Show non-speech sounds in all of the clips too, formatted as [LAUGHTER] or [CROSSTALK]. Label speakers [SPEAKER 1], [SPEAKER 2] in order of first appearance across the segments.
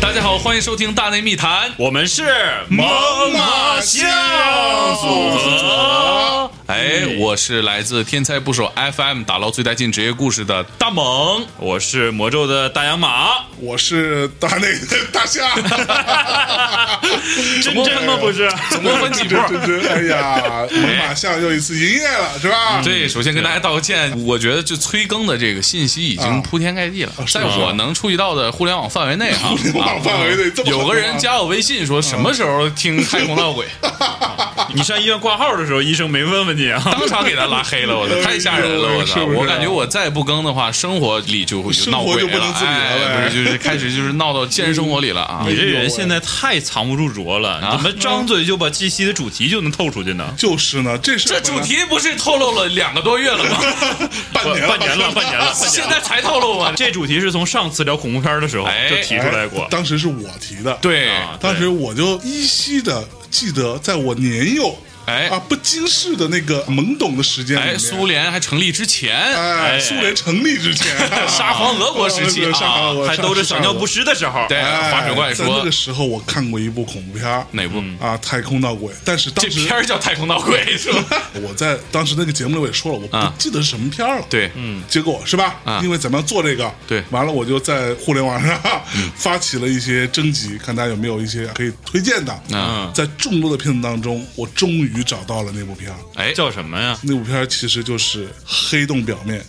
[SPEAKER 1] 大家好，欢迎收听《大内密谈》，
[SPEAKER 2] 我们是
[SPEAKER 3] 猛犸象组合。
[SPEAKER 1] 哎，我是来自天才捕手 FM 打捞最带劲职业故事的大猛，
[SPEAKER 2] 我是魔咒的大洋马，
[SPEAKER 3] 我是大内的大象， [LAUGHS]
[SPEAKER 2] 真真吗？不是，
[SPEAKER 1] 总共分几波？
[SPEAKER 3] 真真哎呀，猛犸象又一次营业了，是吧？
[SPEAKER 1] 对，首先跟大家道个歉，我觉得就催更的这个信息已
[SPEAKER 3] 啊
[SPEAKER 1] 经铺天盖地了，在我能触及到的互联网范围内哈，
[SPEAKER 3] [LAUGHS] 互联网范围内这么啊
[SPEAKER 1] 有个人
[SPEAKER 3] 狠吗
[SPEAKER 1] 加我微信说什么时候听《开空闹鬼》，
[SPEAKER 3] [LAUGHS]
[SPEAKER 2] 你上医院挂号的时候，医生没问问你啊？
[SPEAKER 1] 当场给他拉黑了，我
[SPEAKER 3] [LAUGHS]
[SPEAKER 1] 操，太吓人了，我操！
[SPEAKER 3] 是不是
[SPEAKER 1] 我感觉我再不更的话，生活里就会就闹
[SPEAKER 3] 生活
[SPEAKER 1] 鬼
[SPEAKER 3] 就不能自理了
[SPEAKER 1] 哎，
[SPEAKER 3] 呗
[SPEAKER 1] 不是，就是开始就是闹到现实生活里了啊
[SPEAKER 2] 你！这人现在太藏不住拙了，
[SPEAKER 1] 啊
[SPEAKER 2] 怎么张嘴就把这期的主题就能透出去呢？
[SPEAKER 3] 就是呢，这是
[SPEAKER 1] 这主题不是透露了两个多月了
[SPEAKER 3] [LAUGHS]
[SPEAKER 1] 吗？
[SPEAKER 3] 半年
[SPEAKER 2] 半年了，半年了，半年
[SPEAKER 1] 现
[SPEAKER 2] 了。
[SPEAKER 1] 在才透露吗？这
[SPEAKER 2] [LAUGHS] 这主题是从上次聊恐怖片的时候
[SPEAKER 1] 哎
[SPEAKER 2] 就提出来过
[SPEAKER 3] 哎，当时是我提的，，
[SPEAKER 1] 对，
[SPEAKER 2] 啊
[SPEAKER 3] 当时我就依稀的记得，在我年幼
[SPEAKER 1] 哎
[SPEAKER 3] 啊不经事的那个懵懂的时间里
[SPEAKER 1] 哎，
[SPEAKER 3] 面，
[SPEAKER 1] 苏联还成立之前，
[SPEAKER 3] 哎苏联成立之
[SPEAKER 1] [LAUGHS]
[SPEAKER 3] 前，
[SPEAKER 1] 沙皇俄国时期
[SPEAKER 3] 啊沙
[SPEAKER 1] 啊
[SPEAKER 3] 皇，俄
[SPEAKER 2] 还兜着小尿不湿的时候，
[SPEAKER 1] 对，
[SPEAKER 3] 哎
[SPEAKER 1] 滑水怪
[SPEAKER 3] 在那
[SPEAKER 1] 说
[SPEAKER 3] 个时候，我看过一部恐怖片儿
[SPEAKER 1] 哪部？
[SPEAKER 3] 啊，《太空闹鬼》，但是
[SPEAKER 1] 这
[SPEAKER 3] 当时
[SPEAKER 1] 片儿叫《太空闹鬼》
[SPEAKER 3] [LAUGHS]
[SPEAKER 1] 是吧？
[SPEAKER 3] 我在当时那个节目里我也说了，我
[SPEAKER 1] 啊
[SPEAKER 3] 不记得是什么片儿了。
[SPEAKER 1] 对，
[SPEAKER 3] 嗯，结果是吧？
[SPEAKER 1] 啊
[SPEAKER 3] 因为咱们要做这个，
[SPEAKER 1] 对嗯
[SPEAKER 3] 完了我就在互联网上 [LAUGHS] 发起了一些征集，看大家有没有一些可以推荐的。
[SPEAKER 1] 啊
[SPEAKER 3] 在众多的片子当中，我终于找到了那部片儿。
[SPEAKER 1] 哎
[SPEAKER 2] 叫什么呀？
[SPEAKER 3] 那部片儿其实就是《黑洞表面》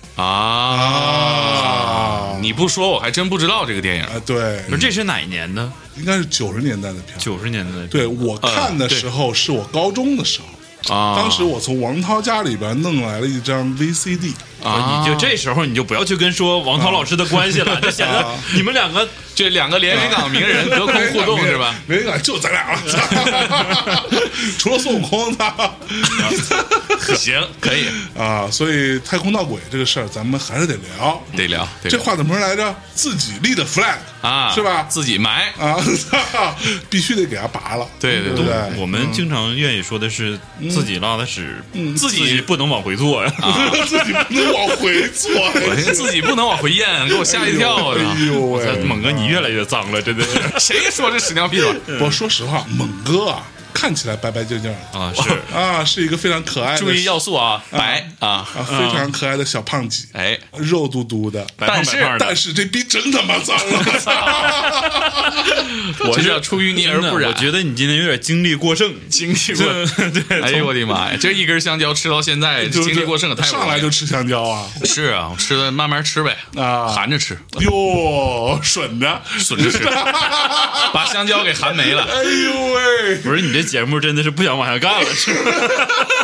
[SPEAKER 1] 啊，
[SPEAKER 3] 啊，
[SPEAKER 1] 你不说我还真不知道这个电影。
[SPEAKER 3] 啊，对
[SPEAKER 2] 不，是，这是哪一年的？
[SPEAKER 3] 应该是九十年代的片儿。
[SPEAKER 2] 九十年代的。
[SPEAKER 3] 对我看的时候是我高中的时候，
[SPEAKER 1] 呃啊，
[SPEAKER 3] 当时我从王涛家里边弄来了一张 VCD。
[SPEAKER 1] 啊
[SPEAKER 2] 你就这时候你就不要去跟说王涛老师的关系 [LAUGHS] 了，这显得你们两个
[SPEAKER 1] 这两个连云港名
[SPEAKER 3] [LAUGHS]
[SPEAKER 1] 人隔空互动是吧？？
[SPEAKER 3] 没人敢，就咱俩 [LAUGHS] 了，除了孙悟空，操
[SPEAKER 1] 行，可以，
[SPEAKER 3] 啊！所以太空闹鬼这个事儿，咱们还是得聊。
[SPEAKER 1] 得聊。得
[SPEAKER 3] 这
[SPEAKER 1] 聊
[SPEAKER 3] 话怎么说来着？自己立的 flag
[SPEAKER 1] 啊，
[SPEAKER 3] 是吧？
[SPEAKER 1] 自己埋， [LAUGHS]
[SPEAKER 3] 啊， [LAUGHS] 必须得给它拔了。
[SPEAKER 1] 对对
[SPEAKER 3] 对
[SPEAKER 1] 对
[SPEAKER 3] 不对？
[SPEAKER 2] 我们经常愿意说的是自己拉的屎，
[SPEAKER 1] 自己
[SPEAKER 2] 不能往回坐呀。
[SPEAKER 3] [LAUGHS] 自己不能往回坐。
[SPEAKER 1] 我寻思自己不能往
[SPEAKER 3] [LAUGHS]
[SPEAKER 1] 回咽，给我吓一跳啊！
[SPEAKER 3] 哎呦喂！
[SPEAKER 2] [LAUGHS] 猛哥，你越来越脏了，真 [LAUGHS] 的是
[SPEAKER 1] [LAUGHS] 谁说这屎尿
[SPEAKER 3] [LAUGHS]
[SPEAKER 1] 屁了？
[SPEAKER 3] 我说实话，猛哥啊，看起来白白净净的
[SPEAKER 2] 啊！是
[SPEAKER 3] 啊，是一个非常可爱的，
[SPEAKER 1] 注意要素啊，白啊，
[SPEAKER 3] 啊，非常可爱的小胖子，
[SPEAKER 1] 哎，
[SPEAKER 3] 肉嘟嘟的，
[SPEAKER 2] 白胖
[SPEAKER 1] 但是
[SPEAKER 2] 白胖的
[SPEAKER 3] 但是这逼真他妈脏 [LAUGHS] 了，
[SPEAKER 1] 我
[SPEAKER 2] 这
[SPEAKER 1] 是要出 [LAUGHS] 淤泥而
[SPEAKER 2] 真的
[SPEAKER 1] 不染。
[SPEAKER 2] 我觉得你今天有点精力过剩，
[SPEAKER 1] 经历过，
[SPEAKER 2] [LAUGHS] 对对，
[SPEAKER 1] 哎呦我的妈呀，这一根香蕉吃到现在，
[SPEAKER 3] [LAUGHS] 就是
[SPEAKER 1] 经历过剩，太不容
[SPEAKER 3] 上
[SPEAKER 1] 易
[SPEAKER 3] 来就吃香蕉啊，
[SPEAKER 1] [LAUGHS] 是啊，我吃的慢慢吃呗，
[SPEAKER 3] 啊
[SPEAKER 1] 含着吃，
[SPEAKER 3] 哟，吮的，
[SPEAKER 1] 吮
[SPEAKER 3] [LAUGHS]
[SPEAKER 1] 着吃，把香蕉给含没了。
[SPEAKER 3] 哎呦喂，
[SPEAKER 2] 不是你这节目真的是不想往下干了，是吧？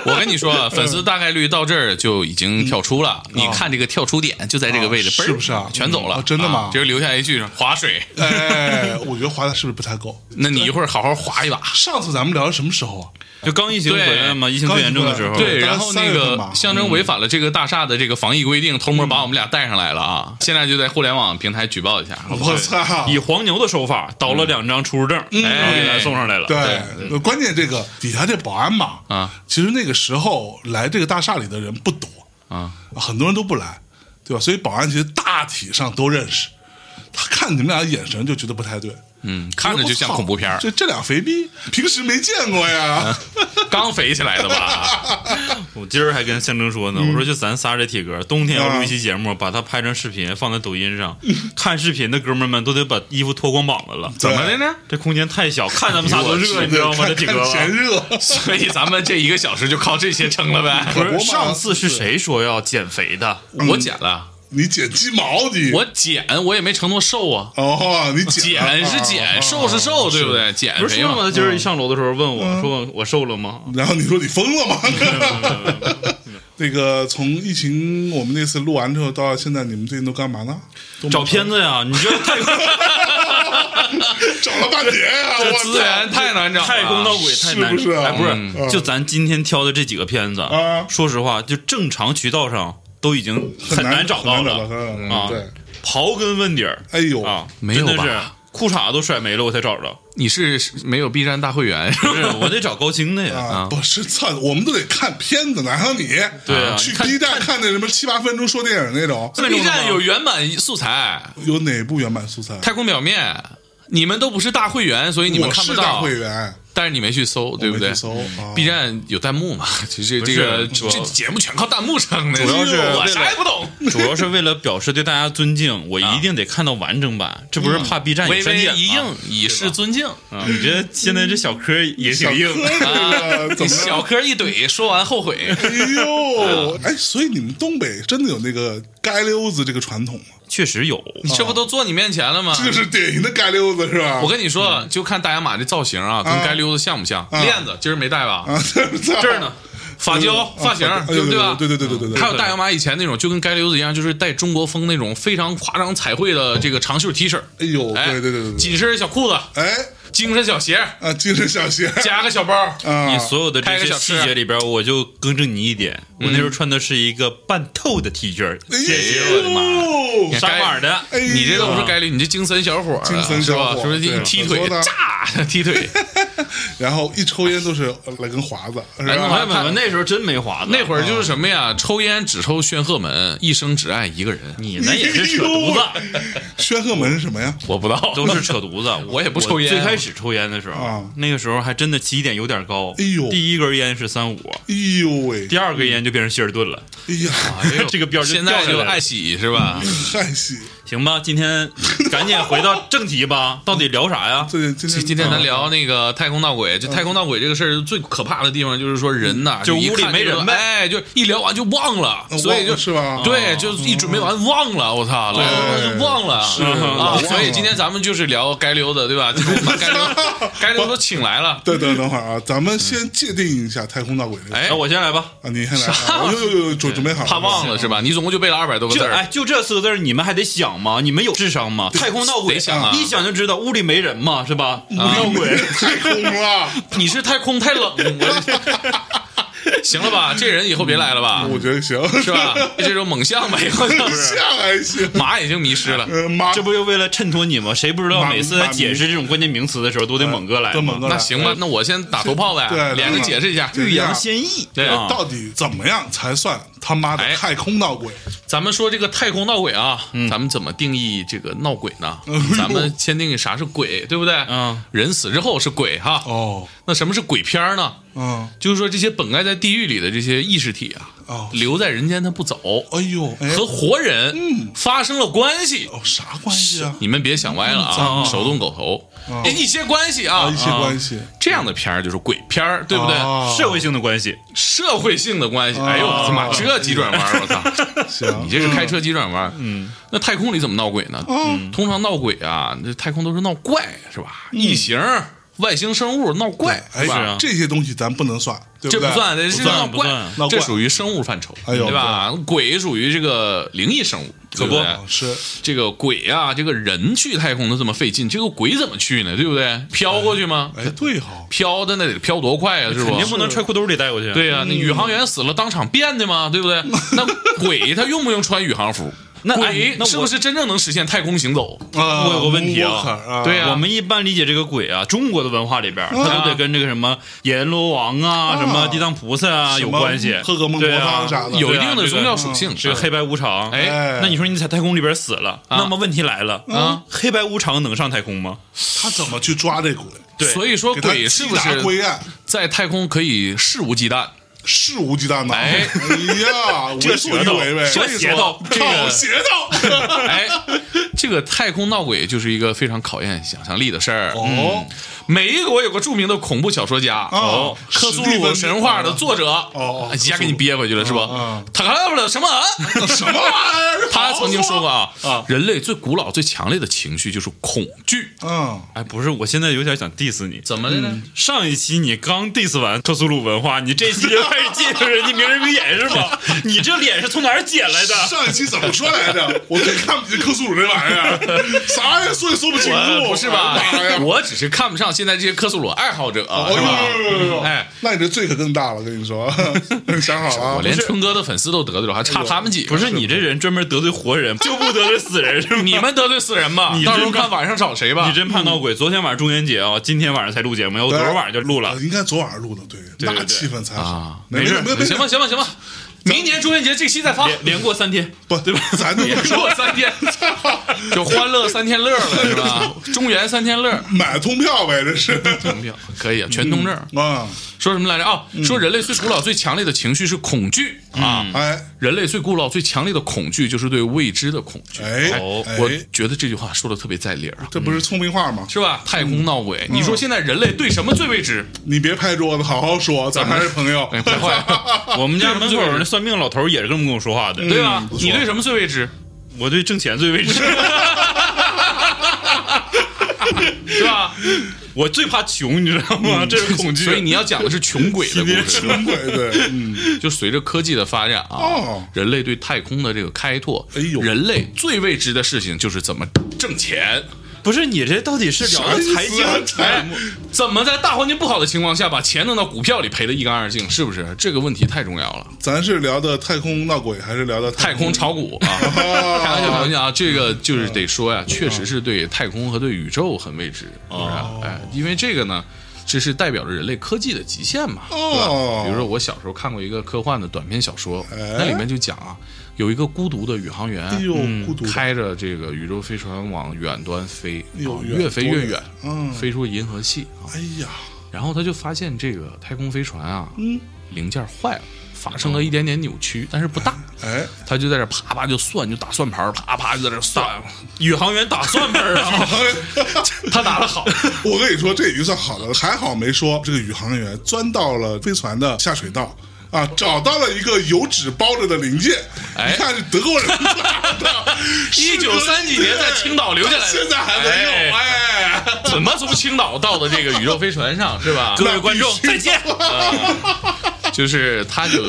[SPEAKER 1] 我跟你说啊，粉丝大概率到这儿就已经跳出了。你看这个跳出点就在这个位
[SPEAKER 3] 嗯
[SPEAKER 1] 置，
[SPEAKER 3] 啊
[SPEAKER 1] 嘣儿
[SPEAKER 3] 是不是啊
[SPEAKER 1] 全走了，
[SPEAKER 3] 嗯啊真的吗
[SPEAKER 1] 啊就留下一句划水。
[SPEAKER 3] 哎，我觉得划的是不是不太够？
[SPEAKER 1] 那你一会儿好好划一把。
[SPEAKER 3] 上次咱们聊的什么时候啊？
[SPEAKER 2] 就刚疫情
[SPEAKER 1] 对
[SPEAKER 2] 回来嘛，疫情最严重的时候，
[SPEAKER 3] 刚疫情回来
[SPEAKER 1] 对，
[SPEAKER 3] 大概
[SPEAKER 1] 然后
[SPEAKER 3] 三
[SPEAKER 1] 那
[SPEAKER 3] 月份
[SPEAKER 1] 个
[SPEAKER 3] 吧
[SPEAKER 1] 象征违反了这个大厦的这个防疫规定，偷摸把我们俩带上来了
[SPEAKER 3] 嗯
[SPEAKER 1] 啊！现在就在互联网平台举报一下。
[SPEAKER 3] 我操！
[SPEAKER 2] 以黄牛的手法倒了两张出入证，然后给咱送上来了。
[SPEAKER 3] 对，关键这个底下这保安嘛，
[SPEAKER 1] 啊，
[SPEAKER 3] 其实那个时候来这个大厦里的人不多，
[SPEAKER 1] 啊，
[SPEAKER 3] 很多人都不来，对吧？所以保安其实大体上都认识，他看你们俩的眼神就觉得不太对，
[SPEAKER 1] 嗯，看着就像恐怖片儿，
[SPEAKER 3] 这这俩肥逼平时没见过
[SPEAKER 1] [LAUGHS]
[SPEAKER 3] 呀，
[SPEAKER 1] 刚肥起来的
[SPEAKER 3] [LAUGHS]
[SPEAKER 1] 吧？
[SPEAKER 2] 我今儿还跟象征说呢，我说就咱仨这体格，冬天要录一期节目，把它拍成视频放在抖音上，看视频的哥们儿们都得把衣服脱光膀子了。
[SPEAKER 1] 怎么的呢？
[SPEAKER 2] 这空间太小，看咱们仨多热，你知道吗？这体啊格
[SPEAKER 3] 看嫌热，
[SPEAKER 1] 所以咱们这一个小时就靠这些撑了呗。
[SPEAKER 2] 不是
[SPEAKER 3] 我
[SPEAKER 2] 上次是谁说要减肥的？
[SPEAKER 3] 嗯
[SPEAKER 1] 我减了，
[SPEAKER 3] 你剪鸡毛你
[SPEAKER 1] 我减，我也没承诺瘦啊。
[SPEAKER 3] 哦，你剪啊
[SPEAKER 1] 减是减，瘦是瘦，对不对？减
[SPEAKER 2] 不是
[SPEAKER 1] 肥
[SPEAKER 2] 说
[SPEAKER 1] 嘛
[SPEAKER 2] 吗？。他今儿一上楼的时候问
[SPEAKER 3] 嗯
[SPEAKER 2] 我说我瘦了吗？
[SPEAKER 3] 然后你说你疯了吗？ [LAUGHS] 那个从疫情我们那次录完之后到现在，你们最近都干嘛呢？ [LAUGHS] 都忙
[SPEAKER 2] 找片子呀！你这
[SPEAKER 1] [LAUGHS]
[SPEAKER 2] 太空
[SPEAKER 3] 找了半年啊，
[SPEAKER 1] 这
[SPEAKER 3] 我
[SPEAKER 1] 资源太难找了，
[SPEAKER 2] 太空闹鬼太难，
[SPEAKER 3] 是不是啊
[SPEAKER 2] 哎，不
[SPEAKER 3] 嗯
[SPEAKER 2] 是，就咱今天挑的这几个片子
[SPEAKER 3] 啊，
[SPEAKER 2] 说实话，就正常渠道上都已经
[SPEAKER 3] 很
[SPEAKER 2] 难
[SPEAKER 3] 难
[SPEAKER 2] 找
[SPEAKER 3] 很
[SPEAKER 2] 到
[SPEAKER 3] 难找到
[SPEAKER 2] 了。
[SPEAKER 3] 很难找到
[SPEAKER 2] 啊
[SPEAKER 3] 对，
[SPEAKER 2] 刨根问底儿
[SPEAKER 3] 哎呦，
[SPEAKER 2] 啊，
[SPEAKER 1] 没有吧
[SPEAKER 2] 真的是裤衩都甩没了，我才找着。
[SPEAKER 1] 你是没有 B 站大会员？
[SPEAKER 2] 不是，我得找高清的呀。
[SPEAKER 3] 啊，不是，操，我们都得看片子，哪像你？
[SPEAKER 2] 对啊
[SPEAKER 3] 去
[SPEAKER 2] 看
[SPEAKER 3] B 站看那什么七八分钟说电影那种，
[SPEAKER 1] B 站有原版素材，
[SPEAKER 3] 有哪部原版素材？
[SPEAKER 1] 《太空表面》，你们都不是大会员，所以你们
[SPEAKER 3] 我
[SPEAKER 1] 看不
[SPEAKER 3] 是
[SPEAKER 1] 到。
[SPEAKER 3] 大会员，
[SPEAKER 1] 但是你没去搜，对不
[SPEAKER 3] 我
[SPEAKER 1] 对
[SPEAKER 3] 没去搜啊
[SPEAKER 1] B 站有弹幕嘛？其实这
[SPEAKER 2] 是
[SPEAKER 1] 个
[SPEAKER 2] 主
[SPEAKER 1] 这
[SPEAKER 2] 要
[SPEAKER 1] 这节目全靠弹幕撑的，
[SPEAKER 2] 主要是
[SPEAKER 1] 我
[SPEAKER 2] 为了
[SPEAKER 1] 啥也不懂。
[SPEAKER 2] [LAUGHS] 主要是为了表示对大家尊敬，我一定得看到完整版，这不是怕 B 站
[SPEAKER 1] 啊嗯微
[SPEAKER 2] 有删
[SPEAKER 1] 微
[SPEAKER 2] 减吗
[SPEAKER 1] 一应，以示尊敬。
[SPEAKER 2] 啊！你这现在这小科也挺硬，
[SPEAKER 3] 这个
[SPEAKER 1] [LAUGHS]
[SPEAKER 3] 怎么着
[SPEAKER 1] 小科一怼，说完后悔。
[SPEAKER 3] 哎呦，哎，所以你们东北真的有那个街溜子这个传统吗？
[SPEAKER 2] 确实
[SPEAKER 3] [LAUGHS]
[SPEAKER 2] 有。
[SPEAKER 1] 这不都坐你面前了吗？
[SPEAKER 3] 这就是典型的街溜子是吧？
[SPEAKER 1] 啊我跟你说，
[SPEAKER 3] 嗯
[SPEAKER 1] 就看大洋马这造型啊，跟该溜的像不像？链子今儿没带吧？
[SPEAKER 3] 啊， [LAUGHS] 这
[SPEAKER 1] 这儿呢，发胶、发型，
[SPEAKER 3] 嗯啊对
[SPEAKER 1] 对不
[SPEAKER 3] 对
[SPEAKER 1] 吧？
[SPEAKER 3] 对对对对对对，
[SPEAKER 1] 还有大洋马以前那种，就跟该溜子一样，就是带中国风那种非常夸张彩绘的这个长袖 T 恤，
[SPEAKER 3] 哎呦，
[SPEAKER 1] 哎，
[SPEAKER 3] 对对对对对，
[SPEAKER 1] 紧身小裤子，
[SPEAKER 3] 哎
[SPEAKER 1] 精神小鞋，
[SPEAKER 3] 啊，精神小鞋
[SPEAKER 1] [LAUGHS] 加个小包，
[SPEAKER 3] 啊，
[SPEAKER 2] 你所有的这
[SPEAKER 1] 开个
[SPEAKER 2] 些
[SPEAKER 1] 小吃
[SPEAKER 2] 细节里边，我就更正你一点，我那时候穿的是一个半透的 T 恤，
[SPEAKER 3] 哎
[SPEAKER 2] 谢谢我的妈，
[SPEAKER 3] 呦
[SPEAKER 1] 呀
[SPEAKER 2] 啥码的？
[SPEAKER 3] 哎呦，
[SPEAKER 1] 你这都不是该溜，你这精神小伙儿啊，
[SPEAKER 3] 精神小伙
[SPEAKER 1] 是吧？是不是
[SPEAKER 3] 对
[SPEAKER 1] 你踢
[SPEAKER 3] 我
[SPEAKER 1] 腿
[SPEAKER 3] 说的
[SPEAKER 1] 炸
[SPEAKER 3] [LAUGHS]
[SPEAKER 1] 踢腿？
[SPEAKER 3] 然后一抽烟都是来根华子，是吧
[SPEAKER 1] 来根华
[SPEAKER 2] 朋
[SPEAKER 1] 子
[SPEAKER 2] 友们，哎那时候真没华子，
[SPEAKER 1] 那会儿就是什么呀？抽烟只抽炫赫门，一生只爱一个人。
[SPEAKER 2] 你那也是扯犊
[SPEAKER 3] 哎
[SPEAKER 2] 子，
[SPEAKER 3] [LAUGHS] 宣赫门是什么呀？
[SPEAKER 1] 我不知道，
[SPEAKER 2] 都是扯犊子。
[SPEAKER 1] 我也不抽烟
[SPEAKER 2] 最开始抽烟的时候
[SPEAKER 3] 啊，
[SPEAKER 2] 那个时候还真的起点有点高。
[SPEAKER 3] 哎呦
[SPEAKER 2] 第一根烟是三五，
[SPEAKER 3] 哎呦喂，
[SPEAKER 2] 第二根烟就变成希尔顿了。
[SPEAKER 3] 哎呀，
[SPEAKER 1] 哎呦
[SPEAKER 2] [LAUGHS] 这个标就
[SPEAKER 1] 现在
[SPEAKER 2] 掉
[SPEAKER 1] 就
[SPEAKER 2] 下来了
[SPEAKER 1] 爱喜是吧？
[SPEAKER 3] 太喜，
[SPEAKER 2] 行吧，今天赶紧回到正题吧，到底聊啥呀？
[SPEAKER 3] 这今
[SPEAKER 1] 今
[SPEAKER 3] 天啊
[SPEAKER 1] 今天咱聊那个太空闹鬼，这太空闹鬼这个事儿最可怕的地方就是说人呐，
[SPEAKER 2] 就
[SPEAKER 1] 一
[SPEAKER 2] 屋里
[SPEAKER 1] 看
[SPEAKER 2] 没
[SPEAKER 1] 就
[SPEAKER 2] 人
[SPEAKER 1] 说
[SPEAKER 2] 呗嗯
[SPEAKER 1] 哎，就一聊完就忘了，
[SPEAKER 3] 呃
[SPEAKER 1] 所
[SPEAKER 3] 忘
[SPEAKER 1] 以就
[SPEAKER 3] 了是吧
[SPEAKER 1] 对，
[SPEAKER 2] 哦
[SPEAKER 1] 就一准备完忘了，我操，聊完就忘了，
[SPEAKER 3] 是
[SPEAKER 1] 啊
[SPEAKER 3] 老忘，了
[SPEAKER 1] 所以今天咱们就是聊该溜的，对吧？今天把该溜
[SPEAKER 2] [LAUGHS]
[SPEAKER 1] 该溜都请来了，
[SPEAKER 3] 对等等会儿啊，咱们先界定一下太空闹鬼这个
[SPEAKER 1] 哎
[SPEAKER 2] 那，我先来吧。
[SPEAKER 3] 啊，你先来啊，我又又又准准备好了，
[SPEAKER 1] 怕忘了是吧？你总共就背了二百多个字
[SPEAKER 2] 就
[SPEAKER 1] 儿
[SPEAKER 2] 哎，，就这四个字儿，你们还得想吗？你们有智商吗？太空闹鬼，
[SPEAKER 1] 得想啊
[SPEAKER 2] 一想就知道屋里没人嘛，是吧？啊闹鬼， [LAUGHS]
[SPEAKER 3] 太空了，
[SPEAKER 1] 你是太空太冷，我行了吧？这人以后别来了吧，
[SPEAKER 2] 嗯
[SPEAKER 3] 我觉得行，[LAUGHS]
[SPEAKER 1] 是吧？这种猛象吧，以后就是
[SPEAKER 3] 像还行，
[SPEAKER 1] 马已经迷失了。
[SPEAKER 3] 呃妈，
[SPEAKER 2] 这不就为了衬托你吗？谁不知道
[SPEAKER 3] 妈
[SPEAKER 2] 每次在解释这种关键名词的时候，呃都得猛哥来
[SPEAKER 3] 这
[SPEAKER 2] 吗
[SPEAKER 3] 猛？哥来
[SPEAKER 1] 那行吧，那我先打头炮呗，
[SPEAKER 3] 对
[SPEAKER 1] 连着
[SPEAKER 3] 对
[SPEAKER 1] 解释一下。
[SPEAKER 3] 对
[SPEAKER 2] 欲扬先抑，
[SPEAKER 1] 对
[SPEAKER 2] 啊
[SPEAKER 3] 到底怎么样才算他妈的
[SPEAKER 1] 哎
[SPEAKER 3] 太空闹鬼？
[SPEAKER 1] 咱们说这个太空闹鬼啊，咱们怎么定义这个闹鬼呢
[SPEAKER 3] 嗯哎呦？
[SPEAKER 1] 咱们先定义啥是鬼，对不对？
[SPEAKER 2] 嗯，
[SPEAKER 1] 人死之后是鬼哈。
[SPEAKER 3] 哦，
[SPEAKER 1] 那什么是鬼片呢？
[SPEAKER 3] 嗯，
[SPEAKER 1] 就是说这些本该在地狱里的这些意识体啊，
[SPEAKER 3] 哦
[SPEAKER 1] 留在人间它不走，
[SPEAKER 3] 哎呦，哎，嗯
[SPEAKER 1] 和活人发生了关系。
[SPEAKER 3] 哦啥关系啊？
[SPEAKER 1] 你们别想歪了啊，手动狗头，一些关系啊
[SPEAKER 3] 哦啊，一，些关系，
[SPEAKER 1] 这样的片儿就是鬼片儿，对不对？
[SPEAKER 3] 哦
[SPEAKER 2] 社会性的关系，
[SPEAKER 1] 社会性的关系。哎呦我的妈，这急转弯儿，我操！
[SPEAKER 3] 行，
[SPEAKER 1] 你这是开车急转弯。嗯，那太空里怎么闹鬼呢？
[SPEAKER 3] 哦
[SPEAKER 1] 嗯，通常闹鬼啊，那太空都是闹怪，是吧？异形、外星生物闹怪，
[SPEAKER 3] 哎
[SPEAKER 1] 是吧？
[SPEAKER 2] 啊
[SPEAKER 3] 这些东西咱不能算，对
[SPEAKER 1] 这
[SPEAKER 3] 对？
[SPEAKER 1] 不算，这
[SPEAKER 2] 不
[SPEAKER 1] 是
[SPEAKER 2] 算
[SPEAKER 1] 闹
[SPEAKER 2] 不算
[SPEAKER 3] 闹怪
[SPEAKER 1] 这属于生物范畴，
[SPEAKER 3] 哎呦
[SPEAKER 1] 对吧？鬼属于这个灵异生物，
[SPEAKER 2] 可
[SPEAKER 1] 对
[SPEAKER 2] 不
[SPEAKER 1] 对
[SPEAKER 3] 哦是
[SPEAKER 1] 这个鬼啊，这个人去太空都这么费劲，这个鬼怎么去呢？对不对？飘过去吗？
[SPEAKER 3] 哎，对哈，
[SPEAKER 1] 飘的那得飘多快啊，是
[SPEAKER 2] 肯
[SPEAKER 1] 不
[SPEAKER 2] 定？不能揣裤兜里带过去。，啊
[SPEAKER 1] 对呀、啊那宇航员死了当场变的嘛，对不
[SPEAKER 2] [LAUGHS]
[SPEAKER 1] 对？那鬼他用不用穿宇航服？
[SPEAKER 2] 那哎
[SPEAKER 1] 鬼
[SPEAKER 2] 那我
[SPEAKER 1] 是不是真正能实现太空行走？
[SPEAKER 3] 我
[SPEAKER 2] 我有个问题啊
[SPEAKER 1] 对呀
[SPEAKER 2] 我们一般理解这个鬼啊，中国的文化里边，他都得跟这个什么阎罗王啊、
[SPEAKER 3] 啊
[SPEAKER 2] 什么地藏菩萨啊
[SPEAKER 3] 什
[SPEAKER 2] 有
[SPEAKER 3] 么
[SPEAKER 2] 关系，
[SPEAKER 3] 喝个孟婆
[SPEAKER 2] 对啊
[SPEAKER 3] 汤啥的
[SPEAKER 1] 有一
[SPEAKER 2] 对啊
[SPEAKER 1] 定的
[SPEAKER 2] 这个
[SPEAKER 1] 宗教属性。
[SPEAKER 2] 是个黑白无常。
[SPEAKER 1] 哎，
[SPEAKER 3] 哎，
[SPEAKER 2] 那你说你在太空里边死了，那么问题来了啊，黑白无常能上太空吗？
[SPEAKER 3] 他怎么去抓这鬼？
[SPEAKER 2] 对
[SPEAKER 1] 所以说
[SPEAKER 3] 给他
[SPEAKER 1] 鬼是
[SPEAKER 3] 击
[SPEAKER 1] 不
[SPEAKER 3] 打
[SPEAKER 1] 是
[SPEAKER 3] 归案，
[SPEAKER 1] 在太空可以肆无忌惮？
[SPEAKER 3] 肆无忌惮的。
[SPEAKER 1] 哎
[SPEAKER 3] 呀，
[SPEAKER 2] 这
[SPEAKER 3] 为所
[SPEAKER 2] 个邪
[SPEAKER 3] 欲
[SPEAKER 2] 道
[SPEAKER 3] 为呗，
[SPEAKER 2] 这
[SPEAKER 3] 所
[SPEAKER 2] 个
[SPEAKER 3] 以
[SPEAKER 2] 邪
[SPEAKER 3] 说
[SPEAKER 2] 道这个
[SPEAKER 3] 靠邪道。
[SPEAKER 1] [LAUGHS] 哎，这个太空闹鬼就是一个非常考验想象力的事儿。
[SPEAKER 3] 哦，
[SPEAKER 1] 美国有个著名的恐怖小说家
[SPEAKER 3] 哦
[SPEAKER 1] 克苏
[SPEAKER 3] 史蒂
[SPEAKER 1] 鲁
[SPEAKER 3] 芬
[SPEAKER 1] 神话的作者，
[SPEAKER 3] 哦哦
[SPEAKER 1] 一下给你憋回去了是吧？
[SPEAKER 3] 嗯
[SPEAKER 1] 他看不了什么啊？
[SPEAKER 3] [LAUGHS] 什么玩意儿？
[SPEAKER 1] 他曾经说过啊
[SPEAKER 2] 啊，
[SPEAKER 1] 人类最古老、最强烈的情绪就是恐惧。嗯
[SPEAKER 3] 嗯，
[SPEAKER 2] 哎，不是，我现在有点想 diss 你。
[SPEAKER 1] 怎么的呢？
[SPEAKER 2] 上一期你刚 diss 完克苏鲁文化，你这期就开始介绍人家名人名 [LAUGHS] 言是吧？你这脸是从哪儿捡来的？
[SPEAKER 3] 上一期怎么说来着？我最看不起克苏鲁这玩玩意儿？啥也说也说不清楚，
[SPEAKER 1] 不是吧
[SPEAKER 3] 哎呀？妈呀！
[SPEAKER 1] 我只是看不上现在这些科苏鲁爱好者，啊
[SPEAKER 3] 哎呦
[SPEAKER 1] 是吧？
[SPEAKER 3] 呦呦呦！
[SPEAKER 1] 哎，
[SPEAKER 3] 那你这罪可更大了，跟你说， [LAUGHS] 你想好了啊
[SPEAKER 1] 我？连春哥的粉丝都得罪了，还
[SPEAKER 3] 哎
[SPEAKER 1] 差他们几个？
[SPEAKER 2] 不是你这人专门得罪活人， [LAUGHS] 就不得罪死人是吗？
[SPEAKER 1] 你们得罪死人吧？
[SPEAKER 2] 你
[SPEAKER 1] 到时候
[SPEAKER 2] 真
[SPEAKER 1] 看晚上找谁吧
[SPEAKER 2] 你。真怕闹鬼！昨天晚上中元节啊，今天晚上才录节目，我昨天晚上就录了
[SPEAKER 3] 呃。应该昨晚上录的，对，
[SPEAKER 2] 对
[SPEAKER 3] 那
[SPEAKER 2] 对
[SPEAKER 3] 气氛才好
[SPEAKER 1] 啊。
[SPEAKER 3] 没
[SPEAKER 2] 没事
[SPEAKER 3] 没没
[SPEAKER 1] 行吧，行吧，行吧，明年中元节这期再发，
[SPEAKER 2] 连连过三天，
[SPEAKER 3] 不对吧？咱就
[SPEAKER 1] 连过三天， [LAUGHS] 就欢乐三天乐了，是吧？中元三天乐，
[SPEAKER 3] 买通票呗，这是
[SPEAKER 1] 通票可以，全通证。
[SPEAKER 3] 啊！
[SPEAKER 1] 说什么来着？啊，说人类最古老、最强烈的情绪是恐惧啊。
[SPEAKER 3] 哎
[SPEAKER 1] 人类最古老、最强烈的恐惧就是对未知的恐惧。
[SPEAKER 3] 哎
[SPEAKER 2] 哦
[SPEAKER 1] 我
[SPEAKER 3] 哎，
[SPEAKER 1] 觉得这句话说的特别在理儿啊，
[SPEAKER 3] 这不是聪明话吗？
[SPEAKER 1] 是吧？太空闹鬼，你说现在人类对什么最未知？
[SPEAKER 3] 你别拍桌子，好好说，咱还是朋友。
[SPEAKER 1] 哎，太坏了，
[SPEAKER 2] 我们家门口那算命老头也是这么跟我说话的。啊
[SPEAKER 1] 对吧？
[SPEAKER 3] 不错
[SPEAKER 1] 你对什么最未知？
[SPEAKER 2] 我嗯对啊挣钱最为知，
[SPEAKER 1] 是吧？
[SPEAKER 2] [LAUGHS] 我最怕穷，你知道吗？啊这是恐惧。
[SPEAKER 1] 所以你要讲的是穷鬼的故
[SPEAKER 3] [LAUGHS]
[SPEAKER 1] 事。
[SPEAKER 3] 真鬼对，嗯，
[SPEAKER 1] 就随着科技的发展啊，
[SPEAKER 3] 哦
[SPEAKER 1] 人类对太空的这个开拓，
[SPEAKER 3] 哎呦
[SPEAKER 1] 人类最未知的事情就是怎么挣钱，
[SPEAKER 2] 不是你这到底是聊的
[SPEAKER 3] 啥
[SPEAKER 2] 财经
[SPEAKER 3] 意思啊
[SPEAKER 2] 哎
[SPEAKER 1] 哎，怎么在大环境不好的情况下把钱弄到股票里赔得一干二净，是不是？这个问题太重要了。
[SPEAKER 3] 咱是聊的太空闹鬼，还是聊的哦
[SPEAKER 1] 太空炒股啊，
[SPEAKER 3] [LAUGHS]
[SPEAKER 1] 开玩笑，开玩笑啊，这个就是得说
[SPEAKER 3] 嗯
[SPEAKER 1] 呀，确实是对太空和对宇宙很未知，是不是啊？
[SPEAKER 3] 哦
[SPEAKER 1] 哎，因为这个呢，这是代表着人类科技的极限嘛，对
[SPEAKER 3] 哦
[SPEAKER 1] 吧？比如说我小时候看过一个科幻的短篇小说，
[SPEAKER 3] 哎
[SPEAKER 1] 那里面就讲啊，有一个孤独的宇航员嗯
[SPEAKER 3] 哎，呦，孤独的，
[SPEAKER 1] 开着这个宇宙飞船往远端飞，
[SPEAKER 3] 哎呦
[SPEAKER 1] 啊
[SPEAKER 3] 远
[SPEAKER 1] 越飞
[SPEAKER 3] 多
[SPEAKER 1] 越
[SPEAKER 3] 远
[SPEAKER 1] 远
[SPEAKER 3] 嗯，
[SPEAKER 1] 飞出银河系啊，
[SPEAKER 3] 哎呀，
[SPEAKER 1] 然后他就发现这个太空飞船啊，
[SPEAKER 3] 嗯，
[SPEAKER 1] 零件坏了，发生了一点点扭曲，但是不大。
[SPEAKER 3] 哎，
[SPEAKER 1] [LAUGHS]
[SPEAKER 3] [LAUGHS]
[SPEAKER 1] 他就在这啪啪就算，就打算盘儿，啪啪就在这算。
[SPEAKER 2] 宇航员打算盘啊，
[SPEAKER 3] [LAUGHS]
[SPEAKER 1] 他打的好，
[SPEAKER 3] 我跟你说，这已经算好的了，还好没说这个宇航员钻到了飞船的下水道。啊，找到了一个油纸包着的零件，
[SPEAKER 1] 哎
[SPEAKER 3] 一看是德国人造的，
[SPEAKER 1] [LAUGHS] 一九三几年在青岛留下来的，
[SPEAKER 3] 现在还在用，哎，
[SPEAKER 1] 怎么从青岛到的这个宇宙飞船上是吧？
[SPEAKER 2] [LAUGHS] 各位观众
[SPEAKER 3] 那必须
[SPEAKER 2] 再见。
[SPEAKER 1] 就是他就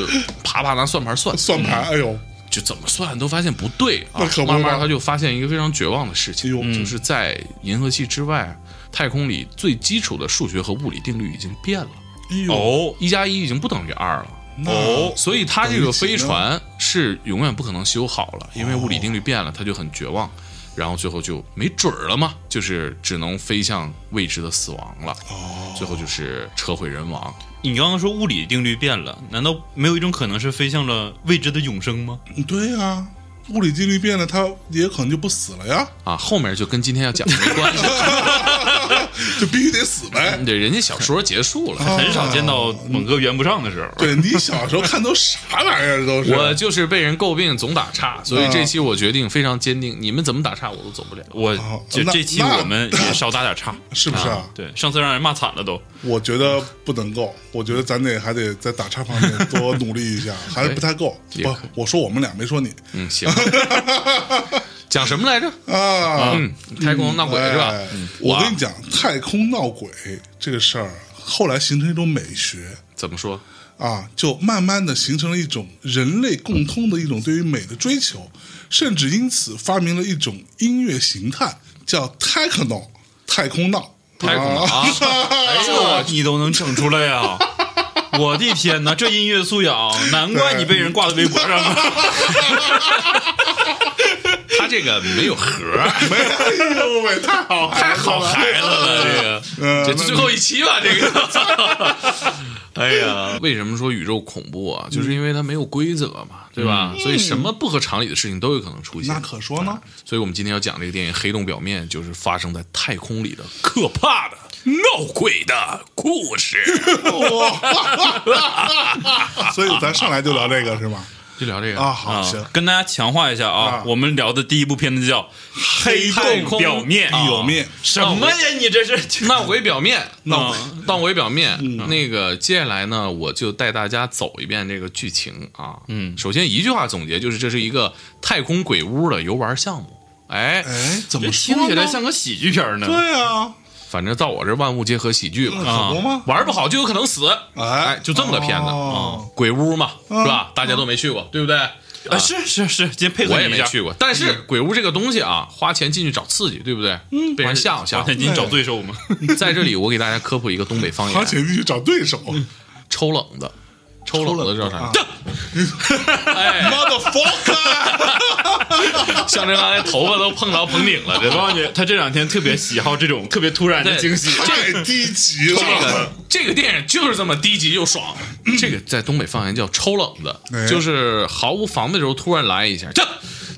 [SPEAKER 1] 啪啪拿算盘算，
[SPEAKER 3] 算盘，哎呦，
[SPEAKER 1] 就怎么算都发现不对啊
[SPEAKER 3] 那可。不
[SPEAKER 1] 慢慢
[SPEAKER 3] 嘛
[SPEAKER 1] 他就发现一个非常绝望的事情
[SPEAKER 3] 哎呦，嗯
[SPEAKER 1] 就是在银河系之外，太空里最基础的数学和物理定律已经变了，
[SPEAKER 3] 哎呦，
[SPEAKER 2] 哦
[SPEAKER 1] 一加一已经不等于二了。
[SPEAKER 3] 那
[SPEAKER 2] 哦，
[SPEAKER 1] 所以他这个飞船是永远不可能修好了，因为物理定律变了，他就很绝望，然后最后就没准儿了嘛，就是只能飞向未知的死亡了。哦，最后就是车毁人亡。
[SPEAKER 2] 你刚刚说物理定律变了，难道没有一种可能是飞向了未知的永生吗？
[SPEAKER 3] 对呀、物理定律变了，他也可能就不死了呀， [LAUGHS]
[SPEAKER 1] 啊，后面就跟今天要讲的没关系，
[SPEAKER 3] 就必须得死呗。
[SPEAKER 1] 对，人家小说结束了。
[SPEAKER 2] 很少见到猛哥圆不上的时候。
[SPEAKER 3] [LAUGHS] 对你小时候看都啥玩意儿都是，
[SPEAKER 1] [LAUGHS] 我就是被人诟病总打岔，所以这期我决定非常坚定，你们怎么打岔我都走不了。
[SPEAKER 2] 我
[SPEAKER 3] 哦
[SPEAKER 2] 这
[SPEAKER 3] 那
[SPEAKER 2] 这期
[SPEAKER 3] 那
[SPEAKER 2] 我们也少打点岔，
[SPEAKER 3] 是不是啊？
[SPEAKER 2] 对，上次让人骂惨了都。
[SPEAKER 3] 我觉得不能够，我觉得咱得还得在打岔方面
[SPEAKER 1] [LAUGHS]
[SPEAKER 3] 多努力一下，还是不太够。
[SPEAKER 1] 也
[SPEAKER 3] 不
[SPEAKER 1] 可，
[SPEAKER 3] 我说我们俩，没说你
[SPEAKER 1] 嗯，行，讲什么来着？
[SPEAKER 3] 啊。
[SPEAKER 1] 嗯，太空闹鬼
[SPEAKER 3] 哎
[SPEAKER 1] 是吧？嗯
[SPEAKER 3] 我
[SPEAKER 1] 我
[SPEAKER 3] 跟你讲，太空闹鬼这个事儿，后来形成一种美学
[SPEAKER 1] 怎么说？
[SPEAKER 3] 啊，就慢慢的形成了一种人类共通的一种对于美的追求，甚至因此发明了一种音乐形态，叫 techno 太空闹。
[SPEAKER 1] 太空闹啊
[SPEAKER 2] 这你都能整出来呀、 [LAUGHS] 我的天哪，这音乐素养，难怪你被人挂在微博上了。
[SPEAKER 1] 他这个没
[SPEAKER 3] [LAUGHS]
[SPEAKER 1] 有核儿，
[SPEAKER 3] 哎呦喂，太好了，
[SPEAKER 1] 太好孩子了，这个。
[SPEAKER 3] 嗯，
[SPEAKER 1] 这
[SPEAKER 3] 那
[SPEAKER 1] 最后一期吧，这 [LAUGHS] 个。哎呀，为什么说宇宙恐怖啊？就是因为它没有规则嘛，对吧？所以什么不合常理的事情都有可能出现。
[SPEAKER 3] 嗯那可说呢。
[SPEAKER 1] 所以我们今天要讲这个电影《黑洞表面》，就是发生在太空里的可怕的闹鬼的故
[SPEAKER 3] [LAUGHS]
[SPEAKER 1] 事。
[SPEAKER 3] 所以咱上来就聊这个是吗？
[SPEAKER 1] 就聊这个
[SPEAKER 3] 啊，，
[SPEAKER 2] 啊
[SPEAKER 3] 好，行，
[SPEAKER 2] 跟大家强化一下啊，
[SPEAKER 3] 啊
[SPEAKER 2] 我们聊的第一部片子叫《黑
[SPEAKER 1] 太
[SPEAKER 2] 洞
[SPEAKER 1] 空
[SPEAKER 2] 表面》
[SPEAKER 1] 啊
[SPEAKER 3] 表面
[SPEAKER 2] 什么呀？你这是嗯
[SPEAKER 1] 闹鬼表面，
[SPEAKER 3] [LAUGHS]
[SPEAKER 2] 闹鬼
[SPEAKER 1] [LAUGHS] 闹鬼表面。
[SPEAKER 3] 嗯
[SPEAKER 1] 那个接下来呢，我就带大家走一遍这个剧情啊。嗯，首先一句话总结就是，这是一个太空鬼屋的游玩项目。哎，
[SPEAKER 3] 哎，怎么
[SPEAKER 2] 这
[SPEAKER 3] 说
[SPEAKER 2] 听起
[SPEAKER 3] 呢
[SPEAKER 2] 来像个喜剧片呢。
[SPEAKER 3] 对啊，
[SPEAKER 1] 反正到我这万物皆可喜剧吧，
[SPEAKER 3] 可不吗？
[SPEAKER 1] 玩不好就有可能死。
[SPEAKER 3] 哎
[SPEAKER 1] 哎，就这么个片子啊
[SPEAKER 3] 哦，嗯哎
[SPEAKER 1] 鬼屋嘛，是吧？大家都没去过，对不对？
[SPEAKER 2] 啊，是是是，今天配合
[SPEAKER 1] 我也
[SPEAKER 2] 你一
[SPEAKER 1] 没
[SPEAKER 2] 下，
[SPEAKER 1] 去过，但是
[SPEAKER 3] 嗯
[SPEAKER 1] 鬼屋这个东西啊，花钱进去找刺激，对不对？嗯，被人吓唬吓
[SPEAKER 2] 花钱
[SPEAKER 1] 唬。
[SPEAKER 2] 进去找罪受嘛。
[SPEAKER 1] 在这里，我给大家科普一个东北方
[SPEAKER 3] 花
[SPEAKER 1] 言：
[SPEAKER 3] 钱进去找对手啊
[SPEAKER 1] 抽冷子，抽冷子知道啥吗？哎，
[SPEAKER 3] ，motherfucker，
[SPEAKER 1] 象征刚才头发都碰到棚顶了，这
[SPEAKER 2] [LAUGHS] 我
[SPEAKER 1] 都。
[SPEAKER 2] 告诉你，他这两天特别喜好这种特别突然的惊喜。
[SPEAKER 3] 太低级
[SPEAKER 1] [LAUGHS] 这
[SPEAKER 3] 了。
[SPEAKER 1] 个这个电影就是这么低级又爽，嗯这个在东北方言叫抽冷
[SPEAKER 3] 哎
[SPEAKER 1] 子，就是毫无防备的时候突然来一下，这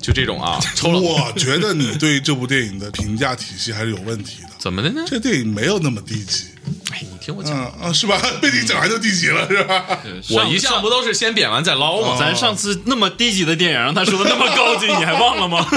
[SPEAKER 1] 就这种啊， [LAUGHS] 抽冷子
[SPEAKER 3] [LAUGHS] 我觉得你对这部电影的评价体系还是有问题的。
[SPEAKER 1] 怎么的呢？
[SPEAKER 3] 这电影没有那么低级，
[SPEAKER 1] 哎，你听我
[SPEAKER 3] 嗯
[SPEAKER 1] 讲，
[SPEAKER 3] 啊，是吧？ [LAUGHS] 被你讲完就低级了，是吧？
[SPEAKER 1] 我一向不都是先贬完再捞吗？
[SPEAKER 2] 咱上次那么低级的电影，让他说的那么高级，你还忘了 [LAUGHS] 吗？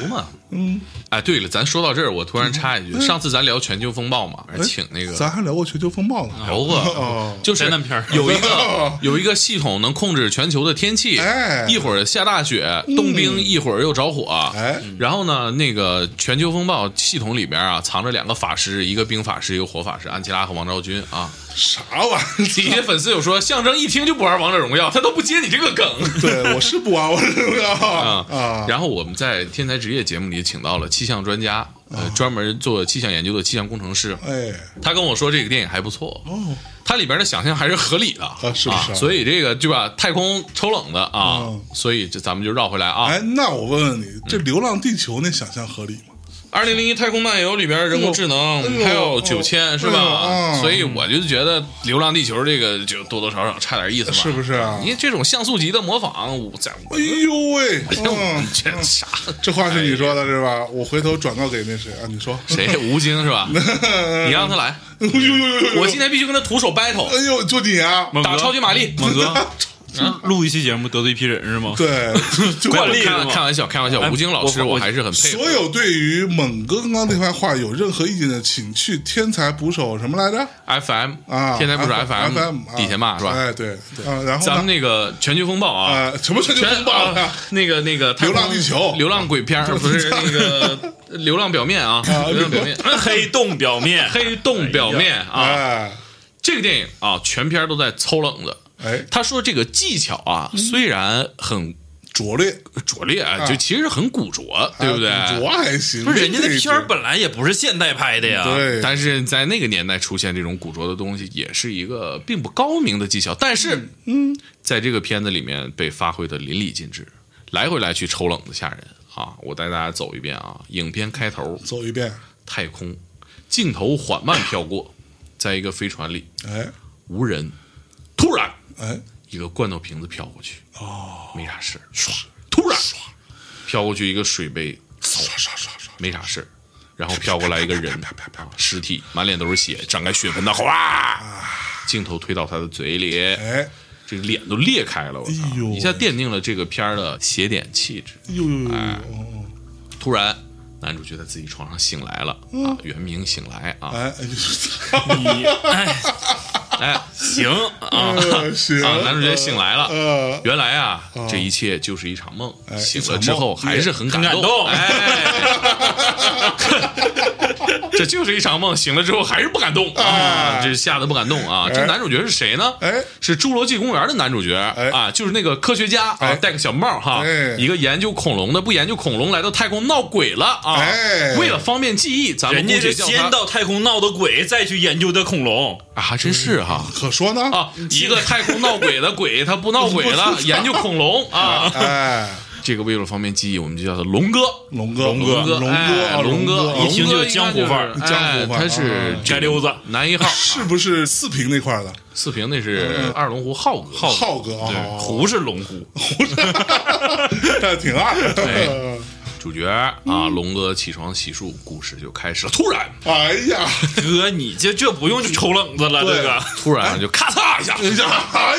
[SPEAKER 1] 不嘛，嗯，哎，对了，咱说到这儿，我突然插一句，上次咱聊全球风暴嘛，请那个
[SPEAKER 3] 咱还聊过全球风暴呢。
[SPEAKER 1] 聊过
[SPEAKER 3] 哦，
[SPEAKER 1] 就是
[SPEAKER 2] 灾难片儿
[SPEAKER 1] 有一个有一个系统能控制全球的天气
[SPEAKER 3] 哎，嗯
[SPEAKER 1] 一会儿下大雪冻冰，一会儿又着火嗯
[SPEAKER 3] 哎，
[SPEAKER 1] 然后呢，那个全球风暴系统里边啊，藏着两个法师，一个冰法师，一个火法师，安琪拉和王昭君啊。
[SPEAKER 3] 啥玩意儿？ [LAUGHS]
[SPEAKER 1] 底下粉丝有说，象征一听就不玩王者荣耀，他都不接你这个梗。
[SPEAKER 3] 对，我是不玩我是耀
[SPEAKER 1] [LAUGHS] 啊
[SPEAKER 3] 啊，
[SPEAKER 1] 然后我们在天才职业节目里请到了气象专家，
[SPEAKER 3] 哦
[SPEAKER 1] 呃，专门做气象研究的气象工程师。
[SPEAKER 3] 哎，
[SPEAKER 1] 他跟我说这个电影还不错，
[SPEAKER 3] 哦，
[SPEAKER 1] 它里边的想象还是合理的啊
[SPEAKER 3] 是不是
[SPEAKER 1] 所以这个对吧？太空抽冷的啊，
[SPEAKER 3] 嗯
[SPEAKER 1] 所以这咱们就绕回来啊
[SPEAKER 3] 哎。，那我问问你，这《流浪地球》那想象合理吗？
[SPEAKER 1] 二零零一太空漫游里边人工智能
[SPEAKER 3] 哎呦
[SPEAKER 1] 还有
[SPEAKER 3] 哦
[SPEAKER 1] 九千是
[SPEAKER 3] 哎呦
[SPEAKER 1] 吧
[SPEAKER 3] 啊？
[SPEAKER 1] 所以我就觉得《流浪地球》这个就多多少少差点意思嘛，
[SPEAKER 3] 是不是啊
[SPEAKER 1] 你这种像素级的模仿，我在我
[SPEAKER 3] 哎呦喂，
[SPEAKER 1] 我
[SPEAKER 3] 嗯，
[SPEAKER 1] [LAUGHS] 这啥？
[SPEAKER 3] 这话是你说的是吧？我回头转告给那谁啊，你说，
[SPEAKER 1] 谁？吴京
[SPEAKER 3] [LAUGHS]
[SPEAKER 1] 是吧？你让他来，
[SPEAKER 3] 哎呦呦呦呦，
[SPEAKER 1] 我今天必须跟他徒手 battle，
[SPEAKER 3] [LAUGHS] 哎呦，就你啊，
[SPEAKER 2] 猛
[SPEAKER 1] 打
[SPEAKER 2] 哥，
[SPEAKER 1] 超级玛丽。
[SPEAKER 2] 猛 [LAUGHS] 哥，录一期节目得罪一批人是吗？
[SPEAKER 3] [LAUGHS] 对，
[SPEAKER 1] [LAUGHS]
[SPEAKER 3] 就 [LAUGHS]
[SPEAKER 2] 惯例
[SPEAKER 1] 开
[SPEAKER 2] 是吗
[SPEAKER 1] 开玩笑，开玩笑。
[SPEAKER 2] 哎
[SPEAKER 1] 吴京老师，
[SPEAKER 2] 我
[SPEAKER 1] 我还是很佩服
[SPEAKER 3] 所。有对于猛哥刚刚那番话有任何意见的，请去天才捕手什么来着？
[SPEAKER 1] FM
[SPEAKER 3] 啊，
[SPEAKER 1] 天才不是
[SPEAKER 3] FM
[SPEAKER 1] 底下骂是吧？
[SPEAKER 3] 哎，对，对啊，然后
[SPEAKER 1] 咱们
[SPEAKER 3] 呢？
[SPEAKER 1] 那个全球风暴啊，
[SPEAKER 3] 呃，什么全球
[SPEAKER 1] 全
[SPEAKER 3] 风暴
[SPEAKER 1] 啊
[SPEAKER 3] 啊？
[SPEAKER 1] 那个那个太空
[SPEAKER 3] 流浪地球
[SPEAKER 1] 流浪鬼片儿不是
[SPEAKER 3] [LAUGHS]
[SPEAKER 1] 那个流浪表面啊，流浪表面，
[SPEAKER 2] 黑洞表面，
[SPEAKER 1] 黑洞表面啊，
[SPEAKER 3] 哎，
[SPEAKER 1] 这个电影啊，全片都在抽冷子。
[SPEAKER 3] 哎，
[SPEAKER 1] 他说这个技巧啊，
[SPEAKER 3] 嗯
[SPEAKER 1] 虽然很
[SPEAKER 3] 拙劣，
[SPEAKER 1] 拙劣啊，就其实很古拙，对不对？
[SPEAKER 3] 哎拙还行，
[SPEAKER 2] 不是人家的
[SPEAKER 3] 这
[SPEAKER 2] 片儿本啊来也不是现代拍的呀。
[SPEAKER 3] 对，
[SPEAKER 1] 但是在那个年代出现这种古拙的东西，也是一个并不高明的技巧。但是，嗯，在这个片子里面被发挥的淋漓尽致，来回来去抽冷子吓人啊！我带大家走一遍啊，影片开头
[SPEAKER 3] 走一遍，
[SPEAKER 1] 太空，镜头缓慢飘过，在一个飞船里
[SPEAKER 3] 哎
[SPEAKER 1] 无人，突然
[SPEAKER 3] 哎，
[SPEAKER 1] 一个罐头瓶子飘过去，哦，没啥事儿，唰，突然飘过去一个水杯，
[SPEAKER 3] 刷刷刷刷，
[SPEAKER 1] 没啥事儿，然后飘过来一个人，啊尸体满脸都是血，张开血盆大口啊！镜头推到他的嘴里，
[SPEAKER 3] 哎，
[SPEAKER 1] 这个脸都裂开了，我操
[SPEAKER 3] 哎！呦
[SPEAKER 1] 一下奠定了这个片儿的邪典气质。
[SPEAKER 3] 呦呦呦呦，哦
[SPEAKER 1] 突然，男主角在自己床上醒来了啊，原名醒来啊，
[SPEAKER 3] 哎，
[SPEAKER 2] 你哎，
[SPEAKER 1] 哎啊，
[SPEAKER 2] 行啊，
[SPEAKER 3] 哎行，
[SPEAKER 1] 男主角醒来了。
[SPEAKER 3] 呃，
[SPEAKER 1] 原来啊，这一切就是一场梦。
[SPEAKER 3] 哎
[SPEAKER 1] 醒
[SPEAKER 3] 一场
[SPEAKER 1] 了
[SPEAKER 3] 梦
[SPEAKER 1] 之后还是很感
[SPEAKER 2] 很感动
[SPEAKER 1] 哎， [LAUGHS] 这就是一场梦。醒了之后还是不敢动啊，
[SPEAKER 3] 哎
[SPEAKER 1] 这吓得不敢动啊。这男主角是谁呢？
[SPEAKER 3] 哎
[SPEAKER 1] 是《侏罗纪公园》的男主角
[SPEAKER 3] 哎
[SPEAKER 1] 啊，就是那个科学家啊，
[SPEAKER 3] 哎
[SPEAKER 1] 戴个小帽哈
[SPEAKER 3] 哎，
[SPEAKER 1] 一个研究恐龙的，不研究恐龙来到太空闹鬼了啊
[SPEAKER 3] 哎。
[SPEAKER 1] 为了方便记忆，咱们
[SPEAKER 2] 人
[SPEAKER 1] 姑
[SPEAKER 2] 家
[SPEAKER 1] 且
[SPEAKER 2] 是
[SPEAKER 1] 叫
[SPEAKER 2] 先
[SPEAKER 1] 他
[SPEAKER 2] 到太空闹的鬼，再去研究的恐龙。
[SPEAKER 1] 啊，还真是哈。
[SPEAKER 3] 可说呢，
[SPEAKER 1] 啊，一个太空闹鬼的鬼，他不闹鬼
[SPEAKER 3] [LAUGHS]
[SPEAKER 1] 了，研究恐龙啊。
[SPEAKER 3] 哎，
[SPEAKER 1] 这个为了方便记忆，我们就叫他龙哥。
[SPEAKER 3] 龙哥，
[SPEAKER 2] 龙
[SPEAKER 3] 哥，
[SPEAKER 2] 哥
[SPEAKER 1] 龙
[SPEAKER 3] 龙
[SPEAKER 1] 哎
[SPEAKER 3] 啊龙
[SPEAKER 1] 龙哥，
[SPEAKER 3] 啊
[SPEAKER 2] 一听就有
[SPEAKER 1] 龙哥
[SPEAKER 2] 江湖
[SPEAKER 1] 应该
[SPEAKER 2] 范儿嗯
[SPEAKER 1] 就是
[SPEAKER 3] 江湖范儿
[SPEAKER 1] 哎他是
[SPEAKER 3] 啊
[SPEAKER 2] 街溜子
[SPEAKER 1] 男一号。
[SPEAKER 3] 是不是四平那块儿的
[SPEAKER 1] 四平那是二龙湖浩哥，
[SPEAKER 3] 浩哥啊？ [LAUGHS] 哦
[SPEAKER 2] 狐是龙狐，
[SPEAKER 3] 但挺二的。
[SPEAKER 1] 主角啊，龙哥起床洗漱，故事就开始了。突然，
[SPEAKER 3] 哎呀，
[SPEAKER 2] 哥，你这这不用抽冷子了，这个
[SPEAKER 1] 突然就咔嚓一下，
[SPEAKER 3] 哎呀，哎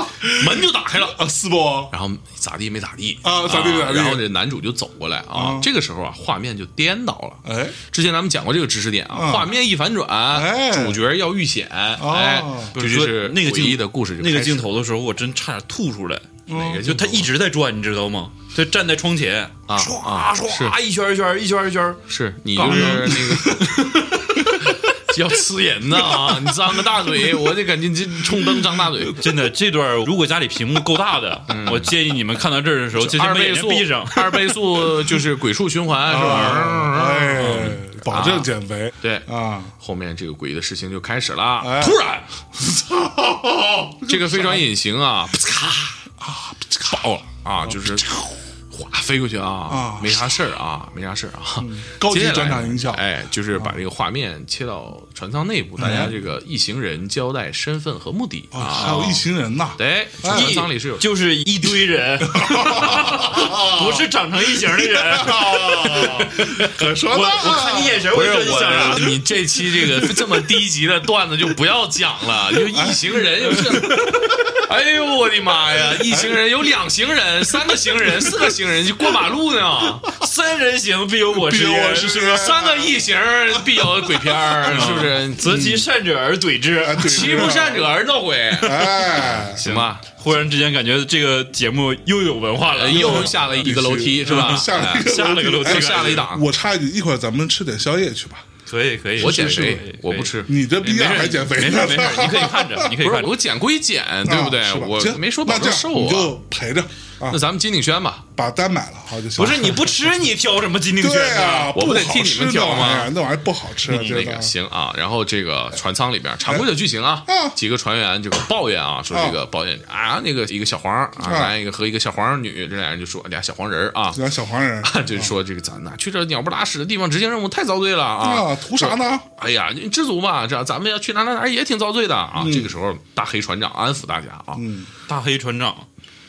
[SPEAKER 3] 呀，
[SPEAKER 1] 门就打开了，
[SPEAKER 3] 啊，是
[SPEAKER 2] 哦
[SPEAKER 3] 不？
[SPEAKER 1] 然后咋地没咋地
[SPEAKER 3] 啊咋地没咋地
[SPEAKER 1] 然后这男主就走过来啊，这个时候啊，画面就颠倒了。
[SPEAKER 3] 哎，
[SPEAKER 1] 之前咱们讲过这个知识点啊，
[SPEAKER 3] 嗯
[SPEAKER 1] 画面一反转，
[SPEAKER 3] 哎
[SPEAKER 1] 主角要遇险，哎，这
[SPEAKER 2] 不
[SPEAKER 1] 就是
[SPEAKER 2] 说
[SPEAKER 1] 是
[SPEAKER 2] 那个
[SPEAKER 1] 诡
[SPEAKER 2] 镜
[SPEAKER 1] 异的故事就
[SPEAKER 2] 那个
[SPEAKER 1] 开始
[SPEAKER 2] 镜头的时候，我真差点吐出来。
[SPEAKER 1] 哪个
[SPEAKER 2] 就他一直在转，你知道吗？他站在窗前，
[SPEAKER 1] 啊
[SPEAKER 2] 唰
[SPEAKER 1] 啊
[SPEAKER 2] 唰一圈一圈一圈一圈，
[SPEAKER 1] 是你就是那个。 [LAUGHS] 要呲人呐、你张个大嘴，我得赶紧去冲灯张大嘴。
[SPEAKER 2] [LAUGHS] 真的，这段如果家里屏幕够大的，我建议你们看到这儿的时候，就先
[SPEAKER 1] 二
[SPEAKER 2] 把眼
[SPEAKER 1] 倍
[SPEAKER 2] 睛
[SPEAKER 1] 速
[SPEAKER 2] 闭上。，
[SPEAKER 1] 二倍速就是鬼畜循环，是吧？
[SPEAKER 3] 哎，保证减肥。
[SPEAKER 1] 对
[SPEAKER 3] 啊，
[SPEAKER 1] 后面这个诡异的事情就开始了。
[SPEAKER 3] 哎
[SPEAKER 1] 突
[SPEAKER 3] [LAUGHS]
[SPEAKER 1] 然，这个飞船隐形啊，咔啊爆了啊，就是哗飞过去啊
[SPEAKER 3] 哦啊，嗯
[SPEAKER 1] 没啥事儿啊，没啥事儿啊。 [LAUGHS]
[SPEAKER 3] 高级
[SPEAKER 1] 接下来
[SPEAKER 3] 转场音效啊
[SPEAKER 1] 哎，就是把这个画面切到船舱内部，大家这个一行人交代身份和目的
[SPEAKER 3] 嗯哦，还有
[SPEAKER 1] 啊
[SPEAKER 3] 一。行人呐，
[SPEAKER 1] 对，船舱里是有
[SPEAKER 2] 就是一堆人，不是长成异形的人。
[SPEAKER 3] [LAUGHS] 可说
[SPEAKER 2] 啊我
[SPEAKER 3] 呢，
[SPEAKER 2] 我看你眼神，
[SPEAKER 1] 不
[SPEAKER 2] 我
[SPEAKER 1] 是
[SPEAKER 2] 就知道你想啥
[SPEAKER 1] 我，。你这期这个这么低级的段子就不要讲了，就一行人又是，哎呦我的妈呀！一行人有两行人、三个行人、四个行人，就过马路呢，
[SPEAKER 2] 三人行必有我
[SPEAKER 3] 必
[SPEAKER 2] 师
[SPEAKER 3] 有我师啊
[SPEAKER 2] 焉，
[SPEAKER 3] 焉
[SPEAKER 1] 三个异形必有鬼片儿，
[SPEAKER 3] [LAUGHS]
[SPEAKER 1] 是不
[SPEAKER 3] 嗯
[SPEAKER 1] 是？
[SPEAKER 2] 择其善者而怼之。
[SPEAKER 3] 哎对
[SPEAKER 1] 其不善者而闹鬼，
[SPEAKER 3] 哎，
[SPEAKER 1] 行吧？
[SPEAKER 2] [LAUGHS]
[SPEAKER 1] 呃
[SPEAKER 2] 忽然之间感觉这个节目又有文化了，
[SPEAKER 1] 又下了一个楼梯是吧？
[SPEAKER 3] 嗯下了一个
[SPEAKER 2] 下了个楼梯
[SPEAKER 1] 又下了一
[SPEAKER 2] 啊
[SPEAKER 1] 档。
[SPEAKER 3] 我插一句，一会儿咱们吃点宵夜去吧。
[SPEAKER 2] 可以可以，
[SPEAKER 1] 我减
[SPEAKER 2] 是
[SPEAKER 1] 肥，我不。吃。
[SPEAKER 3] 你这逼样
[SPEAKER 2] 没事
[SPEAKER 3] 还减肥
[SPEAKER 2] 没
[SPEAKER 3] 呢
[SPEAKER 2] 事？没事，你可以看着，你可以
[SPEAKER 1] 不是
[SPEAKER 2] 看着。
[SPEAKER 1] 我减归减，对不对
[SPEAKER 3] 啊是？吧
[SPEAKER 1] 我
[SPEAKER 3] 行
[SPEAKER 1] 没说保
[SPEAKER 3] 那这
[SPEAKER 1] 证
[SPEAKER 3] 样
[SPEAKER 1] 瘦
[SPEAKER 3] 你
[SPEAKER 1] 啊。
[SPEAKER 3] 就陪着啊
[SPEAKER 1] 那，咱们金鼎轩吧，
[SPEAKER 3] 把单买了好就行。
[SPEAKER 2] 不是你不吃，你挑什么金锭圈
[SPEAKER 3] 对啊，
[SPEAKER 1] 我不得
[SPEAKER 3] 好
[SPEAKER 1] 替你
[SPEAKER 3] 吃
[SPEAKER 1] 们挑
[SPEAKER 3] 那玩意
[SPEAKER 1] 吗
[SPEAKER 3] 儿那玩意儿不好吃，
[SPEAKER 1] 那
[SPEAKER 3] 真的
[SPEAKER 1] 个。行啊，然后这个船舱里边
[SPEAKER 3] 哎
[SPEAKER 1] 常规的剧情啊
[SPEAKER 3] 啊，
[SPEAKER 1] 几个船员这个抱怨
[SPEAKER 3] 嗯
[SPEAKER 1] 啊，说这个抱怨啊，那个一个小黄儿
[SPEAKER 3] 啊
[SPEAKER 1] 啊，咱一个和一个小黄女，这俩人就说俩小黄人儿啊，
[SPEAKER 3] 然后小黄人
[SPEAKER 1] [LAUGHS] 就说这个咱哪去这鸟不拉屎的地方执行任务太遭罪了啊
[SPEAKER 3] 啊，，图啥呢？
[SPEAKER 1] 哎呀，你知足吧，这咱们要去哪哪哪也挺遭罪的啊。
[SPEAKER 3] 嗯
[SPEAKER 1] 这个时候大黑船长安抚大家啊，
[SPEAKER 2] 大黑船长，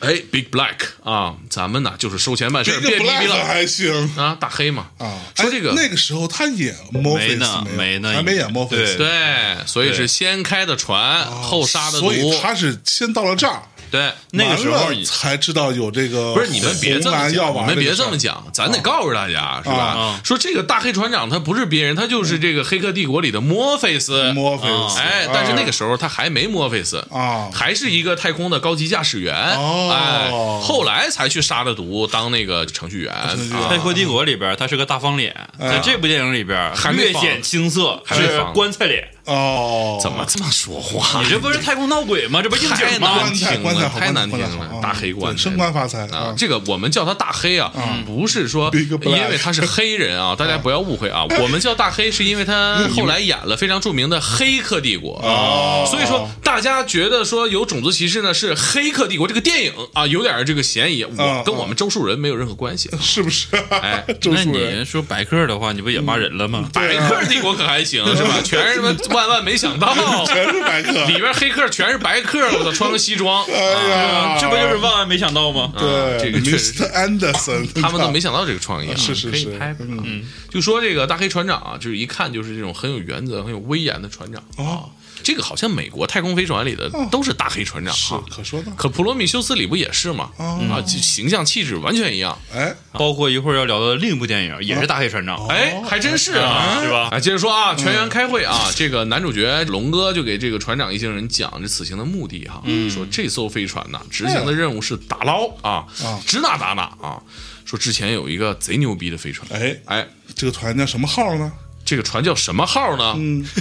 [SPEAKER 1] 哎，Big Black 啊，咱们呢就是收钱办事儿，
[SPEAKER 3] 这个
[SPEAKER 1] 别逼逼
[SPEAKER 3] black
[SPEAKER 1] 了
[SPEAKER 3] 还行
[SPEAKER 1] 啊，大黑嘛
[SPEAKER 3] 啊。
[SPEAKER 1] 说这个
[SPEAKER 3] 哎那个时候他演 Morpheus
[SPEAKER 2] 呢
[SPEAKER 3] 有
[SPEAKER 2] 没呢
[SPEAKER 3] 还没演 Morpheus，
[SPEAKER 2] 对
[SPEAKER 1] 对，所以是先开的船，后杀的
[SPEAKER 3] 哦啊所以
[SPEAKER 1] 奴，
[SPEAKER 3] 他是先到了这儿，
[SPEAKER 1] 对，
[SPEAKER 2] 那个时候
[SPEAKER 3] 完了才知道有这个
[SPEAKER 1] 不是你们别这
[SPEAKER 3] 红
[SPEAKER 1] 么
[SPEAKER 3] 蓝药
[SPEAKER 1] 讲，
[SPEAKER 3] 丸
[SPEAKER 1] 你
[SPEAKER 3] 的
[SPEAKER 1] 们别
[SPEAKER 3] 事儿
[SPEAKER 1] 这么讲，咱
[SPEAKER 3] 哦
[SPEAKER 1] 得告诉大家是吧
[SPEAKER 2] 啊？
[SPEAKER 1] 说这个大黑船长他不是别人，他就是这个《黑客帝国》里的墨菲
[SPEAKER 3] 嗯
[SPEAKER 1] 斯。
[SPEAKER 3] Morpheus，
[SPEAKER 1] 哎，但
[SPEAKER 3] 哦
[SPEAKER 1] 是那个时候他还没墨菲斯
[SPEAKER 3] 啊
[SPEAKER 1] 还是一个太空的高级驾驶员。
[SPEAKER 3] 哦
[SPEAKER 1] 哎，后来才去杀了毒当那个程序员
[SPEAKER 3] 程序员
[SPEAKER 1] 啊哎
[SPEAKER 2] 《黑客帝国》里边他是个大方脸，在这部电影里边
[SPEAKER 1] 还没
[SPEAKER 2] 略
[SPEAKER 1] 放
[SPEAKER 2] 显青涩，
[SPEAKER 1] 没
[SPEAKER 2] 是
[SPEAKER 1] 放
[SPEAKER 2] 棺材脸。
[SPEAKER 3] 哦，
[SPEAKER 1] 怎么这么说话？
[SPEAKER 2] 你这不是太空闹鬼吗？这不应
[SPEAKER 1] 太
[SPEAKER 2] 景吗
[SPEAKER 1] 难？
[SPEAKER 3] 棺材
[SPEAKER 1] 听
[SPEAKER 3] 棺材
[SPEAKER 1] 了，
[SPEAKER 3] 好
[SPEAKER 1] 太难听
[SPEAKER 3] 棺材好
[SPEAKER 1] 了，
[SPEAKER 3] 啊
[SPEAKER 1] 大黑棺
[SPEAKER 3] 对
[SPEAKER 1] 材，
[SPEAKER 3] 升官发财
[SPEAKER 1] 啊
[SPEAKER 3] 啊！
[SPEAKER 1] 这个我们叫他大黑啊，不是说
[SPEAKER 3] Big
[SPEAKER 1] 因
[SPEAKER 3] Black
[SPEAKER 1] 为他是黑
[SPEAKER 3] [LAUGHS]
[SPEAKER 1] 人啊，大家不要误会啊，我们叫大黑是因为他后来演了非常著名的《黑客帝国》
[SPEAKER 3] 哦
[SPEAKER 1] 所以说大家觉得说有种族歧视呢，是《黑客帝国》这个电影啊有点这个嫌疑，我
[SPEAKER 3] 啊
[SPEAKER 1] 跟我们周树人没有任何
[SPEAKER 3] [LAUGHS]
[SPEAKER 1] 关系。
[SPEAKER 3] 是不是？
[SPEAKER 1] 哎
[SPEAKER 3] [LAUGHS] 周
[SPEAKER 2] 那
[SPEAKER 3] 树人
[SPEAKER 2] 你说白客的话，你不也骂人了吗？
[SPEAKER 1] 白客帝国可还行是
[SPEAKER 3] [LAUGHS]
[SPEAKER 1] 吧？全是他妈万万没想到，
[SPEAKER 3] 全是白客，
[SPEAKER 1] 里边黑客全是白客，我操，穿个西装，
[SPEAKER 3] 哎呀，
[SPEAKER 2] 这不就是万万没想到吗？
[SPEAKER 1] 啊这
[SPEAKER 3] 对
[SPEAKER 1] 个确实
[SPEAKER 3] Mr. Anderson，
[SPEAKER 1] 他们都没想到这个创意啊，
[SPEAKER 3] 是是
[SPEAKER 1] 可以
[SPEAKER 3] 是
[SPEAKER 1] 拍拍啊。就说这个大黑船长啊，就是一看就是这种很有原则、很有威严的船长啊
[SPEAKER 3] 哦。
[SPEAKER 1] 这个好像美国太空飞船里的都是大黑船长
[SPEAKER 3] 是
[SPEAKER 1] 哈，
[SPEAKER 3] 可说呢。
[SPEAKER 1] 可普罗米修斯里不也是吗？啊，就形象气质完全一样。
[SPEAKER 3] 哎，
[SPEAKER 2] 包括一会儿要聊到的另一部电影，也是大黑船长。
[SPEAKER 1] 哎，还真是啊
[SPEAKER 2] 啊，是吧
[SPEAKER 1] 啊，接着说啊，全员开会啊，这个男主角龙哥就给这个船长一行人讲这此行的目的哈，说这艘飞船呐，执行的任务是打捞啊
[SPEAKER 3] 啊，
[SPEAKER 1] 指哪打哪啊。说之前有一个贼牛逼的飞船，
[SPEAKER 3] 哎
[SPEAKER 1] 哎，
[SPEAKER 3] 这个团叫什么号呢？
[SPEAKER 1] 这个船叫什么号呢？
[SPEAKER 3] 嗯
[SPEAKER 1] [LAUGHS]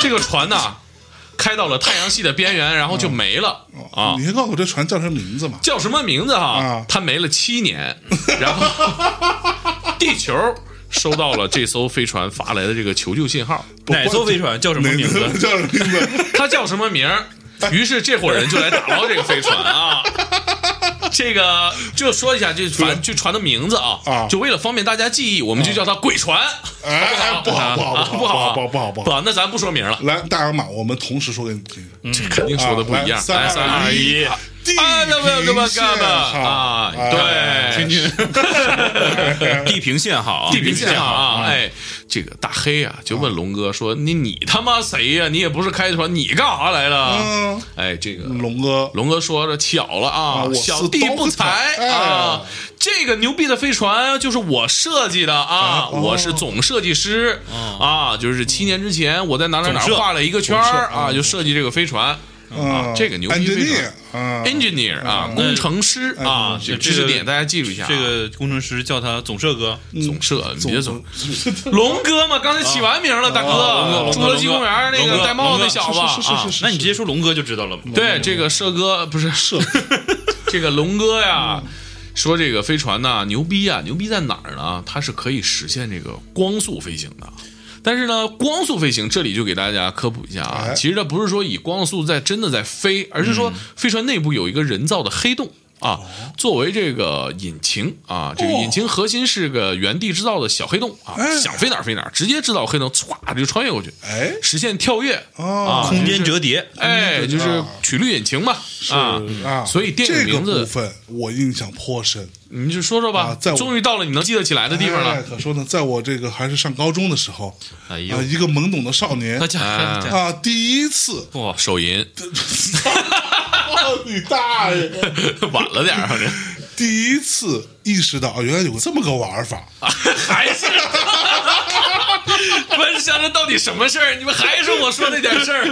[SPEAKER 1] 这个船呐、开到了太阳系的边缘，然后就没了、啊。
[SPEAKER 3] 你先告诉我这船叫什么名字嘛？
[SPEAKER 1] 叫什么名字哈、
[SPEAKER 3] 哦啊
[SPEAKER 1] 它没了七年，然后
[SPEAKER 3] [LAUGHS]
[SPEAKER 1] 地球收到了这艘飞船发来的这个求救信号，
[SPEAKER 2] 哪艘飞船叫什么
[SPEAKER 3] 哪
[SPEAKER 2] 名字？
[SPEAKER 3] [LAUGHS]
[SPEAKER 1] [LAUGHS]
[SPEAKER 3] 叫什么名字？
[SPEAKER 1] 它叫什么名儿？于是这伙人就来打捞这个飞船
[SPEAKER 3] [LAUGHS]
[SPEAKER 1] 啊。这个就说一下，这船这船的名字啊，
[SPEAKER 3] 啊
[SPEAKER 1] 就为了方便大家记忆，我们就叫它鬼船，
[SPEAKER 3] 哎哎，不好不好
[SPEAKER 1] 啊，
[SPEAKER 3] 不
[SPEAKER 1] 好
[SPEAKER 3] 好
[SPEAKER 1] 啊，
[SPEAKER 3] 不好不好不好
[SPEAKER 1] 不。好，那咱不说名了，
[SPEAKER 3] 来，大洋马，我们同时说给你听，
[SPEAKER 1] 这肯定说的不一样
[SPEAKER 3] 啊。来
[SPEAKER 1] 来，三
[SPEAKER 3] 三
[SPEAKER 1] 二
[SPEAKER 3] 二
[SPEAKER 1] 一
[SPEAKER 3] 一。地
[SPEAKER 1] 啊，那么那
[SPEAKER 3] 平
[SPEAKER 1] 么
[SPEAKER 3] 线
[SPEAKER 1] 干
[SPEAKER 3] 号
[SPEAKER 1] 啊，对，
[SPEAKER 3] 哎
[SPEAKER 1] [LAUGHS]
[SPEAKER 2] 地平线好，
[SPEAKER 1] 地平线啊，哎，这个大黑啊，就问龙哥说：“你你他妈谁呀？你也不是开船，你干啥来了
[SPEAKER 3] 嗯？”
[SPEAKER 1] 哎，这个
[SPEAKER 3] 龙哥，
[SPEAKER 1] 龙哥说着巧了
[SPEAKER 3] 啊
[SPEAKER 1] 啊，
[SPEAKER 3] 我
[SPEAKER 1] 小
[SPEAKER 3] 是
[SPEAKER 1] 弟
[SPEAKER 3] 刀
[SPEAKER 1] 不
[SPEAKER 3] 子
[SPEAKER 1] 才
[SPEAKER 3] 哎
[SPEAKER 1] 啊，这个牛逼的飞船就是我设计的啊，哦我是总设计师啊，就是七年之前我在哪哪哪
[SPEAKER 2] 总设
[SPEAKER 1] 画了一个圈
[SPEAKER 3] 总设
[SPEAKER 1] 儿
[SPEAKER 3] 啊
[SPEAKER 1] 啊，就设计这个飞船。
[SPEAKER 3] 嗯
[SPEAKER 1] 啊，这个牛逼非常
[SPEAKER 3] engineer 啊
[SPEAKER 1] engineer 啊，工程师啊，这个知识点大家记住一下啊。
[SPEAKER 2] 这个工程师叫他总社哥，
[SPEAKER 1] 总社，你别总龙哥嘛，刚才起完名了，大
[SPEAKER 2] 啊
[SPEAKER 1] 哥，
[SPEAKER 2] 龙
[SPEAKER 1] 侏
[SPEAKER 2] 哥
[SPEAKER 1] 罗纪公园那
[SPEAKER 2] 龙
[SPEAKER 1] 个
[SPEAKER 2] 哥
[SPEAKER 1] 戴帽子那小子
[SPEAKER 3] 是是
[SPEAKER 1] 啊
[SPEAKER 3] 是，是，
[SPEAKER 2] 那你直接说龙哥就知道了嘛。
[SPEAKER 1] 对，这个社哥不是
[SPEAKER 3] [LAUGHS]
[SPEAKER 1] 社，这个龙哥呀，
[SPEAKER 3] 嗯
[SPEAKER 1] 说这个飞船呐牛逼呀，牛逼在哪儿呢？它是可以实现这个光速飞行的。但是呢，光速飞行这里就给大家科普一下啊
[SPEAKER 3] 哎，嗯
[SPEAKER 1] 其实它不是说以光速在真的在飞，而是说飞船内部有一个人造的黑洞。啊，作为这个引擎啊，这个
[SPEAKER 3] 哦
[SPEAKER 1] 引擎核心是个原地制造的小黑洞啊，
[SPEAKER 3] 哎
[SPEAKER 1] 想飞哪儿飞哪儿，直接制造黑洞，歘就穿越过去，
[SPEAKER 3] 哎
[SPEAKER 1] 实现跳跃
[SPEAKER 3] 哦
[SPEAKER 1] 啊
[SPEAKER 2] 空间折叠，
[SPEAKER 1] 哎，就是曲率引擎嘛，啊
[SPEAKER 3] 啊，
[SPEAKER 1] 所以电影
[SPEAKER 3] 这个
[SPEAKER 1] 名
[SPEAKER 3] 部
[SPEAKER 1] 字，
[SPEAKER 3] 分我印象颇深。
[SPEAKER 1] 你就说说吧
[SPEAKER 3] 啊。在我
[SPEAKER 1] 终于到了你能记得起来的地方
[SPEAKER 3] 哎
[SPEAKER 1] 了。
[SPEAKER 3] 可说呢，在我这个还是上高中的时候，
[SPEAKER 2] 哎呦
[SPEAKER 3] 啊，，一个懵懂的少年
[SPEAKER 2] 那家
[SPEAKER 1] 啊
[SPEAKER 2] 伙，
[SPEAKER 3] 啊，第一
[SPEAKER 1] [LAUGHS]
[SPEAKER 3] 次，
[SPEAKER 2] 哇，
[SPEAKER 1] 手淫
[SPEAKER 3] 操你大爷！
[SPEAKER 1] 晚了点儿，好像
[SPEAKER 3] [LAUGHS] 第一次意识到，哦，原来有个这么个玩法。
[SPEAKER 1] 哎还 [LAUGHS] 是。不是想这到底什么事儿？你们还是我说那点事儿，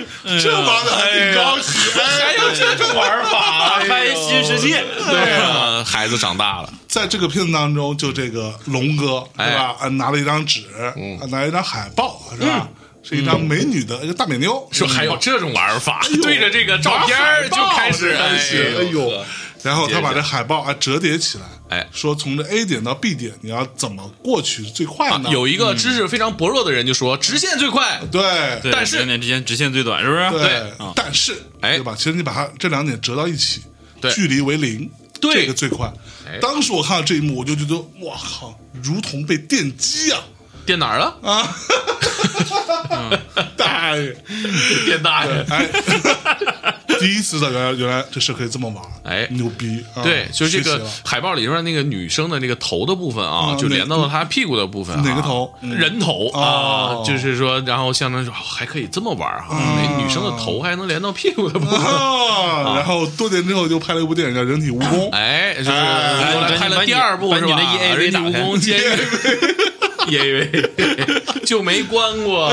[SPEAKER 3] 这玩的还挺
[SPEAKER 1] 哎
[SPEAKER 3] 高级，
[SPEAKER 1] 还有这种玩法？
[SPEAKER 2] 打开新世界，
[SPEAKER 1] 对啊，孩子长大了，
[SPEAKER 3] 在这个片子当中，就这个龙哥
[SPEAKER 1] 哎嗯
[SPEAKER 3] 是吧？啊，拿了一张纸，啊拿了一张海报是吧？是一张美女的一个大美妞，嗯
[SPEAKER 1] 说还有这种玩法，对着这个照片
[SPEAKER 2] 哎
[SPEAKER 1] 儿就开始，
[SPEAKER 3] 开始，哎
[SPEAKER 1] 哎呦，
[SPEAKER 3] 呦，然后他把这海报啊折叠起来，
[SPEAKER 1] 哎
[SPEAKER 3] 说从这 A 点到 B 点，你要怎么过去是最快呢？
[SPEAKER 1] 啊有一个知识非常薄弱的人就说直线最快，
[SPEAKER 3] 对
[SPEAKER 2] 对，
[SPEAKER 1] 但是
[SPEAKER 2] 两点之间直线最短，是不是？
[SPEAKER 1] 对
[SPEAKER 3] 对，但是
[SPEAKER 1] 哎
[SPEAKER 3] 对吧？其实你把它这两点折到一起
[SPEAKER 1] 对，
[SPEAKER 3] 距离为零，
[SPEAKER 1] 对
[SPEAKER 3] 这个最快
[SPEAKER 1] 哎。
[SPEAKER 3] 当时我看到这一幕，我就觉得哇靠，如同被电击啊！
[SPEAKER 1] 电哪儿了？
[SPEAKER 3] 啊，
[SPEAKER 1] 嗯
[SPEAKER 3] [LAUGHS] 大爷，
[SPEAKER 1] 电大爷。
[SPEAKER 3] 哎， [LAUGHS] 第一次知道原来原来这事可以这么玩，
[SPEAKER 1] 哎
[SPEAKER 3] 牛逼！啊
[SPEAKER 1] 对，就是
[SPEAKER 3] 学习
[SPEAKER 1] 这个
[SPEAKER 3] 了
[SPEAKER 1] 海报里边那个女生的那个头的部分
[SPEAKER 3] 啊
[SPEAKER 1] 啊，就连到了她屁股的部分啊、
[SPEAKER 3] 哪个头嗯
[SPEAKER 1] 人头啊
[SPEAKER 3] 哦，
[SPEAKER 1] 就是说，然后象征说哦还可以这么玩
[SPEAKER 2] 嗯
[SPEAKER 1] 哈、那女生的头还能连到屁股的部
[SPEAKER 2] [LAUGHS]
[SPEAKER 1] 分。
[SPEAKER 3] 啊，
[SPEAKER 1] 嗯
[SPEAKER 3] 然后多年之后就拍了一部电影叫《人体蜈蚣》，
[SPEAKER 1] 哎，就是
[SPEAKER 3] 哎
[SPEAKER 1] 后来拍了第二部
[SPEAKER 2] 把
[SPEAKER 1] 是
[SPEAKER 2] 你
[SPEAKER 1] 吧？
[SPEAKER 2] 把你的 EAV
[SPEAKER 1] 人体
[SPEAKER 2] 打
[SPEAKER 1] 蜈
[SPEAKER 2] 开
[SPEAKER 1] 蚣监
[SPEAKER 2] [LAUGHS]
[SPEAKER 1] 狱，也以为就没关
[SPEAKER 2] [LAUGHS]
[SPEAKER 1] 过，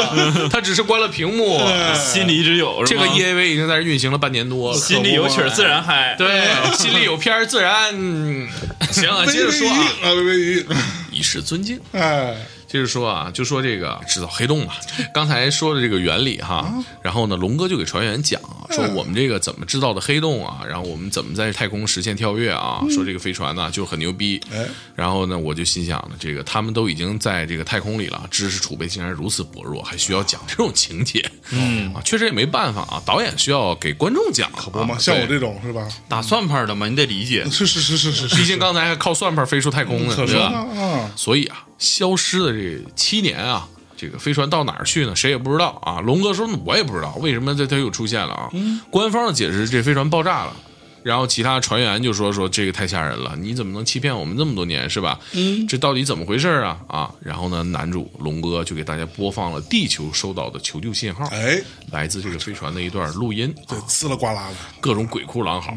[SPEAKER 1] 他只是关了屏幕。
[SPEAKER 3] 哎
[SPEAKER 2] 心里一直有，嗯是
[SPEAKER 1] 这
[SPEAKER 2] 吗
[SPEAKER 1] 个 EAV 已经在这运行了半年多了。
[SPEAKER 2] 心嗯里有曲儿自然嗨。
[SPEAKER 1] 对，心里有片儿自然。嗯
[SPEAKER 3] [LAUGHS]
[SPEAKER 1] 行啊，接着说啊，
[SPEAKER 3] 微微一硬啊，微微一硬，
[SPEAKER 1] 以示尊敬。
[SPEAKER 3] 哎，
[SPEAKER 1] 接着说啊，就说这个制造黑洞嘛，啊刚才说的这个原理哈，然后呢，龙哥就给船员讲啊，说我们这个怎么制造的黑洞啊，然后我们怎么在太空实现跳跃啊，说这个飞船呢、就很牛逼
[SPEAKER 3] 哎，
[SPEAKER 1] 然后呢，我就心想呢，这个他们都已经在这个太空里了，知识储备竟然如此薄弱，还需要讲这种情节，嗯啊，确实也没办法啊，导演需要给观众讲、啊，可
[SPEAKER 3] 我嘛，像我这种是吧？
[SPEAKER 2] 打算盘的嘛，你得理解。
[SPEAKER 3] 是是是是是是，
[SPEAKER 1] 毕竟刚才还靠算盘飞出太空呢，
[SPEAKER 3] 嗯可
[SPEAKER 1] 对
[SPEAKER 3] 说
[SPEAKER 1] 吧？
[SPEAKER 3] 呢啊，
[SPEAKER 1] 所以啊，消失的这七年啊，这个飞船到哪儿去呢？谁也不知道啊。龙哥说，我也不知道为什么这它又出现了啊。官方的解释，这飞船爆炸了。然后其他船员就说说这个太吓人了，你怎么能欺骗我们这么多年是吧？嗯，这到底怎么回事啊？啊，然后呢，男主龙哥就给大家播放了地球收到的求救信号，
[SPEAKER 3] 哎，
[SPEAKER 1] 来自这个飞船的一段录音，
[SPEAKER 3] 对，呲了呱啦的，
[SPEAKER 1] 各种鬼哭狼嚎，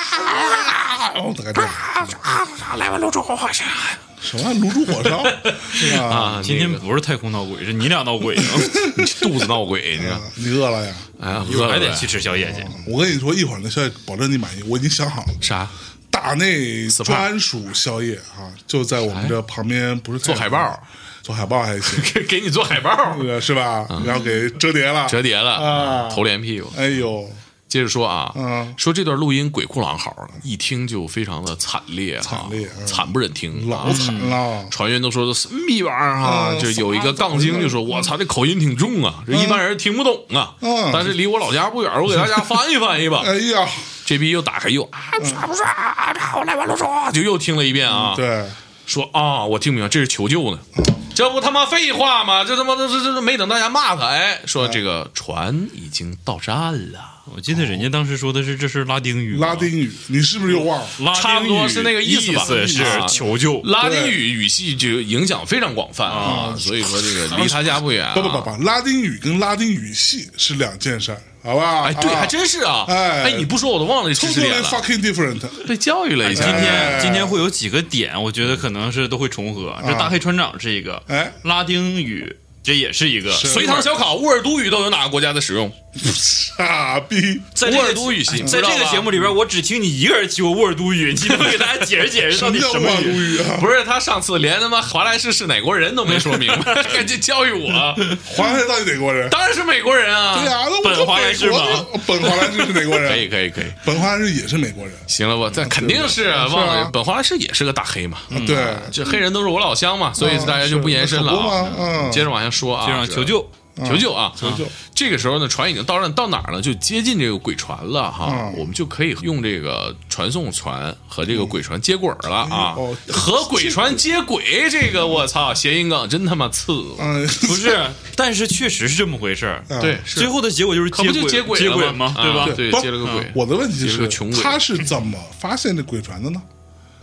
[SPEAKER 3] 啊，哦大概这样，
[SPEAKER 1] 啊，来吧，龙主，我是
[SPEAKER 3] 什么卤煮火
[SPEAKER 1] [LAUGHS]
[SPEAKER 3] 烧是吧？
[SPEAKER 1] 啊，
[SPEAKER 2] 今天
[SPEAKER 1] 那个
[SPEAKER 2] 不是太空闹鬼，是你俩闹鬼
[SPEAKER 1] [LAUGHS]
[SPEAKER 2] 呢，
[SPEAKER 1] 你肚子闹鬼，你看，
[SPEAKER 3] 你饿了呀？
[SPEAKER 1] 哎呀，
[SPEAKER 2] 一会儿
[SPEAKER 1] 饿
[SPEAKER 2] 还
[SPEAKER 1] 了
[SPEAKER 2] 得
[SPEAKER 1] 呗
[SPEAKER 2] 去吃宵夜去。
[SPEAKER 3] 我跟你说，一会儿那宵夜保证你满意，我已经想好了。
[SPEAKER 1] 啥？
[SPEAKER 3] 大内
[SPEAKER 1] SPA
[SPEAKER 3] 专属宵夜啊，就在我们这旁边，不是太
[SPEAKER 1] 做海报，
[SPEAKER 3] 做海报还行，
[SPEAKER 1] 给 [LAUGHS] 给你做海报，
[SPEAKER 3] 呃是吧？然后给折叠了，
[SPEAKER 1] 嗯折叠了，
[SPEAKER 3] 啊
[SPEAKER 1] 头连屁股。
[SPEAKER 3] 哎呦，
[SPEAKER 1] 接着说啊，
[SPEAKER 3] 嗯
[SPEAKER 1] 说这段录音鬼哭狼嚎了，一听就非常的惨烈啊，
[SPEAKER 3] 惨烈嗯
[SPEAKER 1] 惨不忍听，
[SPEAKER 3] 老
[SPEAKER 1] 啊
[SPEAKER 3] 惨了，
[SPEAKER 1] 船员都说这什么逼玩意儿哈，
[SPEAKER 3] 嗯
[SPEAKER 1] 就有一个杠精就说：“我操，这口音挺重啊，这一般人听不懂啊。
[SPEAKER 3] 嗯
[SPEAKER 1] 但是离我老家不远，我给大家翻译翻译吧。
[SPEAKER 3] 哎呀，
[SPEAKER 1] 这逼又打开又啊，刷不刷啊，我来完了说，就又听了一遍啊。
[SPEAKER 3] 对，
[SPEAKER 1] 说啊，我听明白，这是求救呢，这不他妈废话吗？这他妈这这这没等大家骂他，哎，说这个船已经到站了，
[SPEAKER 2] 我记得人家当时说的是这是拉丁语，啊
[SPEAKER 3] 拉丁语，你是不是又忘了？
[SPEAKER 2] 拉丁语
[SPEAKER 1] 差不多是那个意
[SPEAKER 2] 意
[SPEAKER 1] 思吧
[SPEAKER 2] 是
[SPEAKER 1] 啊
[SPEAKER 2] 求救。
[SPEAKER 1] 拉丁语语系就影响非常广泛啊，所以说这个离他家不远啊。
[SPEAKER 3] 不不不不，拉丁语跟拉丁语系是两件事儿，好吧？
[SPEAKER 1] 哎，对，
[SPEAKER 3] 啊
[SPEAKER 1] 还真是啊，
[SPEAKER 3] 哎
[SPEAKER 1] 哎，你不说我都忘了这知识点
[SPEAKER 3] ，totally
[SPEAKER 1] 了，
[SPEAKER 3] fucking different，
[SPEAKER 1] 被教育了一下。
[SPEAKER 2] 今
[SPEAKER 3] 哎啊
[SPEAKER 2] 天今天会有几个点，我觉得可能是都会重合。这大黑船长是一个，
[SPEAKER 3] 哎
[SPEAKER 2] 拉丁语这也是一个，
[SPEAKER 3] 是
[SPEAKER 1] 隋唐小考、乌尔都语都有哪个国家在使用？
[SPEAKER 3] 傻逼！
[SPEAKER 2] 在
[SPEAKER 1] 沃
[SPEAKER 2] 这
[SPEAKER 1] 尔
[SPEAKER 2] 个
[SPEAKER 1] 都语系你知
[SPEAKER 2] 在
[SPEAKER 1] 道
[SPEAKER 2] 这个
[SPEAKER 1] 吧
[SPEAKER 2] 节目里边，我只听你一个人提过沃尔都语，你能不能给大家解释解释
[SPEAKER 3] 什么
[SPEAKER 2] 到底
[SPEAKER 3] 叫
[SPEAKER 2] 什
[SPEAKER 3] 万
[SPEAKER 2] 么
[SPEAKER 3] 物
[SPEAKER 2] 语？
[SPEAKER 3] 语啊？
[SPEAKER 1] 不是他上次连他妈华莱士是哪国人都没说明白，赶紧教育我。
[SPEAKER 3] 华莱士到底哪国人？
[SPEAKER 1] 当然是美国人啊！
[SPEAKER 3] 对呀，那我
[SPEAKER 2] 本
[SPEAKER 3] 跟
[SPEAKER 2] 华
[SPEAKER 3] 美
[SPEAKER 2] 莱士
[SPEAKER 3] 国
[SPEAKER 2] 吗
[SPEAKER 3] 的本华莱士是哪国
[SPEAKER 1] 可
[SPEAKER 3] 人？
[SPEAKER 1] 以可以可以，
[SPEAKER 3] 本华莱士也是美国人。
[SPEAKER 1] 行了吧？这肯定是啊
[SPEAKER 3] 是啊
[SPEAKER 1] 忘了，本华莱士也是个大黑嘛。
[SPEAKER 3] 对，
[SPEAKER 1] 这黑人都是我老乡嘛，所以大家就不延伸
[SPEAKER 3] 是
[SPEAKER 1] 了
[SPEAKER 3] 那可不嘛
[SPEAKER 1] 啊。
[SPEAKER 3] 嗯
[SPEAKER 1] 接着往下说啊，
[SPEAKER 2] 就让
[SPEAKER 1] 是
[SPEAKER 2] 求救，
[SPEAKER 1] 求救啊！
[SPEAKER 3] 求救
[SPEAKER 1] 这个时候呢，船已经到了到哪儿了？就接近这个鬼船了哈
[SPEAKER 3] 嗯，
[SPEAKER 1] 我们就可以用这个传送船和这个鬼船接轨了啊
[SPEAKER 3] 嗯哦。
[SPEAKER 1] 和鬼船接轨，这个我操，谐音梗真他妈刺我。
[SPEAKER 3] 嗯，
[SPEAKER 2] 不是，但是确实是这么回事儿。
[SPEAKER 3] 啊
[SPEAKER 1] 对，
[SPEAKER 2] 最后的结果就是
[SPEAKER 1] 可不就
[SPEAKER 2] 接
[SPEAKER 1] 轨
[SPEAKER 2] 轨接
[SPEAKER 1] 了
[SPEAKER 2] 吗？
[SPEAKER 1] 啊
[SPEAKER 2] 对吧？
[SPEAKER 1] 对，
[SPEAKER 3] 不
[SPEAKER 1] 接了个轨。
[SPEAKER 3] 我的问题
[SPEAKER 1] 接了
[SPEAKER 3] 是
[SPEAKER 1] 个穷鬼，
[SPEAKER 3] 他是怎么发现这鬼船的呢？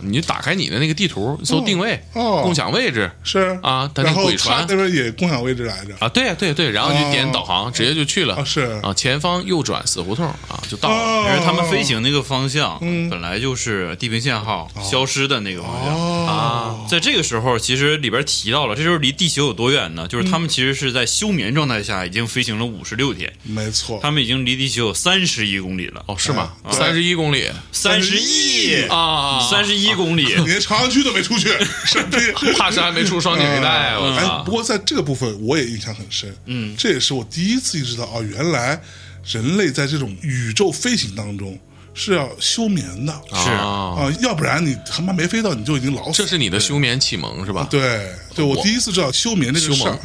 [SPEAKER 1] 你打开你的那个地图，搜定位、
[SPEAKER 3] 哦
[SPEAKER 1] 共享位置
[SPEAKER 3] 是
[SPEAKER 1] 啊他那
[SPEAKER 3] 然后
[SPEAKER 1] 鬼船
[SPEAKER 3] 他那边也共享位置来着。
[SPEAKER 1] 啊，对呀、对呀对呀、然后你就点
[SPEAKER 3] 哦
[SPEAKER 1] 导航，直接就去了。
[SPEAKER 3] 啊是
[SPEAKER 1] 啊，前方右转死胡同啊，就到了。
[SPEAKER 3] 哦
[SPEAKER 2] 而他们飞行那个方向，本来就是地平线号消失的那个方向。
[SPEAKER 3] 哦，
[SPEAKER 2] 在这个时候，其实里边提到了，这就是离地球有多远呢？就是他们其实是在休眠状态下已经飞行了五十六天，
[SPEAKER 3] 没错，
[SPEAKER 2] 他们已经离地球有三十一公里了，
[SPEAKER 1] 哦，是吗？
[SPEAKER 3] 哎
[SPEAKER 1] 三十一公里
[SPEAKER 2] 三十
[SPEAKER 3] 31
[SPEAKER 2] 一
[SPEAKER 1] 啊，
[SPEAKER 2] 三十一公里。
[SPEAKER 3] 你连朝阳区都没出去， [LAUGHS] 傻逼！
[SPEAKER 1] 怕是还没出双井地带，我
[SPEAKER 3] 哎，
[SPEAKER 1] 操
[SPEAKER 3] 不！过在这个部分我也印象很深，嗯，这也是我第一次意识到哦，原来人类在这种宇宙飞行当中是要休眠的，
[SPEAKER 2] 是
[SPEAKER 1] 啊，
[SPEAKER 3] 啊，要不然你他妈没飞到你就已经老死
[SPEAKER 1] 这
[SPEAKER 3] 了。
[SPEAKER 1] 是你的休眠启蒙是吧？
[SPEAKER 3] 对对，我
[SPEAKER 1] 我
[SPEAKER 3] 第一次知道休眠这个
[SPEAKER 1] 休啊
[SPEAKER 3] 事儿
[SPEAKER 1] 盟。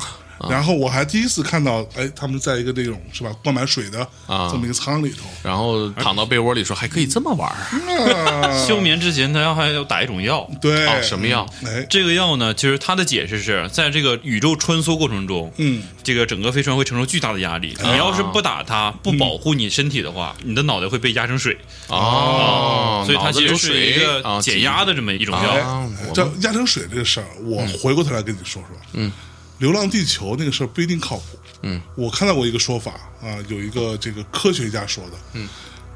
[SPEAKER 3] 然后我还第一次看到，哎，他们在一个那种是吧，灌满水的
[SPEAKER 1] 啊
[SPEAKER 3] 这么一个舱里头，
[SPEAKER 1] 然后躺到被窝里说还可以这么玩啊？
[SPEAKER 3] 啊
[SPEAKER 2] 休眠之前，他要还要打一种药，
[SPEAKER 3] 对、
[SPEAKER 1] 哦什么药？
[SPEAKER 3] 哎，
[SPEAKER 2] 这个药呢，其实它的解释是在这个宇宙穿梭过程中，
[SPEAKER 3] 嗯，啊
[SPEAKER 2] 这个整个飞船会承受巨大的压力。你要是不打它，不保护你身体的话，
[SPEAKER 3] 嗯
[SPEAKER 2] 你的脑袋会被压成水。
[SPEAKER 3] 啊
[SPEAKER 1] 哦，
[SPEAKER 2] 所以它
[SPEAKER 1] 脑子
[SPEAKER 2] 其
[SPEAKER 1] 里
[SPEAKER 2] 实
[SPEAKER 1] 有
[SPEAKER 2] 是一
[SPEAKER 1] 水
[SPEAKER 2] 个解压的这么一种
[SPEAKER 1] 啊
[SPEAKER 2] 药。
[SPEAKER 1] 我们
[SPEAKER 3] 哎
[SPEAKER 1] 嗯
[SPEAKER 3] 这压成水这个事儿，我回过头来跟你说说。嗯，流浪地球那个事儿不一定靠谱。嗯，我看到过一个说法啊，有一个这个科学家说的。嗯，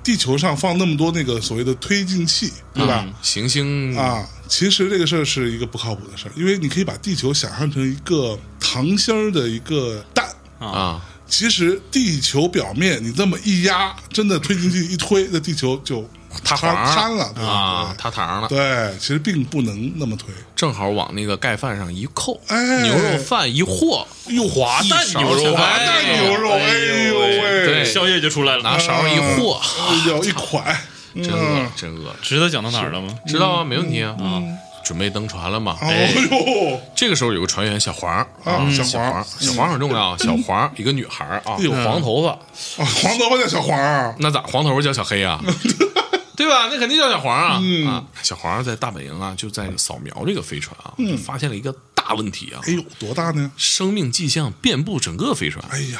[SPEAKER 3] 地球上放那么多那个所谓的推进器，对吧？
[SPEAKER 1] 啊行星
[SPEAKER 3] 啊，其实这个事儿是一个不靠谱的事儿，因为你可以把地球想象成一个糖心儿的一个蛋。
[SPEAKER 1] 啊，
[SPEAKER 3] 其实地球表面你这么一压，真的推进器一推，那地球就
[SPEAKER 1] 塌
[SPEAKER 3] 摊
[SPEAKER 1] 房
[SPEAKER 3] 摊了，对吧
[SPEAKER 1] 啊，塌膛了。
[SPEAKER 3] 对对，其实并不能那么推。
[SPEAKER 1] 正好往那个盖饭上一扣，
[SPEAKER 3] 哎
[SPEAKER 1] 牛肉饭一和，
[SPEAKER 3] 又
[SPEAKER 2] 啊
[SPEAKER 3] 滑
[SPEAKER 1] 蛋牛肉
[SPEAKER 3] 滑
[SPEAKER 1] 饭
[SPEAKER 3] 啊蛋牛肉，
[SPEAKER 2] 哎
[SPEAKER 3] 哎
[SPEAKER 2] 呦
[SPEAKER 3] 呦
[SPEAKER 2] 喂
[SPEAKER 1] 对
[SPEAKER 3] 喂，
[SPEAKER 2] 宵夜就出来
[SPEAKER 1] 拿
[SPEAKER 2] 了。
[SPEAKER 1] 勺一和，
[SPEAKER 3] 哎呦一款，
[SPEAKER 1] 啊
[SPEAKER 3] 嗯哦
[SPEAKER 1] 真饿，真饿，
[SPEAKER 2] 知道讲到哪儿了吗？
[SPEAKER 1] 知道啊，没问题啊。准备登船了嘛？
[SPEAKER 3] 嗯哎呦，
[SPEAKER 1] 这个时候有个船员小黄儿
[SPEAKER 3] 啊小黄嗯哎
[SPEAKER 1] 小黄儿，小黄儿很重要啊。小黄儿一个女孩儿啊，
[SPEAKER 3] 呦
[SPEAKER 1] 黄头发，
[SPEAKER 3] 啊黄头发叫小黄啊，
[SPEAKER 1] 那咋黄头发叫小黑
[SPEAKER 3] [LAUGHS]
[SPEAKER 1] 啊？对吧？那肯定叫小黄啊！
[SPEAKER 3] 嗯
[SPEAKER 1] 啊，小黄儿在大本营啊，就在扫描这个飞船啊，
[SPEAKER 3] 嗯
[SPEAKER 1] 就发现了一个大问题啊，
[SPEAKER 3] 哎呦多大呢？
[SPEAKER 1] 生命迹象遍布整个飞船。
[SPEAKER 3] 哎呀，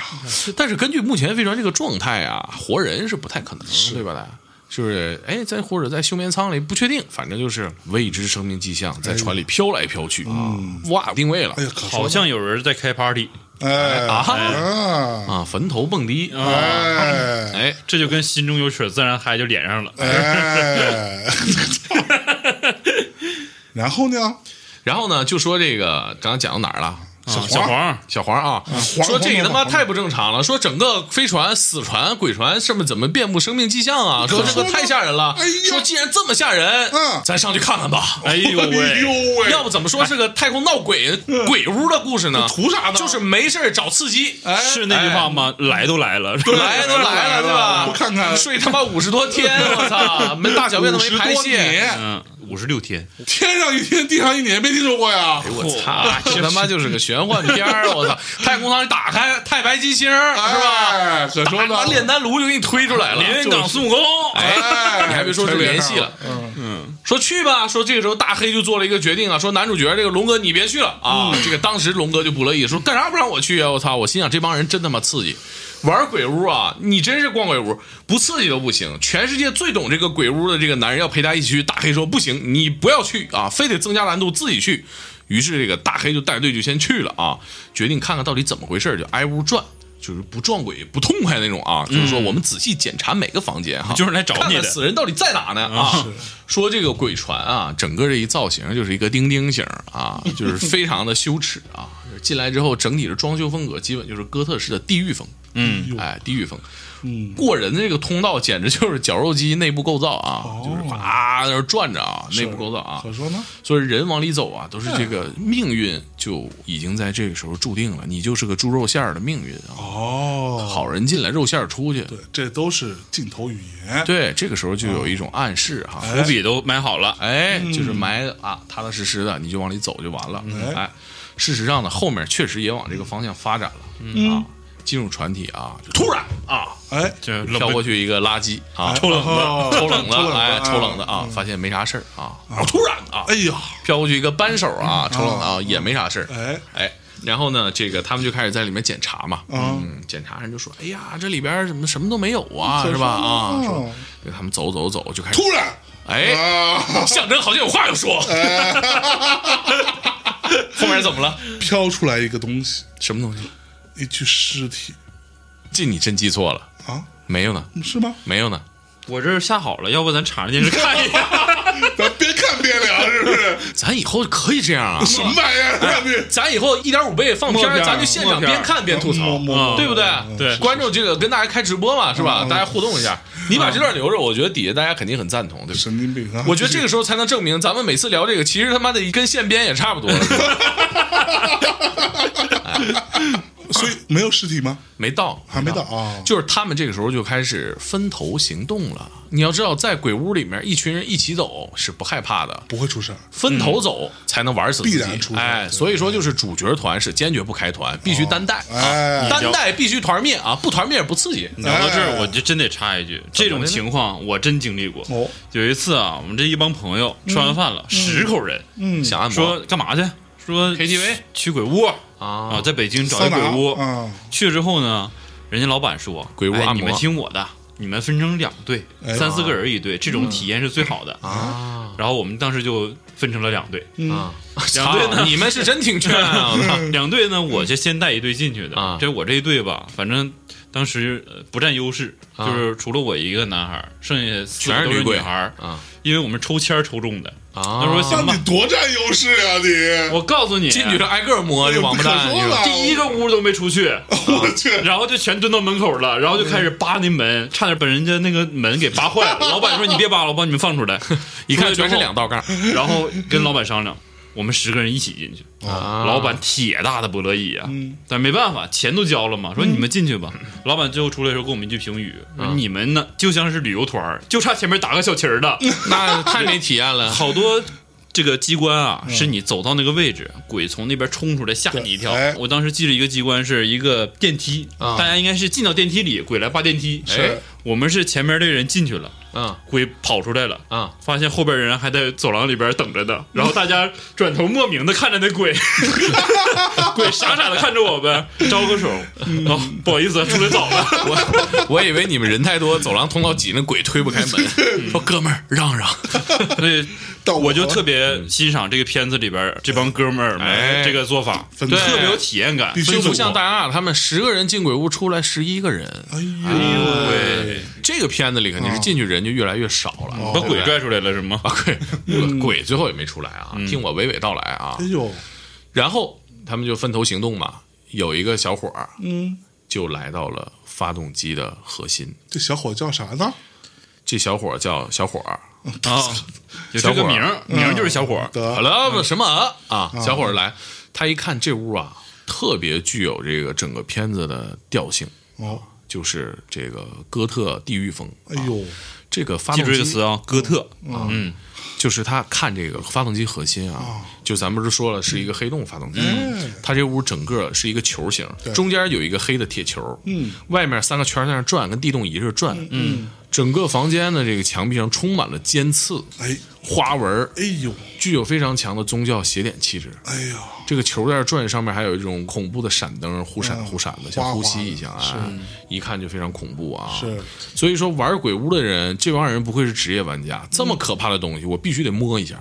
[SPEAKER 1] 但是根据目前飞船这个状态啊，活人是不太可能，对吧？大家就是哎，在或者在休眠舱里不确定，反正就是未知生命迹象在船里飘来飘去啊，哇，定位了
[SPEAKER 3] 哎哎呀，可
[SPEAKER 2] 好像有人在开 party，
[SPEAKER 3] 哎
[SPEAKER 1] 啊
[SPEAKER 3] 啊
[SPEAKER 1] 啊，坟头蹦迪，
[SPEAKER 3] 哎
[SPEAKER 1] [LAUGHS] 哎，
[SPEAKER 2] 这就跟心中有曲自然嗨就连上
[SPEAKER 1] 啊
[SPEAKER 2] 了。
[SPEAKER 3] 哎，然后呢？
[SPEAKER 1] 然后呢，就说这个刚刚讲到哪儿了？
[SPEAKER 2] 啊小黄，
[SPEAKER 1] 小黄啊，说这个他妈
[SPEAKER 3] 黄黄
[SPEAKER 1] 太不正常了！说整个飞船、死船、鬼船上面怎么遍布生命迹象啊？说这个太吓人了
[SPEAKER 3] 哎呀。
[SPEAKER 1] 说既然这么吓人，
[SPEAKER 3] 嗯
[SPEAKER 1] 咱上去看看吧。
[SPEAKER 2] 哎呦
[SPEAKER 3] 哎呦
[SPEAKER 2] 喂！
[SPEAKER 3] 喂，
[SPEAKER 1] 要不怎么说是个太空闹鬼鬼屋的故事呢？
[SPEAKER 3] 哎图啥呢哎
[SPEAKER 1] 就是没事儿找刺激，
[SPEAKER 2] 是那句话
[SPEAKER 1] 哎
[SPEAKER 2] 吗？来都来了，
[SPEAKER 1] 来都来了，对吧？
[SPEAKER 3] 我看看
[SPEAKER 1] 睡他妈五十多天，我操，没大小便都没排
[SPEAKER 3] 50多
[SPEAKER 1] 泄，
[SPEAKER 3] 年
[SPEAKER 2] 嗯，五十六天，
[SPEAKER 3] 天上一天，地上一年，没听说过呀？
[SPEAKER 1] 我操，这他妈就是个玄幻片儿，我操！太空舱一打开，太白金星儿是吧？
[SPEAKER 3] 哎，可说
[SPEAKER 1] 拿
[SPEAKER 3] 呢。
[SPEAKER 1] 炼丹啊炉就给你推出来了，
[SPEAKER 2] 连云港孙悟空，
[SPEAKER 1] 哎， [LAUGHS] 你还别说是联系了，啊
[SPEAKER 3] 嗯，
[SPEAKER 1] 说去吧。说这个时候大黑就做了一个决定啊，说男主角这个龙哥你别去了啊。
[SPEAKER 2] 嗯
[SPEAKER 1] 这个当时龙哥就不乐意，说干啥不让我去啊？我操！我心想这帮人真他妈刺激，玩鬼屋啊，你真是逛鬼屋，不刺激都不行。全世界最懂这个鬼屋的这个男人要陪他一起去，大黑说不行，你不要去啊，非得增加难度自己去。于是这个大黑就带队就先去了啊，决定看看到底怎么回事，就挨屋转。就是不撞鬼不痛快那种啊，就是说我们仔细检查每个房间哈，
[SPEAKER 2] 嗯 [LAUGHS] 就是来找你的
[SPEAKER 1] 看看死人到底在哪呢啊？说这个鬼船啊，整个这一造型就是一个钉钉型 [LAUGHS] 啊，就是非常的羞耻啊。进来之后，整体的装修风格基本就是哥特式的地狱风，
[SPEAKER 2] 嗯，
[SPEAKER 3] 哟，
[SPEAKER 1] 哎，地狱风，
[SPEAKER 3] 嗯，
[SPEAKER 1] 过人的这个通道简直就是绞肉机内部构造啊，就是啊在那儿转着啊，内部构造啊
[SPEAKER 3] 可，说呢？
[SPEAKER 1] 所以人往里走啊，都是这个命运就已经在这个时候注定了，你就是个猪肉馅儿的命运啊，
[SPEAKER 3] 哦，
[SPEAKER 1] 好人进来肉馅儿出去，
[SPEAKER 3] 对，这都是镜头语言。
[SPEAKER 1] 对，这个时候就有一种暗示哈，
[SPEAKER 2] 伏笔都埋好了，
[SPEAKER 1] 啊哎，就是埋的啊，踏踏实实的，你就往里走就完了。哎，事实上呢，后面确实也往这个方向发展了、啊。进入船体啊，就突然啊，
[SPEAKER 3] 哎，
[SPEAKER 2] 这
[SPEAKER 1] 飘过去一个垃圾啊，
[SPEAKER 2] 抽冷
[SPEAKER 3] 哦
[SPEAKER 1] 抽冷
[SPEAKER 3] 抽冷
[SPEAKER 1] 的，
[SPEAKER 3] 子
[SPEAKER 1] 哎，
[SPEAKER 3] 啊
[SPEAKER 1] 抽冷的啊，发现没啥事儿啊。然后突然啊，
[SPEAKER 3] 哎呀，
[SPEAKER 1] 飘过去一个扳手
[SPEAKER 2] 嗯
[SPEAKER 1] 啊，抽冷的啊，也没啥事儿。
[SPEAKER 3] 哎，
[SPEAKER 1] 哎，然后呢，这个他们就开始在里面检查嘛。
[SPEAKER 3] 啊
[SPEAKER 1] 嗯，检查人就说：“哎呀，这里边怎么什么都没有啊，
[SPEAKER 3] 可
[SPEAKER 1] 是吧？”
[SPEAKER 3] 说
[SPEAKER 1] 啊，
[SPEAKER 2] 哦
[SPEAKER 3] 呢
[SPEAKER 1] 说给他们走走走，就开始
[SPEAKER 3] 突然
[SPEAKER 1] 哎。
[SPEAKER 3] 啊，
[SPEAKER 1] 象征好像有话要说。
[SPEAKER 2] 哎
[SPEAKER 1] [LAUGHS] 后面怎么了？
[SPEAKER 3] [LAUGHS] 飘出来一个东西，
[SPEAKER 1] 什么东西？
[SPEAKER 3] 一具尸体
[SPEAKER 1] 这你真记错了，
[SPEAKER 3] 啊，
[SPEAKER 1] 没有呢，
[SPEAKER 3] 是 [LAUGHS] 吗？
[SPEAKER 1] 没有呢。
[SPEAKER 2] 我这儿下好了，要不咱插着电视看一眼？ [LAUGHS]
[SPEAKER 3] 咱边看边聊，是不是？
[SPEAKER 1] 咱以后可以这样
[SPEAKER 2] [LAUGHS]
[SPEAKER 1] 啊，
[SPEAKER 3] 什么玩意儿？看这
[SPEAKER 1] 咱以后一点五倍放片
[SPEAKER 2] 默
[SPEAKER 1] 儿，
[SPEAKER 2] 片儿
[SPEAKER 1] 咱就现场
[SPEAKER 2] 默片儿
[SPEAKER 1] 边看边吐槽
[SPEAKER 3] 默默默，
[SPEAKER 1] 对不对
[SPEAKER 3] 嗯？
[SPEAKER 2] 对
[SPEAKER 1] 观众这个跟大家开直播嘛，是吧？
[SPEAKER 3] 嗯
[SPEAKER 1] 大家互动一下。你把这段留着，我觉得底下大家肯定很赞同，对不对？
[SPEAKER 3] 神经病啊！
[SPEAKER 1] 我觉得这个时候才能证明，咱们每次聊这个，其实他妈的跟现编也差不
[SPEAKER 3] [LAUGHS]
[SPEAKER 1] 多了，
[SPEAKER 3] [LAUGHS] 所以没有尸体吗？
[SPEAKER 1] 没到，
[SPEAKER 3] 还没到啊？
[SPEAKER 1] 就是他们这个时候就开始分头行动了。你要知道，在鬼屋里面，一群人一起走是不害怕的，
[SPEAKER 3] 不会出事儿。
[SPEAKER 1] 分头走才能玩死自
[SPEAKER 3] 嗯
[SPEAKER 1] 己。
[SPEAKER 3] 必然出事
[SPEAKER 1] 哎，
[SPEAKER 3] 对
[SPEAKER 1] 所以说就是主角团是坚决不开团，必须单带、
[SPEAKER 3] 哎
[SPEAKER 1] 啊，单带必须团灭啊，不团灭不刺激。
[SPEAKER 2] 聊到这儿，我
[SPEAKER 3] 哎
[SPEAKER 2] 就真得插一句，这种情况我真经历过
[SPEAKER 3] 哦。
[SPEAKER 2] 有一次啊，我们这一帮朋友吃完饭了，十口人，
[SPEAKER 3] 嗯，
[SPEAKER 1] 想按摩
[SPEAKER 2] 说干嘛去？说
[SPEAKER 1] KTV
[SPEAKER 2] 去鬼屋
[SPEAKER 1] 啊
[SPEAKER 2] 啊，，在北京找
[SPEAKER 3] 桑
[SPEAKER 2] 一
[SPEAKER 3] 拿
[SPEAKER 2] 鬼屋。
[SPEAKER 3] 啊，
[SPEAKER 2] 去了之后呢，人家老板说，
[SPEAKER 1] 鬼屋
[SPEAKER 2] 哎
[SPEAKER 1] 按摩
[SPEAKER 2] 你们听我的，你们分成两队，
[SPEAKER 3] 哎
[SPEAKER 2] 三四个人一队，这
[SPEAKER 3] 嗯
[SPEAKER 2] 种体验是最好的。
[SPEAKER 1] 啊
[SPEAKER 2] 然后我们当时就分成了两队，
[SPEAKER 3] 嗯
[SPEAKER 1] 啊，
[SPEAKER 2] 两队呢
[SPEAKER 1] 操你们是真挺劝
[SPEAKER 2] [LAUGHS]
[SPEAKER 1] 啊！我操
[SPEAKER 2] 两队呢，我就先带一队进去
[SPEAKER 1] 啊
[SPEAKER 2] 的。这我这一队吧，反正当时呃不占优势，就是除了我一个男孩儿，剩下四
[SPEAKER 1] 啊全
[SPEAKER 2] 个
[SPEAKER 1] 是
[SPEAKER 2] 都是
[SPEAKER 1] 女鬼
[SPEAKER 2] 女孩儿，
[SPEAKER 1] 啊
[SPEAKER 2] 因为我们抽签儿抽中的。
[SPEAKER 1] 啊！
[SPEAKER 2] 他说行
[SPEAKER 3] 那你多占优势啊！你，
[SPEAKER 2] 我告诉你，
[SPEAKER 1] 进去了挨个摸，这王八蛋！
[SPEAKER 3] 哎
[SPEAKER 1] 你
[SPEAKER 3] 呦不可说
[SPEAKER 1] 说
[SPEAKER 3] 了
[SPEAKER 2] 第一个屋都没出
[SPEAKER 3] [LAUGHS]
[SPEAKER 2] 去，
[SPEAKER 1] 哦
[SPEAKER 3] 我去，
[SPEAKER 2] 然后就全蹲到门口了，然后就开始扒那门，差点把人家那个门给扒坏
[SPEAKER 1] [LAUGHS]
[SPEAKER 2] 了。老板说：“你别扒了，我帮你们放出来。”
[SPEAKER 1] 一看
[SPEAKER 2] 出来
[SPEAKER 1] 全
[SPEAKER 2] 之
[SPEAKER 1] 是
[SPEAKER 2] 后
[SPEAKER 1] 两道
[SPEAKER 3] [LAUGHS]
[SPEAKER 1] 杠
[SPEAKER 2] 然后跟老板商量，我们十个人一起进去。
[SPEAKER 1] 啊！
[SPEAKER 2] 老板铁大的不乐意啊，
[SPEAKER 3] 嗯
[SPEAKER 2] 但没办法，钱都交了嘛，说你们进去吧。老板最后出来的时候给我们一句评语，
[SPEAKER 1] 啊
[SPEAKER 2] 说你们呢就像是旅游团儿，就差前面打个小旗儿
[SPEAKER 3] 嗯
[SPEAKER 2] 的，
[SPEAKER 1] 那太没体验了，
[SPEAKER 2] 好多。这个机关啊，是你走到那个位置，鬼从那边冲出来吓你一跳
[SPEAKER 3] 嗯对哎。
[SPEAKER 2] 我当时记着一个机关是一个电梯，
[SPEAKER 1] 啊
[SPEAKER 2] 大家应该是进到电梯里，鬼来扒电梯。
[SPEAKER 1] 是
[SPEAKER 2] 哎，我们是前面的人进去了，
[SPEAKER 1] 嗯
[SPEAKER 2] 鬼跑出来了，
[SPEAKER 1] 啊！
[SPEAKER 2] 发现后边人还在走廊里边等着呢，然后大家转头莫名的看着那鬼， [LAUGHS] 鬼傻傻的看着我们，招个手，哦，不好意思，出来早 [LAUGHS] 了。
[SPEAKER 1] 我我以为你们人太多，走廊通道挤，那鬼推不开门。说哥们儿
[SPEAKER 3] [LAUGHS]
[SPEAKER 1] 让让，
[SPEAKER 2] 所以
[SPEAKER 3] 到
[SPEAKER 2] 我就
[SPEAKER 3] 了
[SPEAKER 2] 特别欣赏这个片子里边这帮哥们儿
[SPEAKER 1] 嗯哎
[SPEAKER 2] 们这个做法，
[SPEAKER 3] 分
[SPEAKER 2] 对
[SPEAKER 3] 组
[SPEAKER 2] 特别有体验感。
[SPEAKER 3] 必须
[SPEAKER 1] 就
[SPEAKER 2] 分组
[SPEAKER 1] 不像大家啊他们十个人进鬼屋出来十一个人。
[SPEAKER 3] 哎
[SPEAKER 2] 哎
[SPEAKER 3] 呦，哦
[SPEAKER 2] 呦喂，
[SPEAKER 1] 这个片子里肯定是进去人就越来越少了，
[SPEAKER 2] 把
[SPEAKER 1] 对不
[SPEAKER 2] 鬼
[SPEAKER 1] 哦对
[SPEAKER 2] 拽出来了是吗？
[SPEAKER 1] 啊，
[SPEAKER 3] [LAUGHS]
[SPEAKER 1] 鬼鬼最后也没出来啊，听我娓娓道来啊
[SPEAKER 3] 嗯哎。呦，
[SPEAKER 1] 然后他们就分头行动嘛，有一个小伙儿
[SPEAKER 3] 嗯，
[SPEAKER 1] 就来到了发动机的核心，
[SPEAKER 3] 这小伙叫啥呢？
[SPEAKER 1] 这小伙儿叫小伙儿，
[SPEAKER 2] 啊，有这
[SPEAKER 1] 小
[SPEAKER 2] 个
[SPEAKER 1] 伙儿嗯
[SPEAKER 2] 名儿名儿就是小伙儿，
[SPEAKER 3] 嗯得
[SPEAKER 1] 好了什么啊啊，小伙儿来，他一看这屋啊，特别具有这个整个片子的调性，
[SPEAKER 3] 哦，
[SPEAKER 1] 就是这个哥特地狱风。
[SPEAKER 3] 哎呦，
[SPEAKER 1] 这个发
[SPEAKER 2] 记
[SPEAKER 1] 动
[SPEAKER 2] 住这个
[SPEAKER 1] 机
[SPEAKER 2] 词啊，哥特。
[SPEAKER 1] 嗯就是他看这个发动机核心
[SPEAKER 2] 哦
[SPEAKER 1] 啊，就咱们不是说了是一个黑洞发动机，
[SPEAKER 2] 嗯
[SPEAKER 1] 它这屋整个是一个球形，中间有一个黑的铁球，嗯，外面三个圈在那转，跟地动仪似的转，嗯，整个房间的这个墙壁上充满了尖刺、
[SPEAKER 3] 哎，
[SPEAKER 1] 花纹，
[SPEAKER 3] 哎呦，
[SPEAKER 1] 具有非常强的宗教邪典气质。
[SPEAKER 3] 哎呀，
[SPEAKER 1] 这个球在这转，上面还有一种恐怖的闪灯，忽
[SPEAKER 3] 嗯
[SPEAKER 1] 闪忽闪的，像呼吸一样，哎，一看就非常恐怖啊。
[SPEAKER 3] 是，
[SPEAKER 1] 所以说玩鬼屋的人，这帮人不愧是职业玩家，这么
[SPEAKER 3] 嗯
[SPEAKER 1] 可怕的东西，我必须得摸一
[SPEAKER 2] [LAUGHS]
[SPEAKER 1] 下。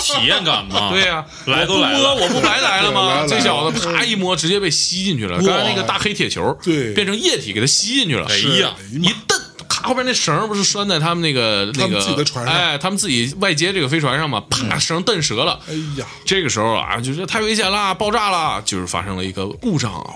[SPEAKER 2] 体验感
[SPEAKER 1] [LAUGHS]
[SPEAKER 2] 嘛，
[SPEAKER 1] 对呀、
[SPEAKER 2] 来都来
[SPEAKER 1] 我
[SPEAKER 2] 了
[SPEAKER 1] 不摸我不白来
[SPEAKER 3] [LAUGHS] 对
[SPEAKER 1] 了
[SPEAKER 3] 来
[SPEAKER 1] 吗？
[SPEAKER 3] 了
[SPEAKER 1] 这小子啪一摸，直接被吸进去了。刚才那个大黑铁球，
[SPEAKER 3] 对
[SPEAKER 1] 变成液体给他吸进去了。
[SPEAKER 2] 哎呀
[SPEAKER 1] 一蹬，咔后边那绳儿不是拴在他们那个那
[SPEAKER 3] 他
[SPEAKER 1] 个
[SPEAKER 3] 们自己的船上嗯
[SPEAKER 1] 哎，他们自己外接这个飞船上嘛，啪，绳儿蹬折了。
[SPEAKER 3] 哎呀，
[SPEAKER 1] 这个时候啊，就是太危险啦，爆炸啦，就是发生了一个故障，啊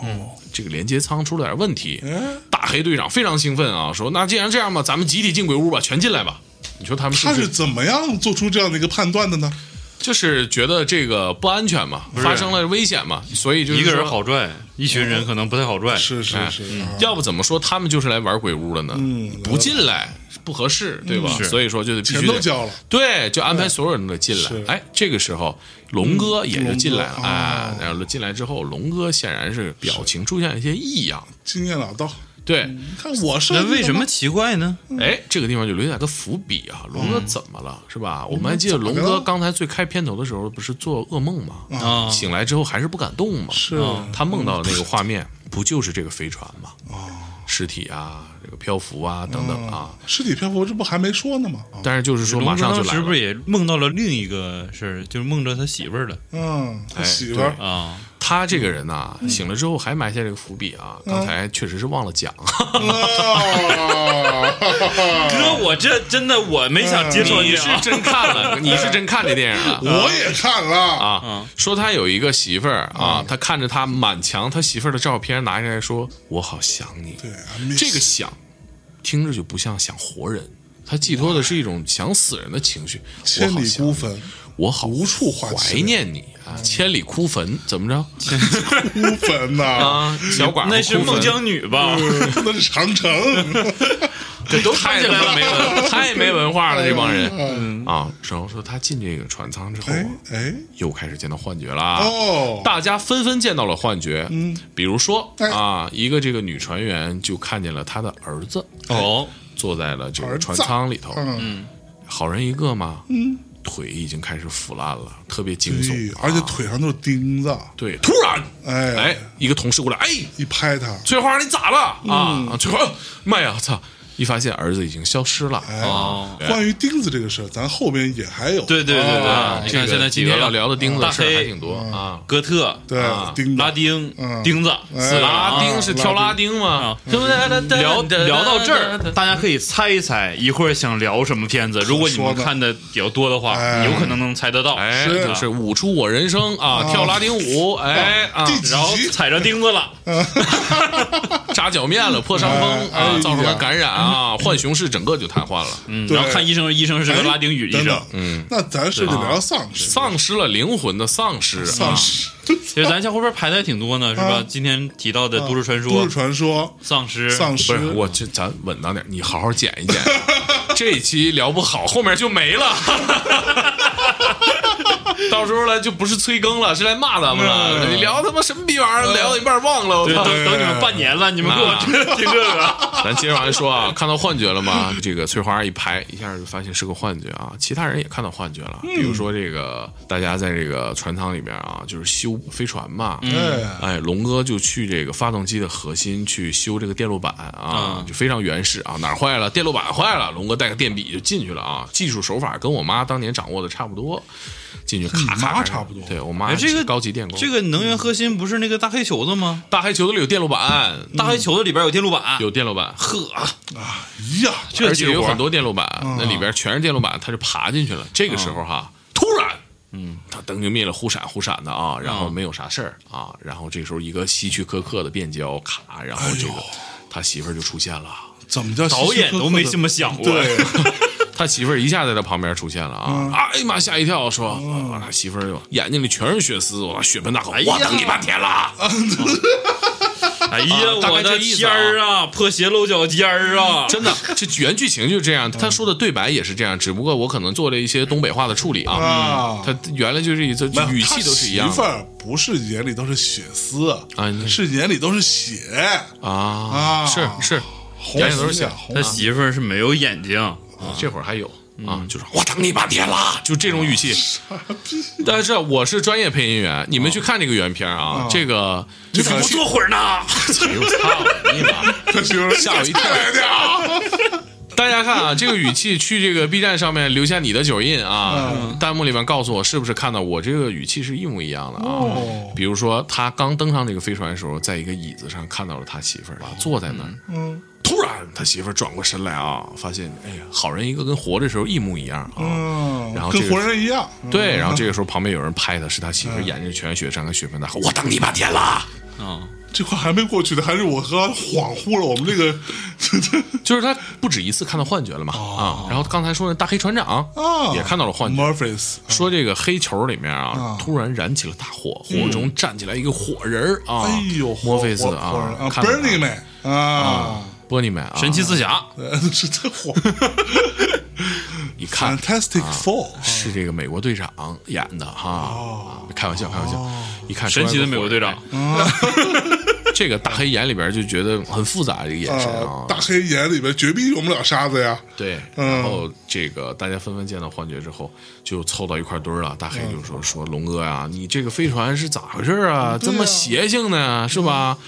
[SPEAKER 1] 这个连接舱出了点问题。
[SPEAKER 3] 嗯
[SPEAKER 1] 大黑队长非常兴奋啊，说：“那既然这样吧，咱们集体进鬼屋吧，全进来吧。”你说他们是
[SPEAKER 3] 他
[SPEAKER 1] 不是
[SPEAKER 3] 是怎么样做出这样的一个判断的呢？
[SPEAKER 1] 就是觉得这个不安全嘛，
[SPEAKER 2] 是
[SPEAKER 1] 发生了危险嘛，所以就是
[SPEAKER 2] 一个人
[SPEAKER 1] 说，
[SPEAKER 2] 好拽，一群人可能不太好拽。
[SPEAKER 3] 是是
[SPEAKER 1] 哎
[SPEAKER 3] 是，啊
[SPEAKER 1] 要不怎么说他们就是来玩鬼屋的呢？
[SPEAKER 3] 嗯
[SPEAKER 1] 不进来不合适，对吧？
[SPEAKER 2] 是
[SPEAKER 1] 所以说就得必须
[SPEAKER 3] 钱都
[SPEAKER 1] 得
[SPEAKER 3] 交了，
[SPEAKER 1] 对，就安排所有人都得进来
[SPEAKER 3] 是。
[SPEAKER 1] 哎，这个时候龙哥也是进来了
[SPEAKER 3] 龙哥
[SPEAKER 1] 哎
[SPEAKER 3] 啊，
[SPEAKER 1] 然后进来之后，龙哥显然是表情出现了一些异样。
[SPEAKER 3] 经验老道。
[SPEAKER 1] 对，
[SPEAKER 3] 你看我是
[SPEAKER 2] 那为什么奇怪呢？
[SPEAKER 1] 哎，这个地方就留下个伏笔啊。龙哥怎么了？是吧？我们还记得龙
[SPEAKER 3] 怎么
[SPEAKER 1] 哥
[SPEAKER 3] 了
[SPEAKER 1] 刚才最开片头的时候不是做噩梦吗？
[SPEAKER 2] 啊，
[SPEAKER 1] 醒来之后还是不敢动嘛。
[SPEAKER 3] 是
[SPEAKER 2] 啊
[SPEAKER 1] 他梦到的那个画面，不就是这个飞船吗？尸体啊，这个漂浮啊，等等啊。
[SPEAKER 3] 尸体漂浮？这不还没说呢吗？啊
[SPEAKER 1] 但是就是说，马上就
[SPEAKER 2] 龙哥
[SPEAKER 1] 来
[SPEAKER 2] 当时不
[SPEAKER 1] 了。
[SPEAKER 2] 是也梦到了另一个事儿，就是梦着他媳妇儿了
[SPEAKER 3] 嗯，他
[SPEAKER 1] 哎
[SPEAKER 3] 媳妇儿
[SPEAKER 2] 啊。
[SPEAKER 1] 他这个人呐、醒了之后还埋下这个伏笔啊。刚才确实是忘了讲，
[SPEAKER 3] 啊，
[SPEAKER 2] 哥，我这真的我没想接
[SPEAKER 1] [LAUGHS]
[SPEAKER 2] 受
[SPEAKER 1] 嗯你是真看了， [LAUGHS] 嗯你是真看这电影了。
[SPEAKER 3] 我也看了，
[SPEAKER 1] 啊，说他有一个媳妇儿啊，他看着他满墙他媳妇儿的照片，拿下来说：“我好想你。”
[SPEAKER 3] 对，I 啊 miss
[SPEAKER 1] 这个想，听着就不像想活人，他寄托的是一种想死人的情绪。我
[SPEAKER 3] 千
[SPEAKER 1] 好
[SPEAKER 3] 里
[SPEAKER 1] 想
[SPEAKER 3] 孤坟，
[SPEAKER 1] 我好
[SPEAKER 3] 无处话
[SPEAKER 1] 怀
[SPEAKER 3] 起
[SPEAKER 1] 念你啊，千里枯坟怎么着
[SPEAKER 3] 孤坟 [LAUGHS] 呐，嗯
[SPEAKER 1] 啊？小寡妇
[SPEAKER 2] 那是
[SPEAKER 1] 枯坟
[SPEAKER 2] 孟，姜女吧？
[SPEAKER 3] 那是长
[SPEAKER 1] [LAUGHS]
[SPEAKER 3] 城，
[SPEAKER 1] 这都看起来了没文，太没文化了这帮人
[SPEAKER 3] 人，
[SPEAKER 1] 啊！然后说他进这个船舱之后
[SPEAKER 3] 嗯哎
[SPEAKER 1] 啊，
[SPEAKER 3] 哎，
[SPEAKER 1] 又开始见到幻觉啦。
[SPEAKER 3] 哦，
[SPEAKER 1] 啊大家纷纷见到了幻觉，嗯，比如说
[SPEAKER 3] 哎
[SPEAKER 1] 啊，一个这个女船员就看见了她的儿子
[SPEAKER 2] 哦，
[SPEAKER 1] 坐在了这个
[SPEAKER 3] 儿子
[SPEAKER 1] 船舱里头，
[SPEAKER 3] 嗯，
[SPEAKER 1] 好人一个嘛，嗯，腿已经开始腐烂了，特别惊
[SPEAKER 3] 对
[SPEAKER 1] 悚，，
[SPEAKER 3] 而且
[SPEAKER 1] 啊
[SPEAKER 3] 腿上都是钉子，
[SPEAKER 1] 对，突然，
[SPEAKER 3] 哎
[SPEAKER 1] 哎，一个同事过来，哎，
[SPEAKER 3] 一拍他，
[SPEAKER 1] 翠花你咋了
[SPEAKER 3] 嗯
[SPEAKER 1] 啊？翠花，妈呀，操！一发现儿子已经消失了啊
[SPEAKER 3] 哎
[SPEAKER 2] 哦，
[SPEAKER 3] 关于钉子这个事儿，咱后边也还有，
[SPEAKER 2] 对对对对，
[SPEAKER 1] 啊！
[SPEAKER 2] 哎你
[SPEAKER 1] 这
[SPEAKER 2] 看
[SPEAKER 1] 个
[SPEAKER 2] 现在
[SPEAKER 1] 几
[SPEAKER 2] 今
[SPEAKER 1] 个
[SPEAKER 2] 天嗯
[SPEAKER 1] 要聊的钉子的
[SPEAKER 2] 大
[SPEAKER 1] 事儿还
[SPEAKER 2] 黑
[SPEAKER 1] 挺多
[SPEAKER 3] 嗯
[SPEAKER 1] 啊。
[SPEAKER 2] 哥特、
[SPEAKER 3] 对
[SPEAKER 1] 啊，
[SPEAKER 3] 钉子
[SPEAKER 2] 拉丁
[SPEAKER 3] 嗯、
[SPEAKER 2] 钉子、
[SPEAKER 3] 哎
[SPEAKER 2] 死
[SPEAKER 1] 拉
[SPEAKER 2] 拉
[SPEAKER 1] 丁是挑拉丁嘛
[SPEAKER 2] 啊？
[SPEAKER 1] 对不对？
[SPEAKER 2] 聊聊到这
[SPEAKER 1] 嗯
[SPEAKER 2] 儿，大家可以猜一猜，一会儿想聊什么片子？如果你们看的比较多的话，
[SPEAKER 3] 哎
[SPEAKER 2] 有可能能猜得到。
[SPEAKER 1] 哎，
[SPEAKER 3] 是
[SPEAKER 1] 就是舞出我人生啊，跳拉丁舞，哎啊，
[SPEAKER 3] 第几
[SPEAKER 2] 然后
[SPEAKER 3] 集？
[SPEAKER 2] 踩着钉子了，
[SPEAKER 3] [LAUGHS]
[SPEAKER 1] 扎脚面了，破伤风
[SPEAKER 3] 哎哎
[SPEAKER 1] 啊，造成
[SPEAKER 3] 呀
[SPEAKER 1] 了感染啊，浣熊市整个就瘫痪了，
[SPEAKER 2] 嗯
[SPEAKER 3] 对
[SPEAKER 2] 然后看医生，医生是个拉丁语医
[SPEAKER 3] 等
[SPEAKER 2] 生
[SPEAKER 3] 等。，嗯，那咱是得聊丧尸，
[SPEAKER 1] 丧失了灵魂的丧尸啊
[SPEAKER 3] 丧，尸，
[SPEAKER 2] 其实咱像后边排的还挺多呢，是吧
[SPEAKER 3] 啊？
[SPEAKER 2] 今天提到的《都市传
[SPEAKER 3] 都
[SPEAKER 2] 说
[SPEAKER 3] 市》、传说，
[SPEAKER 2] 丧尸、
[SPEAKER 3] 丧
[SPEAKER 1] 不
[SPEAKER 3] 尸
[SPEAKER 1] 是，啊我这咱稳当点，你好好剪一剪，这一期聊不好，后面就没了。到时候呢，就不是催更了，是来骂咱们了。
[SPEAKER 3] 嗯
[SPEAKER 1] 你聊他妈什么逼玩意儿？聊到一半忘了，我
[SPEAKER 2] 对，
[SPEAKER 1] 操
[SPEAKER 2] 等！等你们半年了，你们给我
[SPEAKER 1] 啊
[SPEAKER 2] 听这个，
[SPEAKER 1] [LAUGHS] 咱接着往下说啊，看到幻觉了吗？这个翠花一拍，一下就发现是个幻觉啊。其他人也看到幻觉了，比如说这个大家在这个船舱里面啊，就是修飞船嘛。
[SPEAKER 3] 哎，
[SPEAKER 1] 哎，龙哥就去这个发动机的核心去修这个电路板啊，
[SPEAKER 2] 嗯
[SPEAKER 1] 就非常原始啊，哪儿坏了？电路板坏了，龙哥带个电笔就进去了啊。技术手法跟我妈当年掌握的差不多，进去咔
[SPEAKER 3] 你
[SPEAKER 1] 咔咔
[SPEAKER 3] 妈差不多
[SPEAKER 1] 对我妈
[SPEAKER 2] 哎这个
[SPEAKER 1] 是高级电工，
[SPEAKER 2] [LAUGHS] 这个能源核心不是那个大黑球子吗？
[SPEAKER 1] 大黑球子里有电路板，
[SPEAKER 2] 大黑球子里边有电啊路板，
[SPEAKER 1] 有电路板，
[SPEAKER 2] 呵，
[SPEAKER 3] 哎呀，
[SPEAKER 2] 这
[SPEAKER 1] 而
[SPEAKER 2] 技
[SPEAKER 1] 且
[SPEAKER 2] 术
[SPEAKER 1] 有
[SPEAKER 2] 活
[SPEAKER 1] 很多电路板，那里边全是电路板，他就爬进去了。这个时候哈，突然，嗯，他灯就灭了，忽闪忽闪的啊，然后没有啥事儿啊，然后这时候一个希区柯克的变焦卡，然后这个他媳妇儿就出现了。
[SPEAKER 3] 怎么叫
[SPEAKER 2] 导演都没这
[SPEAKER 3] 么
[SPEAKER 2] 么想过。
[SPEAKER 3] 对，
[SPEAKER 1] 他媳妇儿一下在他旁边出现了啊！啊哎呀妈，吓一跳，说啊他媳妇儿就眼睛里全是血丝，我血盆大口，
[SPEAKER 2] 哎呀
[SPEAKER 1] 我等你半天了。
[SPEAKER 2] 哎呀，
[SPEAKER 1] 大概
[SPEAKER 2] 我
[SPEAKER 1] 这
[SPEAKER 2] 的
[SPEAKER 1] 意思
[SPEAKER 2] 天儿啊，破鞋露脚尖儿啊！
[SPEAKER 1] 真的，这原剧情就是这样，他说的对白也是这样，只不过我可能做了一些东北话的处理啊
[SPEAKER 3] 啊。
[SPEAKER 1] 他原来就是一这
[SPEAKER 3] 没有
[SPEAKER 1] 语气都是一样
[SPEAKER 3] 他媳妇
[SPEAKER 1] 的
[SPEAKER 3] 儿不是眼里都是血丝
[SPEAKER 1] 啊你
[SPEAKER 3] 是眼里都是血，
[SPEAKER 1] 啊
[SPEAKER 3] 啊
[SPEAKER 1] 是是，
[SPEAKER 3] 红
[SPEAKER 1] 眼里都是
[SPEAKER 3] 血
[SPEAKER 1] 血，，
[SPEAKER 3] 红
[SPEAKER 2] 他媳妇儿是没有眼睛，
[SPEAKER 1] 这会儿还有
[SPEAKER 2] 嗯
[SPEAKER 1] 啊，就是我等你半天啦，就这种语
[SPEAKER 2] [LAUGHS]
[SPEAKER 1] 气。但是我是专业配音员，你们去看这个原片啊，这个
[SPEAKER 2] 哦你怎么不坐会儿呢？ [LAUGHS]
[SPEAKER 1] 我哎操你妈！
[SPEAKER 3] 他媳妇儿
[SPEAKER 1] 吓我一跳
[SPEAKER 3] 来的啊，
[SPEAKER 1] [LAUGHS] 大家看啊，这个语气去这个 B 站上面留下你的九印啊，
[SPEAKER 3] 嗯
[SPEAKER 1] 弹幕里面告诉我是不是看到我这个语气是一模一样的啊？
[SPEAKER 3] 哦
[SPEAKER 1] 比如说他刚登上这个飞船的时候，在一个椅子上看到了他媳妇儿啊，坐在那儿，
[SPEAKER 3] 嗯，
[SPEAKER 1] 突然他媳妇儿转过身来啊，发现哎呀，好人一个跟活着时候一模一样啊。
[SPEAKER 3] 嗯，
[SPEAKER 1] 然后
[SPEAKER 3] 跟
[SPEAKER 1] 这个
[SPEAKER 3] 活人一样，
[SPEAKER 1] 对，然后这个时候旁边有人拍他，是他媳妇
[SPEAKER 3] 嗯
[SPEAKER 1] 儿沿着全雪山跟雪峰大喊：“我等你半天了。”
[SPEAKER 2] 啊，
[SPEAKER 3] 这块还没过去的，还是我和他恍惚了。我们这个
[SPEAKER 1] 就是他不止一次看到幻觉了嘛、啊。然后刚才说那大黑船长、
[SPEAKER 3] 哦啊，
[SPEAKER 1] 也看到了幻觉。
[SPEAKER 3] Murphys
[SPEAKER 1] 说这个黑球里面啊，突然燃起了大火，火中站起来一个火人儿啊！
[SPEAKER 3] 哎呦，
[SPEAKER 1] 墨菲斯
[SPEAKER 3] 活活活人
[SPEAKER 1] 啊
[SPEAKER 3] 啊
[SPEAKER 1] 看到他
[SPEAKER 3] ，Burning Man 啊，
[SPEAKER 1] 波尼曼啊，
[SPEAKER 2] 神奇四侠，
[SPEAKER 3] 呃是 [LAUGHS] 这火
[SPEAKER 1] 一看
[SPEAKER 3] ，Fantastic Four，
[SPEAKER 1] 是这个美国队长演的哈，
[SPEAKER 3] 哦
[SPEAKER 1] 啊开玩笑，开玩笑，一看
[SPEAKER 2] 神奇的美国队
[SPEAKER 1] 出
[SPEAKER 2] 长
[SPEAKER 1] 来，个火人，哎这个大黑眼里边就觉得很复杂，这个眼神
[SPEAKER 3] 啊
[SPEAKER 1] 啊，，
[SPEAKER 3] 大黑眼里边绝逼用不了沙子呀，
[SPEAKER 1] 对，然后这个大家纷纷见到幻觉之后，就凑到一块堆儿了。大黑就说：“说龙哥呀、你这个飞船是咋回事啊？这么邪性呢，是吧？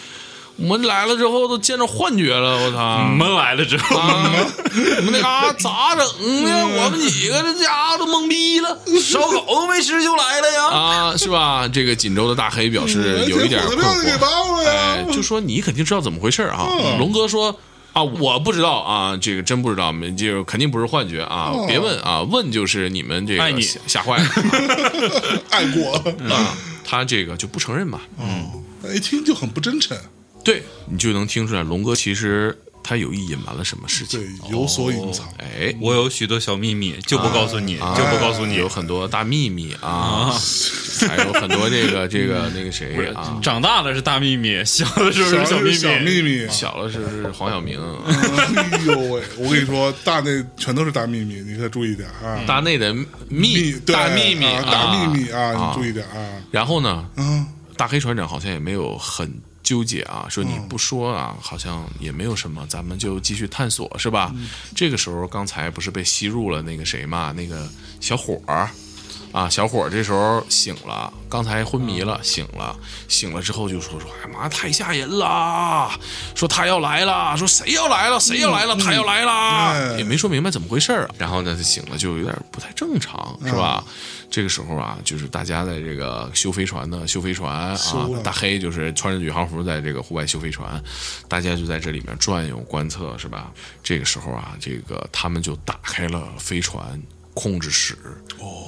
[SPEAKER 1] 我们来了之后都见着幻觉了，我操！
[SPEAKER 2] 闷来了之后，
[SPEAKER 1] 啊，你们那嘎咋整呢？我们几个这家伙都懵逼 [LAUGHS] 了，烧烤都没吃就来了呀！嗯啊，是吧？这个锦州的大黑表示有一点
[SPEAKER 3] 哎火的票就
[SPEAKER 1] 困
[SPEAKER 3] 给
[SPEAKER 1] 惑。”
[SPEAKER 3] 报了
[SPEAKER 1] 哎
[SPEAKER 3] 呀，，
[SPEAKER 1] 就说你肯定知道怎么回事儿啊。龙哥说啊，我不知道啊，这个真不知道，没就肯定不是幻觉啊，别问啊，问就是你们这
[SPEAKER 2] 爱
[SPEAKER 1] 个
[SPEAKER 2] 你
[SPEAKER 1] 吓吓坏了哎
[SPEAKER 3] [LAUGHS] 爱国，嗯哎
[SPEAKER 1] 啊。他这个就不承认嘛，
[SPEAKER 3] 一听就很不真诚，
[SPEAKER 1] 对你就能听出来，龙哥其实他有意隐瞒了什么事
[SPEAKER 3] 对
[SPEAKER 1] 情。，
[SPEAKER 3] 有所隐藏。
[SPEAKER 1] 哎，
[SPEAKER 2] 我有许多小秘密，就不告诉你，
[SPEAKER 1] 啊
[SPEAKER 2] 就不告诉你
[SPEAKER 1] 有。很多大秘密啊， [LAUGHS] 还有很多这个这个那个谁啊，
[SPEAKER 2] 长大了是大秘密，小的时候
[SPEAKER 3] 小
[SPEAKER 2] 是小秘密，
[SPEAKER 3] 小秘密，
[SPEAKER 1] 小了是是黄晓明，
[SPEAKER 3] 哎呦喂！我跟你说，大内全都是大秘密，你可注意点啊！
[SPEAKER 1] 大内的秘
[SPEAKER 3] 秘对
[SPEAKER 1] 嗯大秘密
[SPEAKER 3] 啊，大秘密啊，
[SPEAKER 1] 啊
[SPEAKER 3] 你注意点啊！
[SPEAKER 1] 然后呢，
[SPEAKER 3] 啊，
[SPEAKER 1] 大黑船长好像也没有很纠结啊，说你不说啊，好像也没有什么，咱们就继续探索是吧？这个时候刚才不是被吸入了那个谁嘛，那个小伙儿。啊，小伙儿这时候醒了，刚才昏迷了，醒了，醒了之后就说说，哎妈，太吓人啦！说他要来了，说谁要来了，谁要来了，他要来了，
[SPEAKER 3] 哎
[SPEAKER 1] 也没说明白怎么回事儿啊。然后呢，他醒了就有点不太正常，是吧？这个时候啊，就是大家在这个修飞船呢，修飞船啊
[SPEAKER 3] 修啊，
[SPEAKER 1] 大黑就是穿着宇航服在这个户外修飞船，大家就在这里面转悠观测，是吧？这个时候啊，这个他们就打开了飞船控制室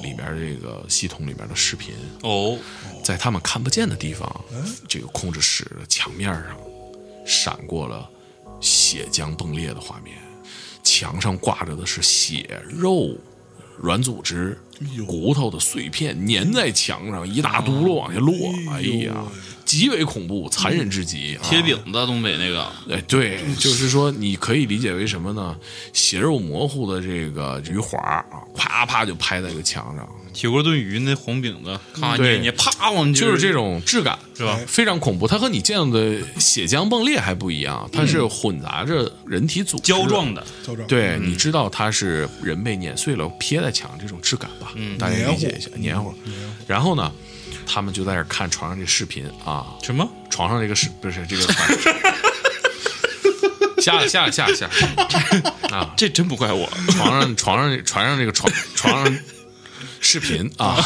[SPEAKER 1] 里面这个系统里面的视频，
[SPEAKER 2] 哦，
[SPEAKER 1] 在他们看不见的地方，这个控制室的墙面上闪过了血浆迸裂的画面，墙上挂着的是血肉、软组织
[SPEAKER 3] 哎呦、
[SPEAKER 1] 骨头的碎片粘在墙上，一大嘟噜往下落。哎
[SPEAKER 3] 哎呦
[SPEAKER 1] 呀，极为恐怖，残忍至极。啊
[SPEAKER 2] 贴饼子，东北那个
[SPEAKER 1] 哎，对，就是说，你可以理解为什么呢？血肉模糊的这个余华啊，啪啪就拍在这个墙上，
[SPEAKER 2] 铁锅炖鱼那红饼子，咔
[SPEAKER 1] 对
[SPEAKER 2] 捏捏，啪往
[SPEAKER 1] 就是这种质感，
[SPEAKER 2] 是吧？
[SPEAKER 1] 非常恐怖。它和你见到的血浆迸裂还不一样，它是混杂着人体组织
[SPEAKER 2] 嗯胶状的，嗯
[SPEAKER 3] 校长，
[SPEAKER 1] 对，你知道它是人被碾碎了撇在墙这种质感吧？嗯，大家理解一下，黏糊。
[SPEAKER 2] 嗯
[SPEAKER 1] 然后呢，他们就在那儿看床上这视频啊，
[SPEAKER 2] 什么？
[SPEAKER 1] 床上这个视不是这个床。 [LAUGHS] 下了下了下了下了啊！
[SPEAKER 2] 这真不怪 [LAUGHS] 我，
[SPEAKER 1] 床上床上船上这个床床上视频啊，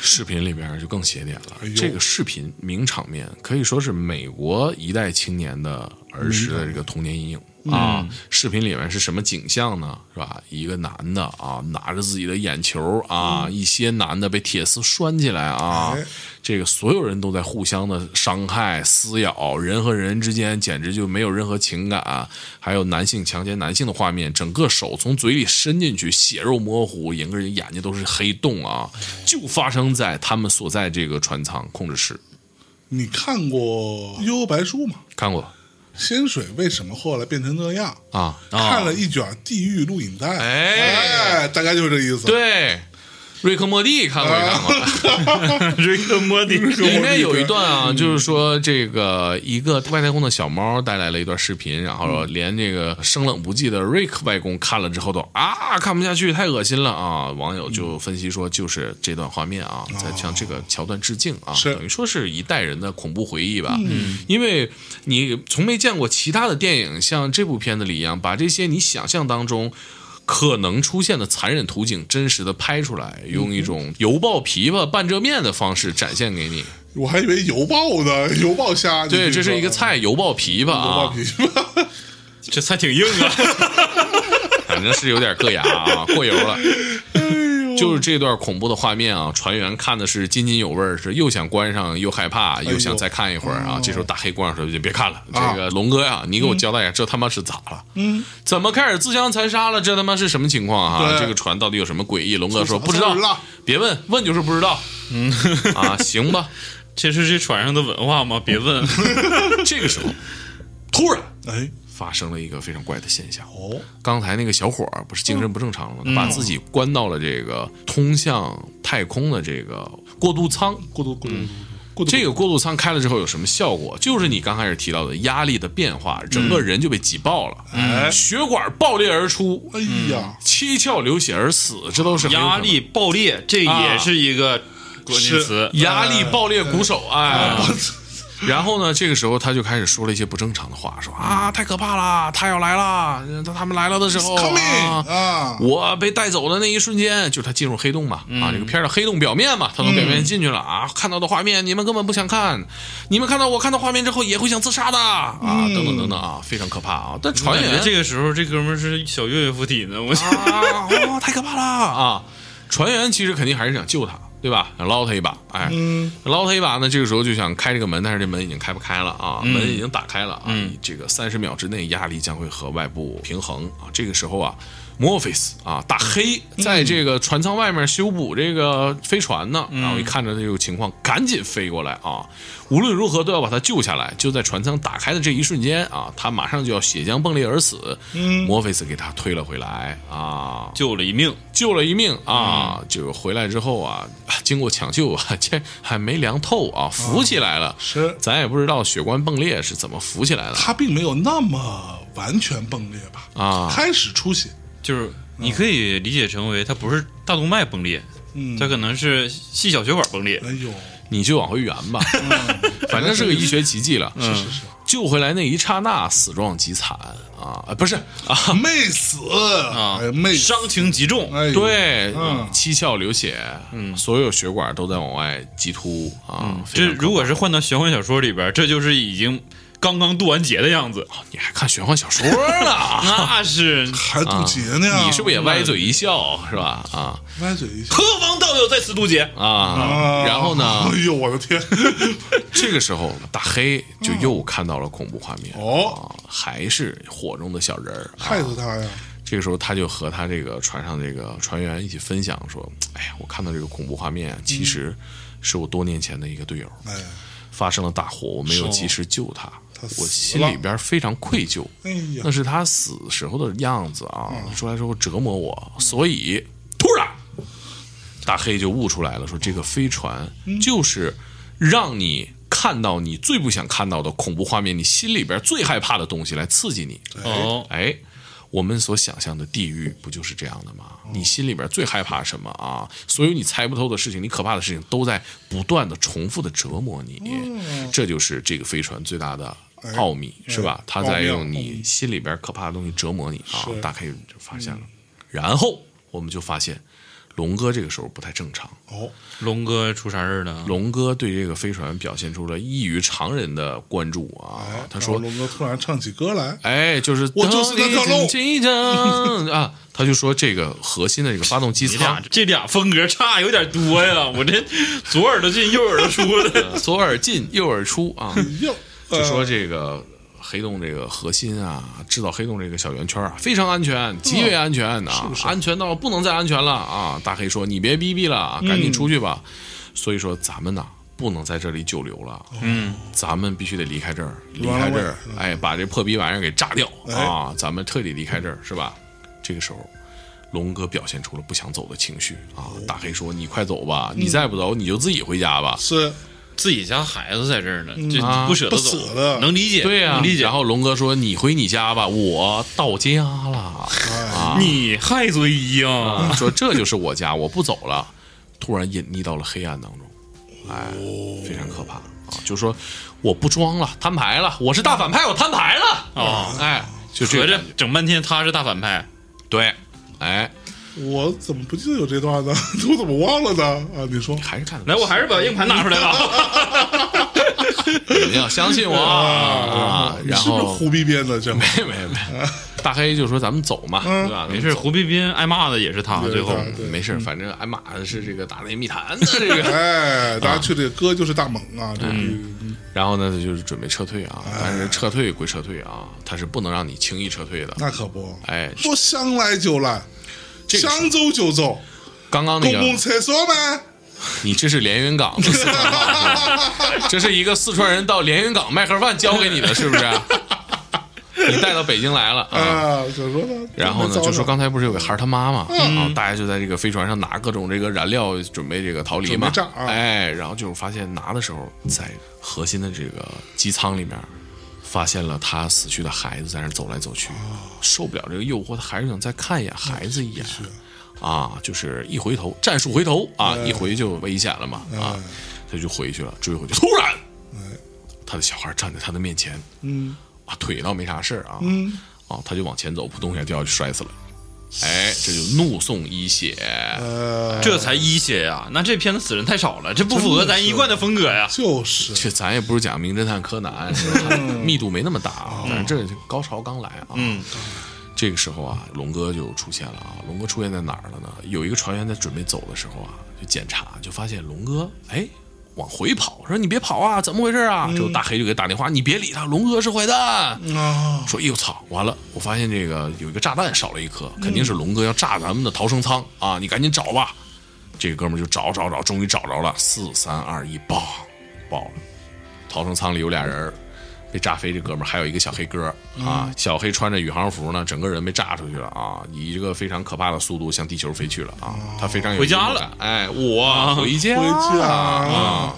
[SPEAKER 1] 视频里边就更邪点了。这个视频名场面可以说是美国一代青年的儿时的这个童年阴影。啊，视频里面是什么景象呢？是吧？一个男的啊，拿着自己的眼球啊，一些男的被铁丝拴起来啊，这个所有人都在互相的伤害、撕咬，人和人之间简直就没有任何情感。还有男性强奸男性的画面，整个手从嘴里伸进去，血肉模糊，整个人眼睛都是黑洞啊，就发生在他们所在这个船舱控制室。
[SPEAKER 3] 你看过《幽游白书》吗？
[SPEAKER 1] 看过
[SPEAKER 3] 仙水为什么后来变成那样？
[SPEAKER 1] 啊？
[SPEAKER 3] 看了一卷《地狱》录影带，
[SPEAKER 1] 哎
[SPEAKER 3] 哎，大概就是这意思。
[SPEAKER 1] 对，瑞克莫蒂看过也
[SPEAKER 3] [LAUGHS]
[SPEAKER 1] 看过。
[SPEAKER 2] 瑞克莫蒂，
[SPEAKER 1] 里面有一段啊，就是说这个一个外太空的小猫带来了一段视频，然后连这个生冷不忌的瑞克外公看了之后都啊看不下去，太恶心了啊！网友就分析说，就是这段画面啊，在向这个桥段致敬啊，
[SPEAKER 3] 是
[SPEAKER 1] 等于说是一代人的恐怖回忆吧。嗯，因为你从没见过其他的电影像这部片子里一样，把这些你想象当中。可能出现的残忍图景真实的拍出来，用一种油爆琵琶半遮面的方式展现给你。
[SPEAKER 3] 我还以为油爆呢， [LAUGHS] 油爆虾。
[SPEAKER 1] 对，
[SPEAKER 3] 你
[SPEAKER 1] 这是一个
[SPEAKER 3] 说
[SPEAKER 1] 菜，油爆琵琶
[SPEAKER 3] 油爆
[SPEAKER 1] 啊，
[SPEAKER 3] 皮 [LAUGHS] 吧？
[SPEAKER 2] [LAUGHS] 这菜挺硬啊，
[SPEAKER 1] 反正是有点硌牙啊， [LAUGHS] 过油了。
[SPEAKER 3] 哎
[SPEAKER 1] 就是这段恐怖的画面啊，船员看的是津津有味儿，是又想关上又害
[SPEAKER 3] 哎
[SPEAKER 1] 怕，又想再看一会儿
[SPEAKER 3] 哦
[SPEAKER 1] 啊。这时候大黑关上说：“就别看了，
[SPEAKER 3] 啊
[SPEAKER 1] 这个龙哥呀、你
[SPEAKER 3] 嗯
[SPEAKER 1] 给我交代一下，这他妈是咋了？嗯，怎么开始自相残杀了？这他妈是什么情况啊？
[SPEAKER 3] 对
[SPEAKER 1] 这个船到底有什么诡异？”龙哥说：“
[SPEAKER 3] 这
[SPEAKER 1] 不知道
[SPEAKER 3] 不知道，
[SPEAKER 1] 别问，问就是不知道。”嗯啊，
[SPEAKER 3] [LAUGHS]
[SPEAKER 1] 行吧。
[SPEAKER 2] [LAUGHS] 这是这船上的文化吗？别 [LAUGHS] 问，
[SPEAKER 1] 这个时
[SPEAKER 2] [LAUGHS]
[SPEAKER 1] 候，突然
[SPEAKER 3] 哎，
[SPEAKER 1] 发生了一个非常怪的现象。
[SPEAKER 3] 哦，
[SPEAKER 1] 刚才那个小伙儿不是精神不正常了吗？
[SPEAKER 2] 嗯
[SPEAKER 1] 他把自己关到了这个通向太空的这个过渡舱。
[SPEAKER 2] 嗯
[SPEAKER 3] 过度过度过度，
[SPEAKER 1] 这个过渡舱开了之后有什么效果？就是你刚开始提到的压力的变化，整个人就被挤爆了，
[SPEAKER 2] 嗯
[SPEAKER 3] 哎
[SPEAKER 1] 血管爆裂而出，
[SPEAKER 3] 哎呀，
[SPEAKER 1] 七窍流血而死，这都是很有可能
[SPEAKER 2] 压力爆裂，这也是一个关键词。
[SPEAKER 1] 压力爆裂鼓
[SPEAKER 2] 嗯
[SPEAKER 1] 手，哎。 [LAUGHS] 然后呢，这个时候他就开始说了一些不正常的话，说啊，太可怕啦，他要来啦，他他们来了的时候
[SPEAKER 3] coming
[SPEAKER 1] 啊，
[SPEAKER 3] 啊，
[SPEAKER 1] 我被带走的那一瞬间，就是他进入黑洞嘛，
[SPEAKER 2] 嗯
[SPEAKER 1] 啊，这个片儿的黑洞表面嘛，他从表面进去了、啊，看到的画面你们根本不想看，你们看到我看到画面之后也会想自杀的啊，
[SPEAKER 2] 嗯
[SPEAKER 1] 等等等等啊，非常可怕啊！但船
[SPEAKER 2] 感觉
[SPEAKER 1] 员
[SPEAKER 2] 嗯这个时候这哥们儿是小岳岳附体呢，我
[SPEAKER 1] 啊，哇，太可怕了啊！船员其实肯定还是想救他，对吧？想捞他一把，哎，
[SPEAKER 2] 嗯
[SPEAKER 1] 捞他一把呢。这个时候就想开这个门，但是这门已经开不开了啊，
[SPEAKER 2] 嗯
[SPEAKER 1] 门已经打开了啊。这个三十秒之内，压力将会和外部平衡啊。这个时候啊。墨菲斯啊，大黑在这个船舱外面修补这个飞船呢，然后一看着这个情况，赶紧飞过来啊！无论如何都要把他救下来。就在船舱打开的这一瞬间啊，他马上就要血浆迸裂而死。墨菲斯给他推了回来啊，
[SPEAKER 2] 救了一命，
[SPEAKER 1] 救了一命啊！就回来之后啊，经过抢救啊，这还没凉透啊，浮起来了。
[SPEAKER 3] 是
[SPEAKER 1] 咱也不知道血管迸裂是怎么浮起来的
[SPEAKER 3] 它并没有那么完全崩裂吧？
[SPEAKER 1] 啊
[SPEAKER 3] 开始出血，
[SPEAKER 2] 就是你可以理解成为它不是大动脉崩裂，
[SPEAKER 3] 嗯，
[SPEAKER 2] 它可能是细小血管崩裂。
[SPEAKER 3] 哎呦，
[SPEAKER 1] 你就往回圆吧， [LAUGHS] 反正是个医学奇迹了。
[SPEAKER 3] 是是是，
[SPEAKER 1] 救回来那一刹那，死状极惨啊！啊不是，
[SPEAKER 3] 没死啊没死，
[SPEAKER 2] 伤情极重，
[SPEAKER 3] 哎呦，
[SPEAKER 1] 对，
[SPEAKER 3] 嗯
[SPEAKER 1] 七窍流血，嗯，所有血管都在往外激突
[SPEAKER 3] 嗯
[SPEAKER 1] 啊！非
[SPEAKER 2] 这
[SPEAKER 1] 常可
[SPEAKER 2] 如果是换到玄幻小说里边，这就是已经刚刚渡完劫的样子。
[SPEAKER 1] 你还看玄幻小
[SPEAKER 3] [LAUGHS]
[SPEAKER 1] 说呢？
[SPEAKER 2] 那是
[SPEAKER 3] 还渡劫呢，
[SPEAKER 1] 啊你是不是也歪嘴一笑是吧？啊
[SPEAKER 3] 歪嘴一下？
[SPEAKER 2] 何方道友在此渡劫？
[SPEAKER 1] 啊！
[SPEAKER 3] 啊
[SPEAKER 1] [LAUGHS] 然后呢？
[SPEAKER 3] 哎呦，我的天！ [LAUGHS]
[SPEAKER 1] 这个时候，大黑就又看到了恐怖画面
[SPEAKER 3] 哦
[SPEAKER 1] 啊，还是火中的小人儿。
[SPEAKER 3] 害死他呀！
[SPEAKER 1] 这个时候，他就和他这个船上这个船员一起分享说：“哎呀，我看到这个恐怖画面，其实是我多年前的一个队友
[SPEAKER 3] 哎，
[SPEAKER 1] 发生了大火，我没有及时救他，
[SPEAKER 3] 他死了
[SPEAKER 1] 我心里边非常愧疚，
[SPEAKER 3] 哎
[SPEAKER 1] 那
[SPEAKER 3] 呀，嗯
[SPEAKER 1] 是他死时候的样子啊，说来说去折磨我，所以突然大黑就悟出来了，说这个飞船
[SPEAKER 3] 嗯
[SPEAKER 1] 就是让你看到你最不想看到的恐怖画面，你心里边最害怕的东西来刺激你。
[SPEAKER 2] 哦，
[SPEAKER 1] 哎，我们所想象的地狱不就是这样的吗？你心里边最害怕什么啊？所有你猜不透的事情，你可怕的事情，都在不断的重复的折磨你。
[SPEAKER 3] 嗯
[SPEAKER 1] 这就是这个飞船最大的奥秘，是吧？它在用你心里边可怕的东西折磨你啊！
[SPEAKER 3] 哎是
[SPEAKER 1] 大概就发现了，然后我们就发现。龙哥这个时候不太正常，
[SPEAKER 3] 哦，
[SPEAKER 2] 龙哥出啥事儿了？
[SPEAKER 1] 龙哥对这个飞船表现出了异于常人的关注啊
[SPEAKER 3] 哎！，
[SPEAKER 1] 他
[SPEAKER 3] 然
[SPEAKER 1] 说
[SPEAKER 3] 后龙哥突然唱起歌来，
[SPEAKER 1] 哎，就是
[SPEAKER 3] 我就是那条龙
[SPEAKER 1] 龙啊！他就说这个核心的这个发动机
[SPEAKER 2] 你俩
[SPEAKER 1] 舱，
[SPEAKER 2] 这俩风格差有点多
[SPEAKER 1] [LAUGHS]
[SPEAKER 2] 呀！我这左耳朵进右耳朵出的，
[SPEAKER 1] 左耳进右耳出啊，
[SPEAKER 3] 哟，
[SPEAKER 1] 就说
[SPEAKER 3] 呃
[SPEAKER 1] 这个黑洞这个核心啊，制造黑洞这个小圆圈啊，非常安全，极为安全啊，安全到不能再安全了啊！大黑说：“你别逼逼了啊，赶紧出去吧。所以说咱们呐、不能在这里久留了，嗯，咱们必须得离开这儿，离开这儿，哎，把这破逼玩意儿给炸掉啊！咱们彻底离开这儿，是吧？这个时候，龙哥表现出了不想走的情绪啊！大黑说：“你快走吧，你再不走你就自己回家吧。
[SPEAKER 3] 是
[SPEAKER 2] [LAUGHS] 自己家孩子在这儿呢，这
[SPEAKER 1] 啊
[SPEAKER 2] 不舍
[SPEAKER 3] 不
[SPEAKER 2] 得走，
[SPEAKER 3] 舍得
[SPEAKER 2] 能理解，
[SPEAKER 1] 对呀、
[SPEAKER 2] 能理解
[SPEAKER 1] 然。后龙哥说：“你回你家吧，我到家了。啊
[SPEAKER 2] 你害罪呀、
[SPEAKER 1] 啊”说这就是我家，我不走了。突然隐匿到了黑暗当中，哎，非常可怕啊！就说我不装了，摊牌了，我是大反派，我摊牌了啊！哎，就这
[SPEAKER 2] 合
[SPEAKER 1] 个
[SPEAKER 2] 着
[SPEAKER 1] 感觉
[SPEAKER 2] 整半天他是大反派，
[SPEAKER 1] 对，哎，
[SPEAKER 3] 我怎么不记得有这段呢？ [LAUGHS] 我怎么忘了呢？啊，你说
[SPEAKER 1] 还是看得
[SPEAKER 2] 来，
[SPEAKER 1] 出
[SPEAKER 2] 我还是把硬盘拿出来吧。
[SPEAKER 1] 你们要相信我啊！啊
[SPEAKER 3] 你
[SPEAKER 1] 然
[SPEAKER 3] 是不是
[SPEAKER 1] 后
[SPEAKER 3] 胡逼编的？这
[SPEAKER 1] 没 [LAUGHS] 没没，大黑就说咱们走嘛，对吧？
[SPEAKER 2] [LAUGHS] 没事，胡必斌挨骂的也是他，
[SPEAKER 3] 对
[SPEAKER 2] 最后
[SPEAKER 3] 对对
[SPEAKER 1] 没事，反正挨骂的是这个大内密谈的这个。
[SPEAKER 3] 哎，
[SPEAKER 1] 啊
[SPEAKER 3] 大家去这个歌就是大猛啊，这
[SPEAKER 1] 嗯然后呢，他就是准备撤退啊，但是撤退归撤退啊，他是不能让你轻易撤退的。
[SPEAKER 3] 那可不，
[SPEAKER 1] 哎
[SPEAKER 3] 说想来就来，
[SPEAKER 1] 这个是
[SPEAKER 3] 想走就走，
[SPEAKER 1] 刚刚那
[SPEAKER 3] 公
[SPEAKER 1] 个，
[SPEAKER 3] 共厕所吗？
[SPEAKER 1] 你这是连云港的四川话，是吧这是一个四川人到连云港卖盒饭教给你的，是不是？你带到北京来了啊？
[SPEAKER 3] 啊，怎么说呢？
[SPEAKER 1] 然后呢，
[SPEAKER 3] 这么糟
[SPEAKER 1] 就说
[SPEAKER 3] 蹋
[SPEAKER 1] 刚才不是有个孩儿他妈嘛，然后大家就在这个飞船上拿各种这个燃料准备这个逃离嘛
[SPEAKER 3] 准备炸，啊
[SPEAKER 1] 哎，然后就是发现拿的时候，在核心的这个机舱里面，发现了他死去的孩子在那儿走来走去，
[SPEAKER 3] 哦
[SPEAKER 1] 受不了这个诱惑，他还是想再看一眼孩子一眼，啊，就是一回头战术回头啊，
[SPEAKER 3] 嗯
[SPEAKER 1] 一回就危险了嘛啊，他就回去了，追回去，突然，他的小孩站在他的面前，
[SPEAKER 3] 嗯
[SPEAKER 1] 啊，腿倒没啥事儿啊，
[SPEAKER 3] 嗯，
[SPEAKER 1] 啊，他就往前走，扑通一下掉下去摔死了。哎，这就怒送一血，
[SPEAKER 3] 呃，
[SPEAKER 2] 这才一血呀！那这片子死人太少了，这不符合咱一贯的风格呀。
[SPEAKER 3] 就是
[SPEAKER 1] 这咱也不是讲名侦探柯南，是吧密度没那么大啊，但是这高潮刚来啊。嗯，这个时候啊，龙哥就出现了啊。龙哥出现在哪儿了呢？有一个船员在准备走的时候啊，就检查，就发现龙哥哎往回跑，说你别跑啊，怎么回事啊？这大黑就给打电话，你别理他，龙哥是坏蛋。
[SPEAKER 3] 啊，
[SPEAKER 1] 说：“哎呦操，完了！我发现这个有一个炸弹少了一颗，肯定是
[SPEAKER 2] 嗯
[SPEAKER 1] 龙哥要炸咱们的逃生舱啊！你赶紧找吧。”这个哥们儿就找找找，终于找着了，四三二一，爆爆了！逃生舱里有俩人儿被炸飞，这哥们儿还有一个小黑哥儿啊，
[SPEAKER 2] 嗯
[SPEAKER 1] 小黑穿着宇航服呢，整个人被炸出去了啊，以一个非常可怕的速度向地球飞去了啊，他非常有
[SPEAKER 2] 回家
[SPEAKER 1] 幽默
[SPEAKER 2] 了
[SPEAKER 1] 感，哎，我回家
[SPEAKER 3] 回去
[SPEAKER 1] 啊
[SPEAKER 3] 啊，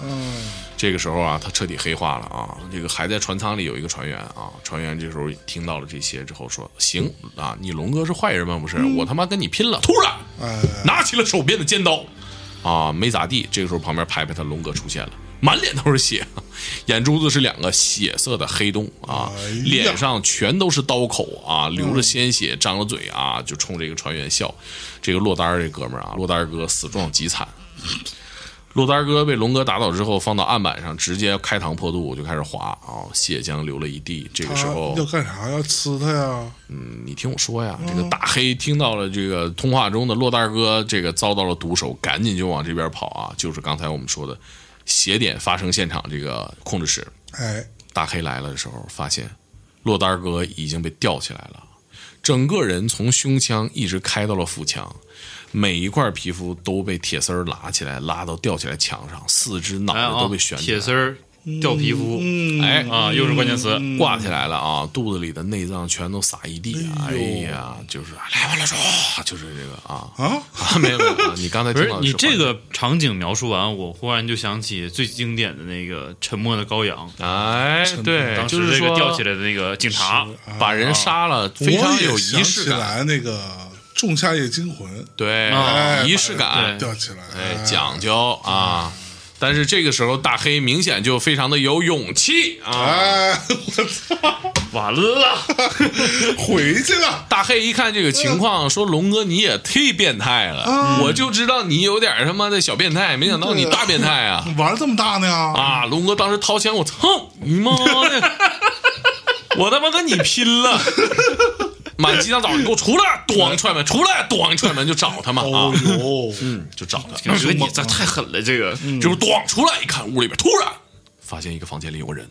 [SPEAKER 1] 这个时候啊，他彻底黑化了啊！这个还在船舱里有一个船员啊，船员这时候听到了这些之后说：“行
[SPEAKER 3] 嗯
[SPEAKER 1] 啊，你龙哥是坏人吗？不是，我他妈跟你拼了！”突然
[SPEAKER 3] 哎，
[SPEAKER 1] 拿起了手边的尖刀，啊，没咋地。这个时候旁边拍拍他，龙哥出现了，满脸都是血，眼珠子是两个血色的黑洞啊
[SPEAKER 3] 哎，呀
[SPEAKER 1] 脸上全都是刀口啊，流着鲜血，张着嘴啊，就冲这个船员笑。这个落单儿这哥们儿啊，落单儿哥死状极惨。落单儿哥被龙哥打倒之后，放到案板上，直接开膛破肚就开始划啊，血浆流了一地。这个时候
[SPEAKER 3] 啊要干啥？要吃他呀？
[SPEAKER 1] 你听我说呀，这个大黑听到了这个通话中的骆大哥这个遭到了毒手，赶紧就往这边跑啊！就是刚才我们说的邪典发生现场这个控制室，
[SPEAKER 3] 哎，
[SPEAKER 1] 大黑来了的时候，发现骆大哥已经被吊起来了，整个人从胸腔一直开到了腹腔，每一块皮肤都被铁丝儿拉起来，拉到吊起来墙上，四肢脑
[SPEAKER 2] 哎
[SPEAKER 1] 袋
[SPEAKER 2] 啊
[SPEAKER 1] 都被悬，起
[SPEAKER 2] 铁
[SPEAKER 1] 来
[SPEAKER 2] 丝儿掉皮肤
[SPEAKER 3] 嗯，
[SPEAKER 1] 哎
[SPEAKER 2] 啊，又是关键词。
[SPEAKER 1] 挂起来了啊，肚子里的内脏全都撒一地啊！哎
[SPEAKER 3] 哎呦
[SPEAKER 1] 呀，就是来吧，老朱，就是这个啊 [LAUGHS]
[SPEAKER 3] 啊，
[SPEAKER 1] 啊，没有没有，啊你刚才
[SPEAKER 2] 不
[SPEAKER 1] 听
[SPEAKER 2] 是
[SPEAKER 1] 到的
[SPEAKER 2] 你
[SPEAKER 1] 是
[SPEAKER 2] 这个场景描述完，我忽然就想起最经典的那个《沉默的羔羊》，
[SPEAKER 1] 哎，对，
[SPEAKER 2] 当
[SPEAKER 1] 就
[SPEAKER 2] 时
[SPEAKER 1] 是
[SPEAKER 2] 这个
[SPEAKER 1] 说
[SPEAKER 2] 吊起来的那个警察，
[SPEAKER 1] [LAUGHS] 把人杀了，
[SPEAKER 3] 我
[SPEAKER 1] 非
[SPEAKER 3] 也
[SPEAKER 1] 常有
[SPEAKER 3] 想
[SPEAKER 1] 仪式
[SPEAKER 3] 起
[SPEAKER 1] 感，
[SPEAKER 3] 来那个《仲夏夜惊魂》，
[SPEAKER 1] 对
[SPEAKER 2] 啊，
[SPEAKER 3] 哎
[SPEAKER 1] 仪式感，
[SPEAKER 3] 吊起来，
[SPEAKER 1] 哎，
[SPEAKER 3] 哎
[SPEAKER 1] 讲究啊。但是这个时候，大黑明显就非常的有勇气啊！
[SPEAKER 3] 哎，我操，
[SPEAKER 2] 完了，
[SPEAKER 3] 回去了，
[SPEAKER 1] 大黑一看这个情况，说：“龙哥，你也忒变态
[SPEAKER 3] 嗯
[SPEAKER 1] 了，我就知道你有点他妈的小变态，没想到你大变态啊！”
[SPEAKER 3] 玩这么大呢？啊，
[SPEAKER 1] 啊！龙哥当时掏枪，我操你妈的！我他妈跟你拼了！满街上找你给我出来，咣踹门，出来咣踹门就找他嘛啊
[SPEAKER 3] 哦，呦，
[SPEAKER 1] [LAUGHS] 嗯就找他，
[SPEAKER 2] 我觉得你
[SPEAKER 1] [LAUGHS]
[SPEAKER 2] 这太狠了，这个
[SPEAKER 1] 就是咣出来一看，屋里边突然发现一个房间里有个人，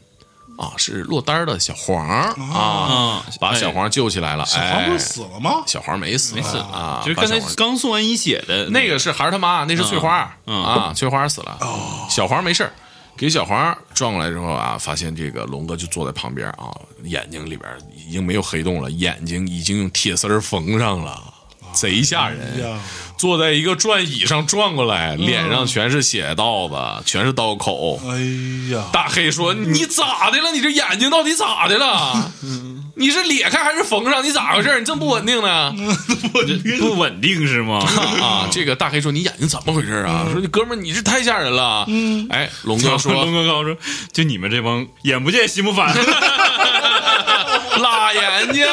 [SPEAKER 1] 啊，是落单的小黄啊，
[SPEAKER 2] 啊，
[SPEAKER 1] 把
[SPEAKER 2] 哎
[SPEAKER 1] 小黄救起来了，
[SPEAKER 3] 小黄不
[SPEAKER 1] 哎
[SPEAKER 3] 是，死了吗？
[SPEAKER 1] 小黄没死，没死啊，
[SPEAKER 2] 就是
[SPEAKER 1] 把
[SPEAKER 2] 刚
[SPEAKER 1] 小
[SPEAKER 2] 才
[SPEAKER 1] 黄
[SPEAKER 2] 刚送完一血的
[SPEAKER 1] 那个是孩儿他妈，那是翠花、
[SPEAKER 2] 嗯
[SPEAKER 1] 啊，翠花死了，小黄没事儿给小黄转过来之后啊，发现这个龙哥就坐在旁边啊，眼睛里边已经没有黑洞了，眼睛已经用铁丝儿缝上了，贼吓人。
[SPEAKER 3] 哎呀，
[SPEAKER 1] 坐在一个转椅上转过来，脸上全是血道子，全是刀口。
[SPEAKER 3] 哎呀，
[SPEAKER 1] 大黑说：“你咋的了？你这眼睛到底咋的了？你是裂开还是缝上？你咋回事？你这么不稳定呢？”
[SPEAKER 2] 不稳定是吗？
[SPEAKER 1] [LAUGHS] 啊，这个大黑说：“你眼睛怎么回事啊？”说：“你哥们儿，你这太吓人了。”嗯，哎，龙哥
[SPEAKER 2] 龙
[SPEAKER 1] 说
[SPEAKER 2] 哥刚说，就你们这帮
[SPEAKER 1] [LAUGHS]
[SPEAKER 2] 眼不见心不
[SPEAKER 3] [LAUGHS]
[SPEAKER 2] 烦，：“
[SPEAKER 3] 哎
[SPEAKER 1] 辣眼睛。”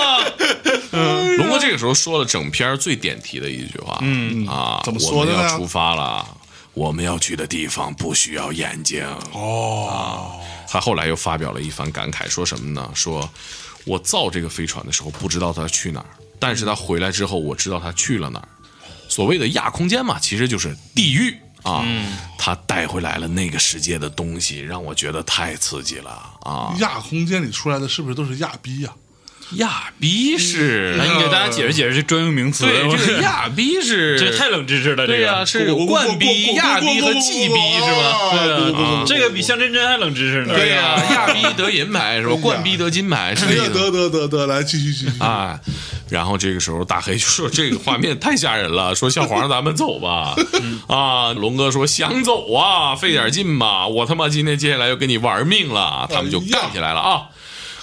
[SPEAKER 1] 龙波这个时候说了整篇最点题的一句话，嗯啊，
[SPEAKER 3] 怎么说的呢
[SPEAKER 1] 我们要出发了，我们要去的地方不需要眼睛。啊
[SPEAKER 3] 哦，
[SPEAKER 1] 他后来又发表了一番感慨，说什么呢？说我造这个飞船的时候不知道它去哪儿，但是他回来之后我知道他去了哪儿。所谓的亚空间嘛，其实就是地狱啊。
[SPEAKER 3] 嗯
[SPEAKER 1] 他带回来了那个世界的东西，让我觉得太刺激了啊！
[SPEAKER 3] 亚空间里出来的是不是都是亚逼呀？
[SPEAKER 1] 亚逼是，
[SPEAKER 2] 来，你给大家解释解释这专用名词。
[SPEAKER 1] 对
[SPEAKER 2] 我
[SPEAKER 1] 这个亚逼是，
[SPEAKER 2] 嗯这太啊冷知识了，这
[SPEAKER 1] 对呀、
[SPEAKER 2] 个
[SPEAKER 1] 是有冠逼、亚逼和季逼是
[SPEAKER 3] 啊
[SPEAKER 1] 吧？
[SPEAKER 3] 吧
[SPEAKER 2] 这个比向真真还冷知识呢。
[SPEAKER 1] 对呀、
[SPEAKER 2] 呀，
[SPEAKER 1] 亚逼得银牌是吧？冠逼得金牌是
[SPEAKER 3] 哎
[SPEAKER 1] 这
[SPEAKER 3] 呀，
[SPEAKER 1] 意思
[SPEAKER 3] 得得得得，来继续继续。
[SPEAKER 1] 啊。然后这个时候大黑就说：“这个画面太吓人了，说小黄咱们走吧。”啊，龙哥说：“想走啊，费点劲吧，我他妈今天接下来要跟你玩命了。”他们就干起来了啊。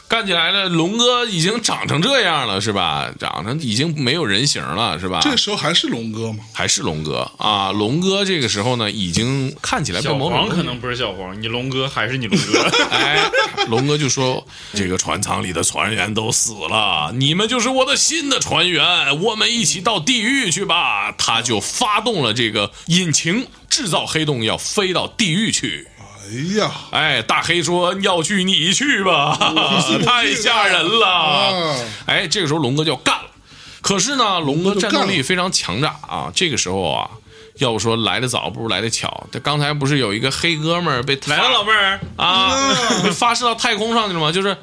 [SPEAKER 1] 干起来了，龙哥已经长成这样了，是吧？长成已经没有人形了，是吧？
[SPEAKER 3] 这时候还是龙哥嘛？
[SPEAKER 1] 还是龙哥啊！龙哥这个时候呢，已经看起来被
[SPEAKER 2] 小
[SPEAKER 1] 某种
[SPEAKER 2] 黄
[SPEAKER 1] 东西
[SPEAKER 2] 可能不是小黄，你龙哥还是你龙哥。
[SPEAKER 1] 哎，龙哥就说：“这个船舱里的船员都死了，你们就是我的新的船员，我们一起到地狱去吧。”他就发动了这个引擎，制造黑洞，要飞到地狱去。
[SPEAKER 3] 哎呀，
[SPEAKER 1] 哎，大黑说：“要去你去 [LAUGHS] 吧，太吓人了。”哎，这个时候龙哥就要干了。可是呢，龙哥战斗力非常强大啊，这个时候啊。要不说来的早不如来的巧，这刚才不是有一个黑哥们儿被
[SPEAKER 2] 来了，老妹儿，
[SPEAKER 1] 啊， [LAUGHS] 被发射到太空上去了嘛，就是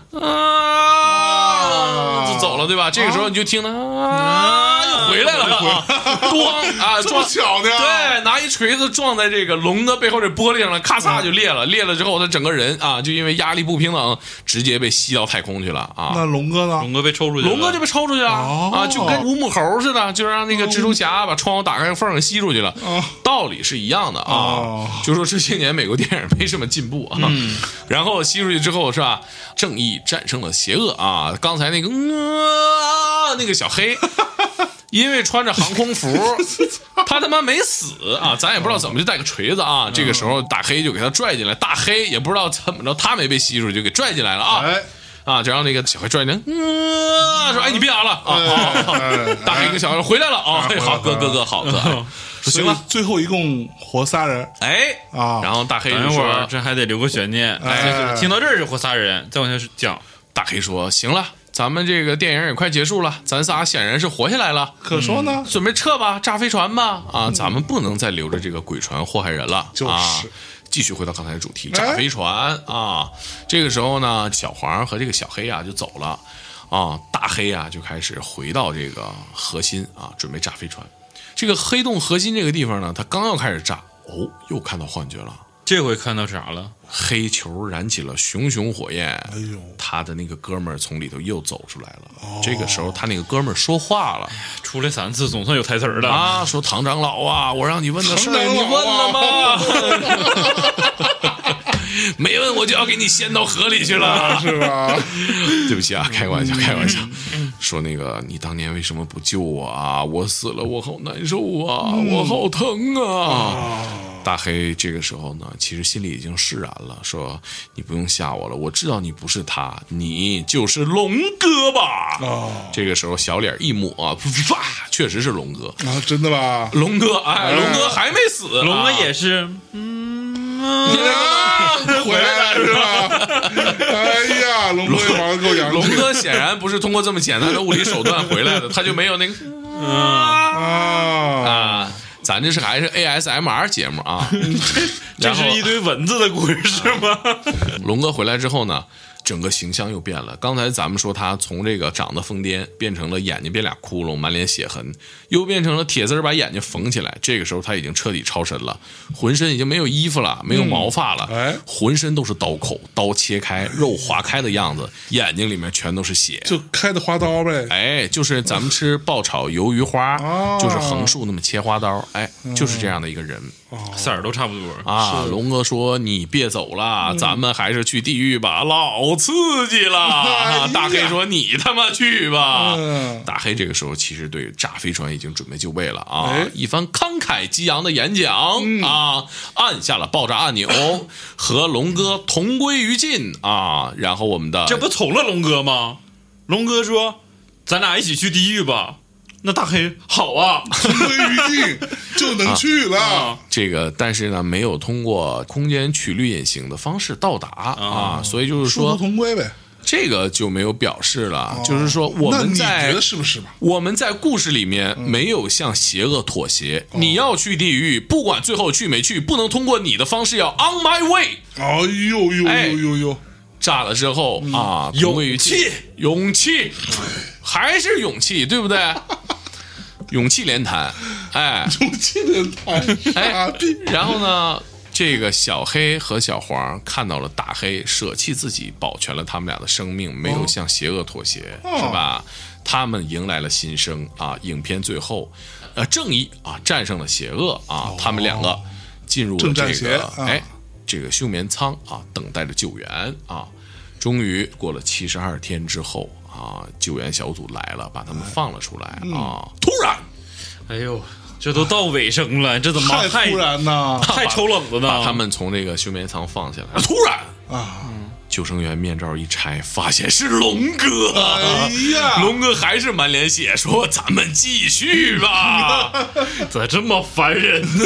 [SPEAKER 1] 啊，就走了，对吧？这个时候你就听到啊，又回来了啊， [LAUGHS] 咣啊，
[SPEAKER 3] 这么
[SPEAKER 1] 撞
[SPEAKER 3] 巧呢？
[SPEAKER 1] 对，拿一锤子撞在这个龙哥背后这玻璃上了，咔嚓就裂了，裂了之后他整个人啊，就因为压力不平等，直接被吸到太空去了啊。
[SPEAKER 3] 那龙哥呢？
[SPEAKER 2] 龙哥被抽出去了，
[SPEAKER 1] 龙哥就被抽出去了、
[SPEAKER 3] 哦
[SPEAKER 1] 啊，就跟乌木猴似的，就让那个蜘蛛侠把窗户打开缝儿给吸出去了，
[SPEAKER 3] 哦
[SPEAKER 1] 道理是一样的啊。
[SPEAKER 3] 哦
[SPEAKER 1] 就说这些年美国电影没什么进步啊，
[SPEAKER 2] 嗯
[SPEAKER 1] 然后吸出去之后是吧，正义战胜了邪恶啊。刚才那个、呃、那个小
[SPEAKER 3] [LAUGHS]
[SPEAKER 1] 黑。因为穿着航空服，他他妈没死啊！咱也不知道怎么就带个锤子啊。这个时候大黑就给他拽进来，大黑也不知道怎么着，他没被吸出去就给拽进来了啊。
[SPEAKER 3] 哎，
[SPEAKER 1] 啊，就让那个小黑拽人，嗯，说哎你别打了啊啊，好
[SPEAKER 3] 哎哎
[SPEAKER 1] [LAUGHS] 大黑跟小黑说回来了啊，哎好
[SPEAKER 3] 回
[SPEAKER 1] 哥
[SPEAKER 3] 来
[SPEAKER 1] 哥哥好哥，哎说行了，，
[SPEAKER 3] 最后一共活仨人
[SPEAKER 1] 哎
[SPEAKER 3] 啊
[SPEAKER 1] 然后大黑
[SPEAKER 2] 等
[SPEAKER 1] 就
[SPEAKER 2] 一会儿，
[SPEAKER 1] 说，
[SPEAKER 2] 这还得留个悬念。
[SPEAKER 3] 哎
[SPEAKER 2] 听到这儿是活仨人，再往下讲，
[SPEAKER 1] 大黑说行了，咱们这个电影也快结束了，咱仨显然是活下来了。嗯
[SPEAKER 3] 可说呢。
[SPEAKER 1] 准备撤吧，炸飞船吧！啊，咱们不能再留着这个鬼船祸害人了。
[SPEAKER 3] 就是
[SPEAKER 1] 啊，继续回到刚才的主题，
[SPEAKER 3] 哎
[SPEAKER 1] 炸飞船啊！这个时候呢，小黄和这个小黑啊就走了，啊，大黑啊就开始回到这个核心啊，准备炸飞船。这个黑洞核心这个地方呢，它刚要开始炸，哦，又看到幻觉了，
[SPEAKER 2] 这回看到啥了？
[SPEAKER 1] 黑球燃起了熊熊火焰。
[SPEAKER 3] 哎呦，哦
[SPEAKER 1] 他的那个哥们儿从里头又走出来了，这个时候他那个哥们儿说话了，
[SPEAKER 2] 出来三次，总算有台词儿了。
[SPEAKER 1] 啊，说唐长老啊，我让你问的事儿，
[SPEAKER 3] 唐长
[SPEAKER 1] 你
[SPEAKER 3] 老啊
[SPEAKER 1] 问了吗？ [LAUGHS] 没问我就要给你掀到河里去了。
[SPEAKER 3] 是吧？
[SPEAKER 1] [LAUGHS] 对不起啊，开玩笑，开玩笑。说那个，你当年为什么不救我啊？我死了，我好难受啊，我好疼啊。大黑这个时候呢，其实心里已经释然了，说你不用吓我了，我知道你不是他，你就是龙哥吧？
[SPEAKER 3] [LAUGHS] 哦
[SPEAKER 1] 这个时候小脸一抹、啊，啪，确实是龙哥。
[SPEAKER 3] 啊，真的吧？
[SPEAKER 1] 龙哥，哎，龙哥还没死，
[SPEAKER 2] 龙哥
[SPEAKER 1] 啊
[SPEAKER 2] 也是，
[SPEAKER 3] 啊， [LAUGHS] 回来了是吧？哎呀，龙哥也玩够洋
[SPEAKER 1] 龙
[SPEAKER 3] 气
[SPEAKER 1] 哥显然不是通过这么简单的物理手段回来的，他就没有那个
[SPEAKER 3] 啊！
[SPEAKER 1] 啊，咱这是还是 ASMR 节目啊。
[SPEAKER 2] [LAUGHS] 这
[SPEAKER 1] 然后
[SPEAKER 2] 是一堆蚊子的故事吗？ [LAUGHS]
[SPEAKER 1] 龙哥回来之后呢，整个形象又变了。刚才咱们说他从这个长得疯癫变成了眼睛变俩窟窿，满脸血痕，又变成了铁丝儿把眼睛缝起来。这个时候他已经彻底超神了，浑身已经没有衣服了，没
[SPEAKER 2] 嗯
[SPEAKER 1] 有毛发了，
[SPEAKER 3] 哎
[SPEAKER 1] 浑身都是刀口，刀切开，肉划开的样子，眼睛里面全都是血。
[SPEAKER 3] 就开的花刀呗，
[SPEAKER 1] 哎，就是咱们吃爆炒鱿鱼花，
[SPEAKER 3] 哦
[SPEAKER 1] 就是横竖那么切花刀，哎，就是这样的一个人
[SPEAKER 2] 色儿都差不多。
[SPEAKER 1] 啊。龙哥说：“你别走了，
[SPEAKER 3] 嗯
[SPEAKER 1] 咱们还是去地狱吧，老刺激了。
[SPEAKER 3] [LAUGHS] 哎呀
[SPEAKER 1] 大黑说：“你他妈去吧。
[SPEAKER 3] 嗯
[SPEAKER 1] 大黑这个时候其实对炸飞船已经准备就位了啊，
[SPEAKER 3] 哎嗯
[SPEAKER 1] 一番慷慨激昂的演讲、啊，按下了爆炸按
[SPEAKER 3] [LAUGHS]
[SPEAKER 1] 钮，和龙哥同归于尽啊。然后我们的
[SPEAKER 2] 这不从了龙哥吗？龙哥说：“咱俩一起去地狱吧。那大黑好 [LAUGHS] 啊，
[SPEAKER 3] 归于尽就能去了。
[SPEAKER 1] 这个，但是呢，没有通过空间曲率隐形的方式到达
[SPEAKER 3] 哦
[SPEAKER 1] 啊，所以就是
[SPEAKER 3] 殊途
[SPEAKER 1] 说，
[SPEAKER 3] 同归呗。
[SPEAKER 1] 这个就没有表示了。就是说，我
[SPEAKER 3] 哦那
[SPEAKER 1] 们
[SPEAKER 3] 你
[SPEAKER 1] 在
[SPEAKER 3] 觉得是不是吧？
[SPEAKER 1] 我们在故事里面没有向邪恶妥协。你要去地狱，不管最后去没去，不能通过你的方式，要 on my way。
[SPEAKER 3] 哎呦呦
[SPEAKER 1] 哎
[SPEAKER 3] 呦呦呦！
[SPEAKER 1] 炸了之后、啊，
[SPEAKER 2] 勇
[SPEAKER 1] 同归于尽
[SPEAKER 2] 气，
[SPEAKER 1] 勇气，还是勇气，对不对？勇气连弹，哎，
[SPEAKER 3] 勇气人太傻
[SPEAKER 1] 哎
[SPEAKER 3] 逼，，
[SPEAKER 1] 然后呢，这个小黑和小黄看到了大黑舍弃自己，保全了他们俩的生命，没有向邪恶妥协，
[SPEAKER 3] 哦
[SPEAKER 1] 是吧？他们迎来了新生啊！影片最后，呃，正义啊战胜了邪恶啊！他们两个进入了
[SPEAKER 3] 哦正战
[SPEAKER 1] 这
[SPEAKER 3] 邪
[SPEAKER 1] 个、
[SPEAKER 3] 啊
[SPEAKER 1] 哎这个休眠舱啊，等待着救援啊！终于过了七十二天之后啊，救援小组来了，把他们放了出来
[SPEAKER 3] 嗯
[SPEAKER 1] 啊！突然，
[SPEAKER 2] 哎呦，这都到尾声了，这怎么
[SPEAKER 3] 太
[SPEAKER 2] 太
[SPEAKER 3] 突然呐
[SPEAKER 2] 太抽冷
[SPEAKER 1] 把
[SPEAKER 2] 子
[SPEAKER 3] 嗯
[SPEAKER 2] [LAUGHS] 呢？
[SPEAKER 1] 他们从这个休眠舱放下来，突然。
[SPEAKER 3] 啊！
[SPEAKER 1] 救生员面罩一拆，发现是龙哥。
[SPEAKER 3] 哎呀，
[SPEAKER 1] 龙哥还是满脸血，说：“咱们继
[SPEAKER 3] [LAUGHS]
[SPEAKER 1] 续吧。
[SPEAKER 2] 咋这么烦人呢？”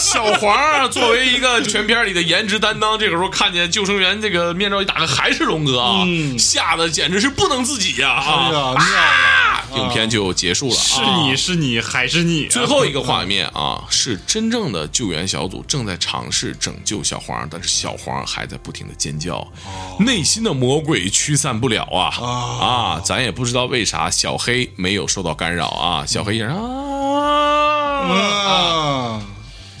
[SPEAKER 1] 小黄儿作为一个全片里的颜值担当，这个时候看见救生员这个面罩一打开，还是龙哥啊，吓得简直是不能自己呀！
[SPEAKER 3] 嗯哎呀，尿
[SPEAKER 1] 啊，
[SPEAKER 3] 了！
[SPEAKER 1] 影片就结束了。
[SPEAKER 2] [LAUGHS] 是
[SPEAKER 1] 啊
[SPEAKER 2] 你是你还是你啊？
[SPEAKER 1] 最
[SPEAKER 2] [LAUGHS]
[SPEAKER 1] 后一个画面啊，是真正的救援小组正在尝试拯救小黄，但是小黄还在不停的尖叫，内心的魔鬼驱散不了哦啊、啊！咱也不知道为啥小黑没有受到干扰啊，小黑一人啊，
[SPEAKER 3] 啊，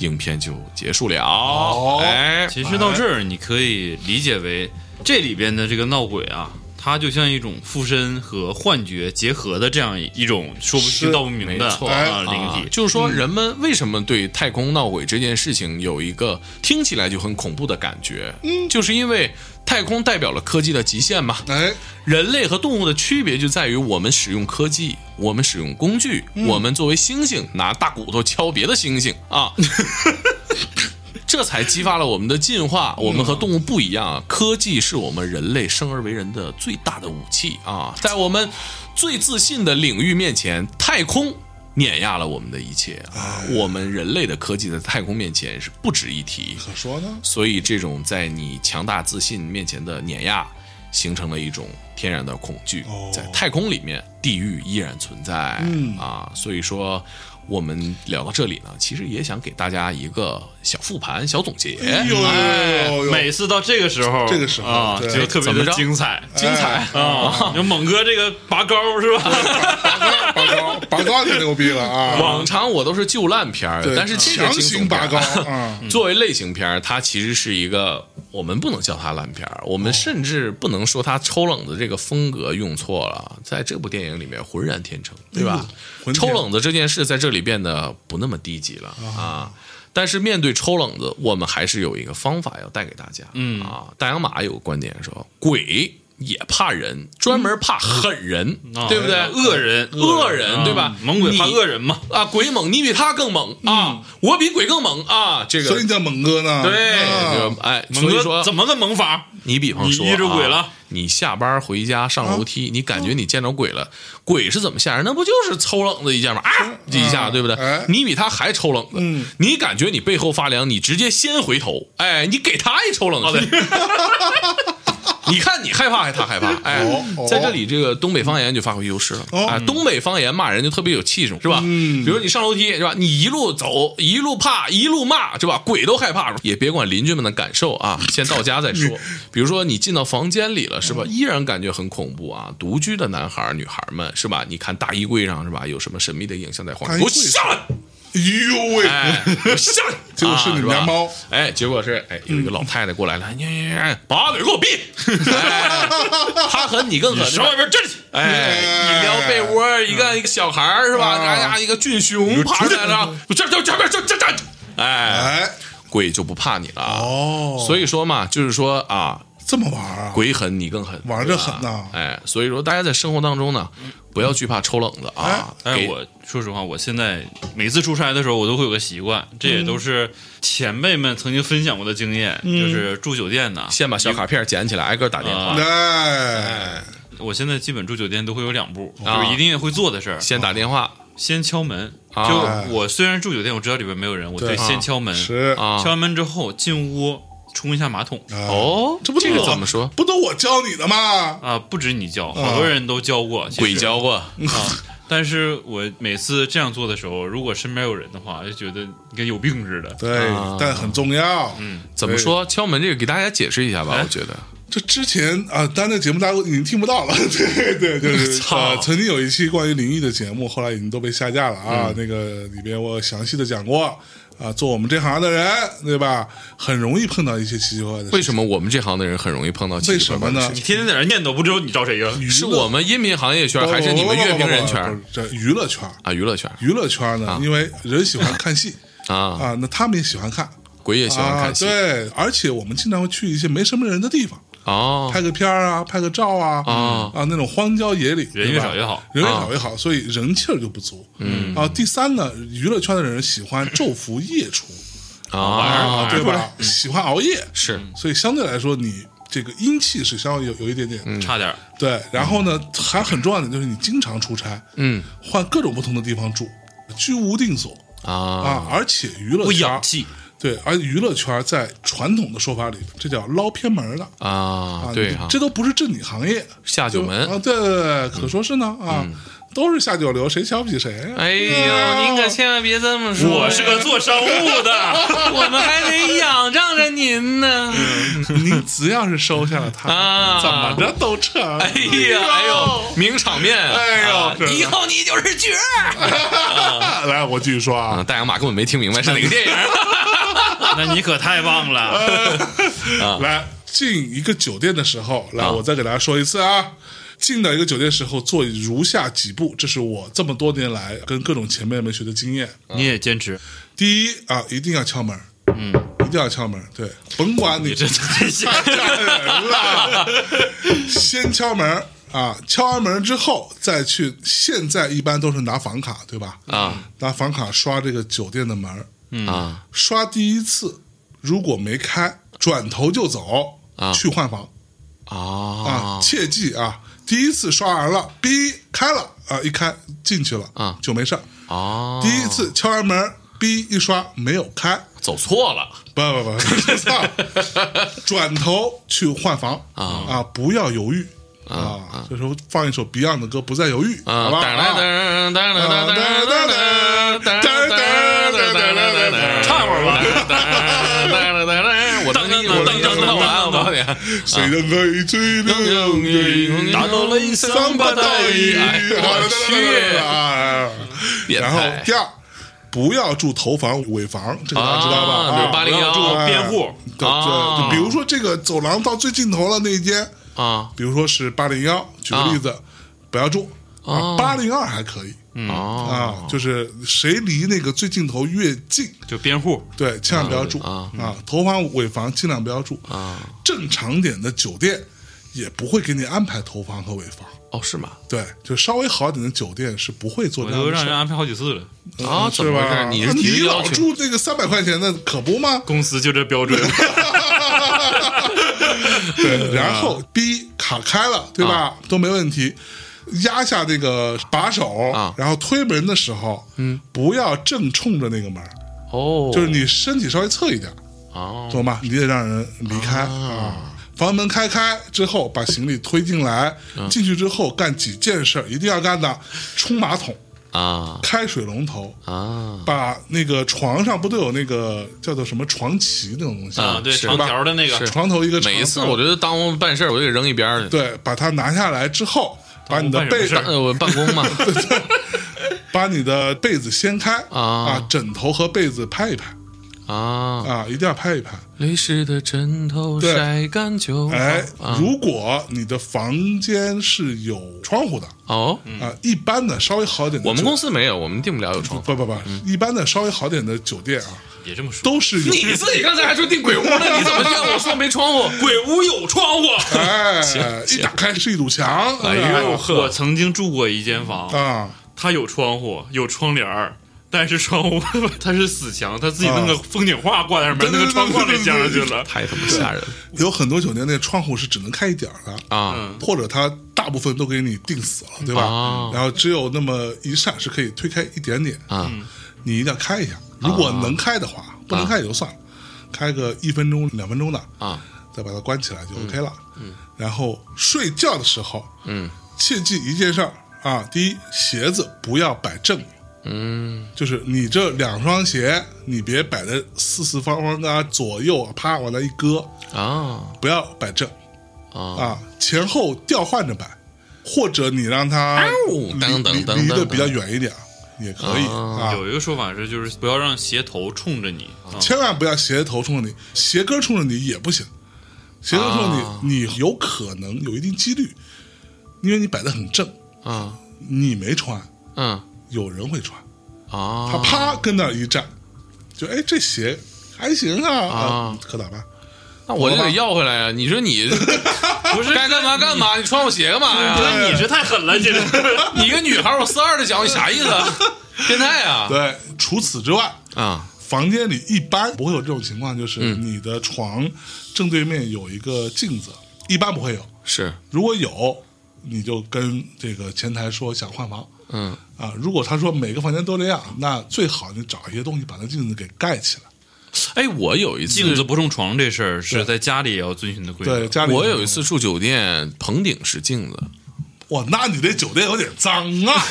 [SPEAKER 1] 影片就结束了。
[SPEAKER 3] 哦
[SPEAKER 1] 哎，
[SPEAKER 4] 其实到这儿，你可以理解为这里边的这个闹鬼啊，它就像一种附身和幻觉结合的这样一种说不清
[SPEAKER 3] 是
[SPEAKER 4] 道不明的
[SPEAKER 1] 没错
[SPEAKER 4] 啊
[SPEAKER 1] 啊
[SPEAKER 4] 灵体。
[SPEAKER 1] 就是说，人们为什么对太空闹鬼这件事情有一个听起来就很恐怖的感觉？嗯，就是因为太空代表了科技的极限嘛。
[SPEAKER 3] 哎，
[SPEAKER 1] 人类和动物的区别就在于我们使用科技，我们使用工具，我们作为猩猩拿大骨头敲别的猩猩啊，这才激发了我们的进化。我们和动物不一样啊，科技是我们人类生而为人的最大的武器啊，在我们最自信的领域面前，太空。碾压了我们的一切啊！我们人类的科技在太空面前是不值一提。
[SPEAKER 3] 可说呢，
[SPEAKER 1] 所以这种在你强大自信面前的碾压，形成了一种天然的恐惧。
[SPEAKER 3] 哦
[SPEAKER 1] 在太空里面，地狱依然存在。
[SPEAKER 3] 嗯
[SPEAKER 1] 啊，所以说我们聊到这里呢，其实也想给大家一个小复盘、小总结。
[SPEAKER 3] 哎呦呦
[SPEAKER 1] 哎
[SPEAKER 3] 呦呦呦，
[SPEAKER 2] 每次到这个时候，
[SPEAKER 3] 这个时候
[SPEAKER 2] 啊，
[SPEAKER 3] 对
[SPEAKER 2] 就特别
[SPEAKER 1] 怎么
[SPEAKER 2] 的
[SPEAKER 1] 着
[SPEAKER 2] 精彩
[SPEAKER 1] 精彩
[SPEAKER 3] 哎
[SPEAKER 2] 啊！就猛哥这个拔高是吧？
[SPEAKER 3] 拔高，拔高太牛逼了啊！
[SPEAKER 1] 往常我都是旧烂片儿
[SPEAKER 3] 对，，
[SPEAKER 1] 但是这个
[SPEAKER 3] 强
[SPEAKER 1] 惊悚
[SPEAKER 3] 行拔
[SPEAKER 1] 片
[SPEAKER 3] 高
[SPEAKER 1] 儿
[SPEAKER 3] 啊！
[SPEAKER 1] 作为类型片儿，它其实是一个我们不能叫它烂片儿，我们甚至不能说它抽冷子这个风格用错了，在这部电影里面浑然天成，对吧
[SPEAKER 3] 呦？浑天
[SPEAKER 1] 抽冷子这件事在这里变得不那么低级了啊。但是面对抽冷子，我们还是有一个方法要带给大家。嗯啊，大洋马有个观点说，鬼也怕人，专门怕狠人，
[SPEAKER 2] 嗯
[SPEAKER 1] 对不对？
[SPEAKER 2] 啊哎恶人，
[SPEAKER 1] 恶人
[SPEAKER 2] 啊
[SPEAKER 1] 对吧？
[SPEAKER 2] 猛鬼怕
[SPEAKER 1] 你
[SPEAKER 2] 恶人嘛？
[SPEAKER 1] 啊，鬼猛，你比他更猛啊！我比鬼更猛啊！这个
[SPEAKER 3] 所以你叫猛哥呢？
[SPEAKER 1] 对，
[SPEAKER 3] 啊
[SPEAKER 1] 就哎，
[SPEAKER 2] 猛
[SPEAKER 1] 所以
[SPEAKER 2] 哥
[SPEAKER 1] 说
[SPEAKER 2] 嗯怎么个猛法？
[SPEAKER 1] 你比方说
[SPEAKER 2] 你遇着鬼了嗯
[SPEAKER 1] 啊你下班回家上楼梯，你感觉你见着鬼了，鬼是怎么吓人？那不就是抽冷子一下吗？啊，这一
[SPEAKER 2] 嗯
[SPEAKER 1] 下对不对
[SPEAKER 3] 哎？
[SPEAKER 1] 你比他还抽冷子
[SPEAKER 3] 嗯，
[SPEAKER 1] 你感觉你背后发凉，你直接先回头，哎，你给他一抽冷子。 [LAUGHS] 你看你害怕还是他害
[SPEAKER 2] [LAUGHS]
[SPEAKER 1] 怕？哎
[SPEAKER 3] 哦哦，
[SPEAKER 1] 在这里这个东北方言就发挥优势了
[SPEAKER 3] 哦
[SPEAKER 1] 啊！东北方言骂人就特别有气势，是吧？嗯，比如你上楼梯是吧？你一路走，一路怕，一路骂，是吧？鬼都害怕，也别管邻居们的感受啊，先到家再说。比如说你进到房间里了，是吧？依然感觉很恐怖啊！独居的男孩儿女孩儿们是吧？你看大衣柜上是吧？有什么神秘的影像在晃？
[SPEAKER 3] 大衣
[SPEAKER 1] 给我
[SPEAKER 3] 柜
[SPEAKER 1] 下来！
[SPEAKER 3] 哎呦喂，
[SPEAKER 1] 哎，我下来！
[SPEAKER 3] 结果是你们家
[SPEAKER 1] 啊吧
[SPEAKER 3] 猫
[SPEAKER 1] 哎，结果是哎，有一个老太太过来了，你你你把嘴给我闭！哎她狠你更狠，
[SPEAKER 2] 上外边站起！
[SPEAKER 1] 哎，一撩被窝，一个一个小孩儿是吧？
[SPEAKER 3] 嗯啊
[SPEAKER 1] 哎呀，一个俊雄爬出来了，这这这边这这这，哎，
[SPEAKER 3] 哎，
[SPEAKER 1] 鬼就不怕你了。
[SPEAKER 3] 哦，
[SPEAKER 1] 所以说嘛，就是说啊，
[SPEAKER 3] 这么玩啊？
[SPEAKER 1] 鬼狠你更狠，
[SPEAKER 3] 玩
[SPEAKER 1] 对
[SPEAKER 3] 着
[SPEAKER 1] 吧
[SPEAKER 3] 狠呐
[SPEAKER 1] 哎，所以说大家在生活当中呢，不要惧怕抽冷子啊。
[SPEAKER 4] 哎，
[SPEAKER 1] 给
[SPEAKER 4] 我说实话，我现在每次出差的时候，我都会有个习惯，这也
[SPEAKER 3] 嗯
[SPEAKER 4] 都是前辈们曾经分享过的经验，就是住酒店呐，
[SPEAKER 3] 嗯
[SPEAKER 1] 先把小卡片捡起来，挨个打电话。
[SPEAKER 3] 哎，
[SPEAKER 4] 我现在基本住酒店都会有两步，
[SPEAKER 1] 啊
[SPEAKER 4] 就是一定会做的事儿，
[SPEAKER 1] 先打电话
[SPEAKER 4] 先敲门。
[SPEAKER 1] 啊
[SPEAKER 4] 就我虽然住酒店，我知道里边没有人，我
[SPEAKER 3] 对
[SPEAKER 4] 得先敲门。
[SPEAKER 3] 是啊
[SPEAKER 1] 啊
[SPEAKER 4] 敲，完门之后进屋冲一下马桶。
[SPEAKER 1] 哦，
[SPEAKER 3] 这不啊
[SPEAKER 1] 这个
[SPEAKER 3] 我
[SPEAKER 1] 怎么说？
[SPEAKER 3] 不都我教你的吗？
[SPEAKER 4] 啊，不止你教，好多人都教过，其实
[SPEAKER 1] 鬼教过，
[SPEAKER 4] 啊。但是我每次这样做的时候，如果身边有人的话，就觉得你跟有病似的。
[SPEAKER 3] 对，但很重要。嗯，
[SPEAKER 1] 怎么说？敲门这个给大家解释一下
[SPEAKER 3] 哎
[SPEAKER 1] 吧，我觉得
[SPEAKER 3] 这之前啊，当然那节目大家已经听不到了， [LAUGHS] 对对对对，
[SPEAKER 1] 操
[SPEAKER 3] 呃，曾经有一期关于灵异的节目，后来已经都被下架了
[SPEAKER 1] 嗯
[SPEAKER 3] 啊。那个里边我详细的讲过啊，做我们这行的人，对吧？很容易碰到一些奇奇怪怪的
[SPEAKER 1] 为
[SPEAKER 3] 事情。
[SPEAKER 1] 什么我们这行的人很容易碰到奇
[SPEAKER 3] 为
[SPEAKER 1] 奇
[SPEAKER 3] 什
[SPEAKER 1] 怪
[SPEAKER 3] 么
[SPEAKER 1] 怪的
[SPEAKER 3] 呢
[SPEAKER 1] 事？情？
[SPEAKER 4] 你天天在那念叨，不知道你招谁呀？
[SPEAKER 1] 是我们音频行业圈，还是你们乐评人圈
[SPEAKER 3] 不是？这娱乐圈，
[SPEAKER 1] 啊？娱乐圈
[SPEAKER 3] 娱乐圈呢，因为人喜欢看戏
[SPEAKER 1] 啊，
[SPEAKER 3] 啊，那他们也喜欢看。
[SPEAKER 1] 鬼也喜欢看戏
[SPEAKER 3] 啊。对，而且我们经常会去一些没什么人的地方，
[SPEAKER 1] 哦
[SPEAKER 3] 拍个片儿啊，拍个照啊，
[SPEAKER 1] 啊
[SPEAKER 3] 那种荒郊野岭，
[SPEAKER 4] 人
[SPEAKER 3] 对
[SPEAKER 4] 越
[SPEAKER 3] 吧
[SPEAKER 4] 少越好
[SPEAKER 3] 人越少越好，所以人气儿就不足。嗯，啊，第三呢，娱乐圈的人喜欢昼伏夜出，
[SPEAKER 1] 啊，
[SPEAKER 3] 对吧？喜欢熬夜，
[SPEAKER 1] 是
[SPEAKER 4] 嗯
[SPEAKER 3] 所以相对来说，你这个阴气是稍微有有一点点。
[SPEAKER 2] 嗯
[SPEAKER 4] 差点儿
[SPEAKER 3] 对，然后呢，还很重要的就是你经常出差，
[SPEAKER 1] 嗯，
[SPEAKER 3] 换各种不同的地方住，居无定所
[SPEAKER 1] 啊
[SPEAKER 3] 啊，而且娱乐
[SPEAKER 4] 不
[SPEAKER 3] 圈
[SPEAKER 4] 洋气，
[SPEAKER 3] 对，而娱乐圈在传统的说法里，这叫捞偏门的
[SPEAKER 1] 啊
[SPEAKER 3] 啊，
[SPEAKER 1] 对
[SPEAKER 3] 你
[SPEAKER 1] 哈，
[SPEAKER 3] 这都不是正经行业，
[SPEAKER 1] 下九门
[SPEAKER 3] 就啊，对对对，可说是呢啊，都是下九流，谁瞧不起谁？
[SPEAKER 1] 嗯
[SPEAKER 3] 啊
[SPEAKER 1] 哎呦，您可千万别这么说，
[SPEAKER 4] 我是个做商务的，
[SPEAKER 1] 我们还得仰仗着您呢
[SPEAKER 3] 嗯您只要是收下了他，
[SPEAKER 1] 啊！
[SPEAKER 3] 怎么？着都成。
[SPEAKER 1] 哎呀，哎呦，名场面！
[SPEAKER 3] 哎呦嗯
[SPEAKER 1] 啊
[SPEAKER 3] 真的
[SPEAKER 1] 以后你就是角儿。
[SPEAKER 3] [LAUGHS] 来，我继续说
[SPEAKER 1] 啊，
[SPEAKER 3] 啊，
[SPEAKER 1] 大洋马根本没听明白是哪个电影
[SPEAKER 4] [LAUGHS] 那你可太棒了。
[SPEAKER 1] 嗯
[SPEAKER 3] 来进一个酒店的时候，来，我再给大家说一次啊。进到一个酒店时候，做如下几步，这是我这么多年来跟各种前辈们学的经验。
[SPEAKER 4] 你也坚持，
[SPEAKER 3] 第一啊，一定要敲门，嗯，一定要敲门，对，甭管你
[SPEAKER 4] 这太吓人 [LAUGHS]
[SPEAKER 3] 吓人了，先敲门啊，敲完门之后再去。现在一般都是拿房卡，对吧？
[SPEAKER 1] 啊
[SPEAKER 3] 拿房卡刷这个酒店的门，
[SPEAKER 1] 啊
[SPEAKER 3] 刷第一次如果没开，转头就走，
[SPEAKER 1] 啊
[SPEAKER 3] 去换房啊
[SPEAKER 1] 啊！
[SPEAKER 3] 切记啊，第一次刷完了，哔开了啊，一开进去了
[SPEAKER 1] 啊
[SPEAKER 3] 就没事儿。
[SPEAKER 1] 啊！
[SPEAKER 3] 第一次敲完门，哔一刷没有开，
[SPEAKER 1] 走错了
[SPEAKER 3] 不不不，操！转头去换房
[SPEAKER 1] 啊
[SPEAKER 3] 不要犹豫啊！这时候放一首 Beyond 的歌，不再犹豫，
[SPEAKER 1] 啊！
[SPEAKER 3] 好吧？
[SPEAKER 1] 噔噔噔噔噔噔噔噔噔噔
[SPEAKER 3] 唱会儿吧
[SPEAKER 1] 吧。我等你，我等你等到完，我告诉你，
[SPEAKER 3] 谁能可以吹牛？
[SPEAKER 4] 达到了一
[SPEAKER 3] 三
[SPEAKER 4] 三
[SPEAKER 3] 八
[SPEAKER 4] 八
[SPEAKER 3] 大
[SPEAKER 4] 大
[SPEAKER 3] 姨，
[SPEAKER 4] 姨，
[SPEAKER 1] 哎我去
[SPEAKER 3] 啊！
[SPEAKER 1] 变
[SPEAKER 3] 然后
[SPEAKER 1] 态
[SPEAKER 3] 第二，不要住头房、尾房，这个大家知道吧？
[SPEAKER 1] 啊
[SPEAKER 3] 啊
[SPEAKER 1] 八零幺
[SPEAKER 3] 不要住
[SPEAKER 4] 边户
[SPEAKER 3] 对对，
[SPEAKER 1] 啊
[SPEAKER 3] 就比如说这个走廊到最尽头了那一间，
[SPEAKER 1] 啊
[SPEAKER 3] 比如说是八零幺，举个例子，不要住
[SPEAKER 1] 哦
[SPEAKER 3] 八零二还可以。
[SPEAKER 1] 啊！
[SPEAKER 3] 啊，就是谁离那个最尽头越近，
[SPEAKER 4] 就边户
[SPEAKER 3] 对，千万不要住
[SPEAKER 1] 啊
[SPEAKER 3] 头房尾房尽量不要住
[SPEAKER 1] 啊。
[SPEAKER 3] 正常点的酒店也不会给你安排头房和尾房，
[SPEAKER 1] 哦，是吗？
[SPEAKER 3] 对，就稍微好点的酒店是不会做
[SPEAKER 4] 我
[SPEAKER 3] 这
[SPEAKER 4] 都
[SPEAKER 3] 样的
[SPEAKER 4] 让
[SPEAKER 3] 事
[SPEAKER 4] 人
[SPEAKER 3] 儿
[SPEAKER 4] 安排好几次了。
[SPEAKER 1] 啊，
[SPEAKER 3] 嗯
[SPEAKER 1] 怎
[SPEAKER 3] 是
[SPEAKER 1] 么回
[SPEAKER 3] 吧啊
[SPEAKER 1] 事？？你是提的要
[SPEAKER 3] 老
[SPEAKER 1] 求
[SPEAKER 3] 住那个三百块钱的，可不
[SPEAKER 1] [LAUGHS]
[SPEAKER 3] 吗？
[SPEAKER 4] 公司就这标准，
[SPEAKER 3] 对，然后
[SPEAKER 1] 啊
[SPEAKER 3] B 卡开了，对吧？都没问题。压下那个把手，
[SPEAKER 1] 啊
[SPEAKER 3] 然后推门的时候，嗯，不要正冲着那个门，
[SPEAKER 1] 哦，
[SPEAKER 3] 就是你身体稍微侧一点，
[SPEAKER 1] 哦
[SPEAKER 3] 懂吗？你得让人离开啊。房门开开之后，把行李推进来，
[SPEAKER 4] 嗯
[SPEAKER 3] 进去之后干几件事儿一定要干的：冲马桶、
[SPEAKER 1] 啊
[SPEAKER 3] 开水龙头，
[SPEAKER 4] 嗯
[SPEAKER 1] 啊
[SPEAKER 3] 把那个床上不都有那个叫做什么床旗那种东西
[SPEAKER 4] 啊，对，
[SPEAKER 1] 是
[SPEAKER 4] 长条的那
[SPEAKER 1] 是
[SPEAKER 4] 个，
[SPEAKER 3] 床头一个长条，
[SPEAKER 1] 每一次我觉得当我办事儿，我就给扔一边儿去。
[SPEAKER 3] 对，把它拿下来之后，把你的
[SPEAKER 4] 办什么
[SPEAKER 3] 被
[SPEAKER 4] 事儿
[SPEAKER 1] 呃，我办公嘛，
[SPEAKER 3] 把你的被子掀开
[SPEAKER 1] 啊
[SPEAKER 3] 枕头和被子拍一拍
[SPEAKER 1] 啊，
[SPEAKER 3] 啊，一定要拍一
[SPEAKER 4] 嗯
[SPEAKER 3] 拍。
[SPEAKER 1] 泪湿的枕头
[SPEAKER 3] 对
[SPEAKER 1] 晒干就好。
[SPEAKER 3] 哎，
[SPEAKER 4] 嗯
[SPEAKER 1] 啊
[SPEAKER 3] 如果你的房间是有窗户的
[SPEAKER 1] 哦，
[SPEAKER 3] 啊，一般的稍微好点的酒，
[SPEAKER 1] 我们公司嗯没有，我们订不了有床。
[SPEAKER 3] 不不不，一般的稍微好点的酒店啊，
[SPEAKER 4] 别这么说。
[SPEAKER 3] 都是有
[SPEAKER 1] 你自己刚才还说订鬼屋呢，你怎么让我说没窗户？
[SPEAKER 4] 鬼屋有窗户。
[SPEAKER 1] [LAUGHS]
[SPEAKER 3] 哎，一打开是一堵墙，
[SPEAKER 1] 哎呦呵
[SPEAKER 4] 我曾经住过一间房，
[SPEAKER 3] 啊，
[SPEAKER 4] 它有窗户，有窗帘儿，但是窗户 [LAUGHS] 它是死墙，它自己弄个风景画挂在上面，
[SPEAKER 3] 对
[SPEAKER 4] 那
[SPEAKER 3] 对
[SPEAKER 4] 个窗框给加上去了。
[SPEAKER 1] 太他妈吓人了
[SPEAKER 3] 有很多酒店那窗户是只能开一点儿的
[SPEAKER 1] 啊！
[SPEAKER 3] 或者它大大部分都给你定死了，对吧？
[SPEAKER 1] 哦
[SPEAKER 3] 然后只有那么一扇是可以推开一点点，
[SPEAKER 1] 啊
[SPEAKER 3] 你一定要开一下。如果能开的话，不能开也就算了，开个一分钟、两分钟的，
[SPEAKER 1] 啊
[SPEAKER 3] 再把它关起来就 OK 了。嗯，然后睡觉的时候，嗯，切记一件事儿啊，第一，鞋子不要摆正了。嗯，就是你这两双鞋，你别摆的四四方方的啊，左右啊，啪往那一搁，
[SPEAKER 1] 啊
[SPEAKER 3] 不要摆正
[SPEAKER 1] 啊！
[SPEAKER 3] 啊，前后调换着摆，或者你让它
[SPEAKER 1] 呜
[SPEAKER 3] 离
[SPEAKER 1] 噔噔
[SPEAKER 3] 离
[SPEAKER 1] 噔
[SPEAKER 3] 离
[SPEAKER 1] 噔
[SPEAKER 3] 得
[SPEAKER 1] 噔
[SPEAKER 3] 比较远一点也可以啊，
[SPEAKER 4] 有一个说法是，就是不要让鞋头冲着你啊，
[SPEAKER 3] 千万不要鞋头冲着你，鞋跟冲着你也不行，鞋跟冲着你，
[SPEAKER 1] 啊
[SPEAKER 3] 你有可能有一定几率，因为你摆的很正，
[SPEAKER 1] 啊
[SPEAKER 3] 你没穿，
[SPEAKER 1] 嗯
[SPEAKER 3] 有人会穿，
[SPEAKER 1] 啊，
[SPEAKER 3] 他啪跟那儿一站，就哎这鞋还行啊，
[SPEAKER 1] 啊
[SPEAKER 3] 可咋办？
[SPEAKER 1] 那我就得要回来呀、你说 [LAUGHS] 你不是该干嘛干嘛？你穿我鞋干嘛
[SPEAKER 4] 啊
[SPEAKER 1] 呀？
[SPEAKER 2] 哥，你是太狠
[SPEAKER 4] [LAUGHS]
[SPEAKER 2] 了，你这
[SPEAKER 1] 你一个女孩儿，我四二的脚，你啥意 [LAUGHS] 思？啊变态啊！
[SPEAKER 3] 对，除此之外，
[SPEAKER 1] 啊
[SPEAKER 3] 房间里一般不会有这种情况，就是
[SPEAKER 1] 嗯
[SPEAKER 3] 你的床正对面有一个镜子，一般不会有。
[SPEAKER 1] 是
[SPEAKER 3] 如果有，你就跟这个前台说想换房
[SPEAKER 1] 嗯
[SPEAKER 3] 啊。如果他说每个房间都这样，那最好你找一些东西把那镜子给盖起来。
[SPEAKER 1] 哎，我有一次
[SPEAKER 4] 镜子不冲床这事儿是在家里也要遵循的规
[SPEAKER 3] 对，
[SPEAKER 4] 则。
[SPEAKER 3] 家里
[SPEAKER 1] 我有一次住酒店，棚顶是镜子，
[SPEAKER 3] 哇，那你这酒店有点脏啊！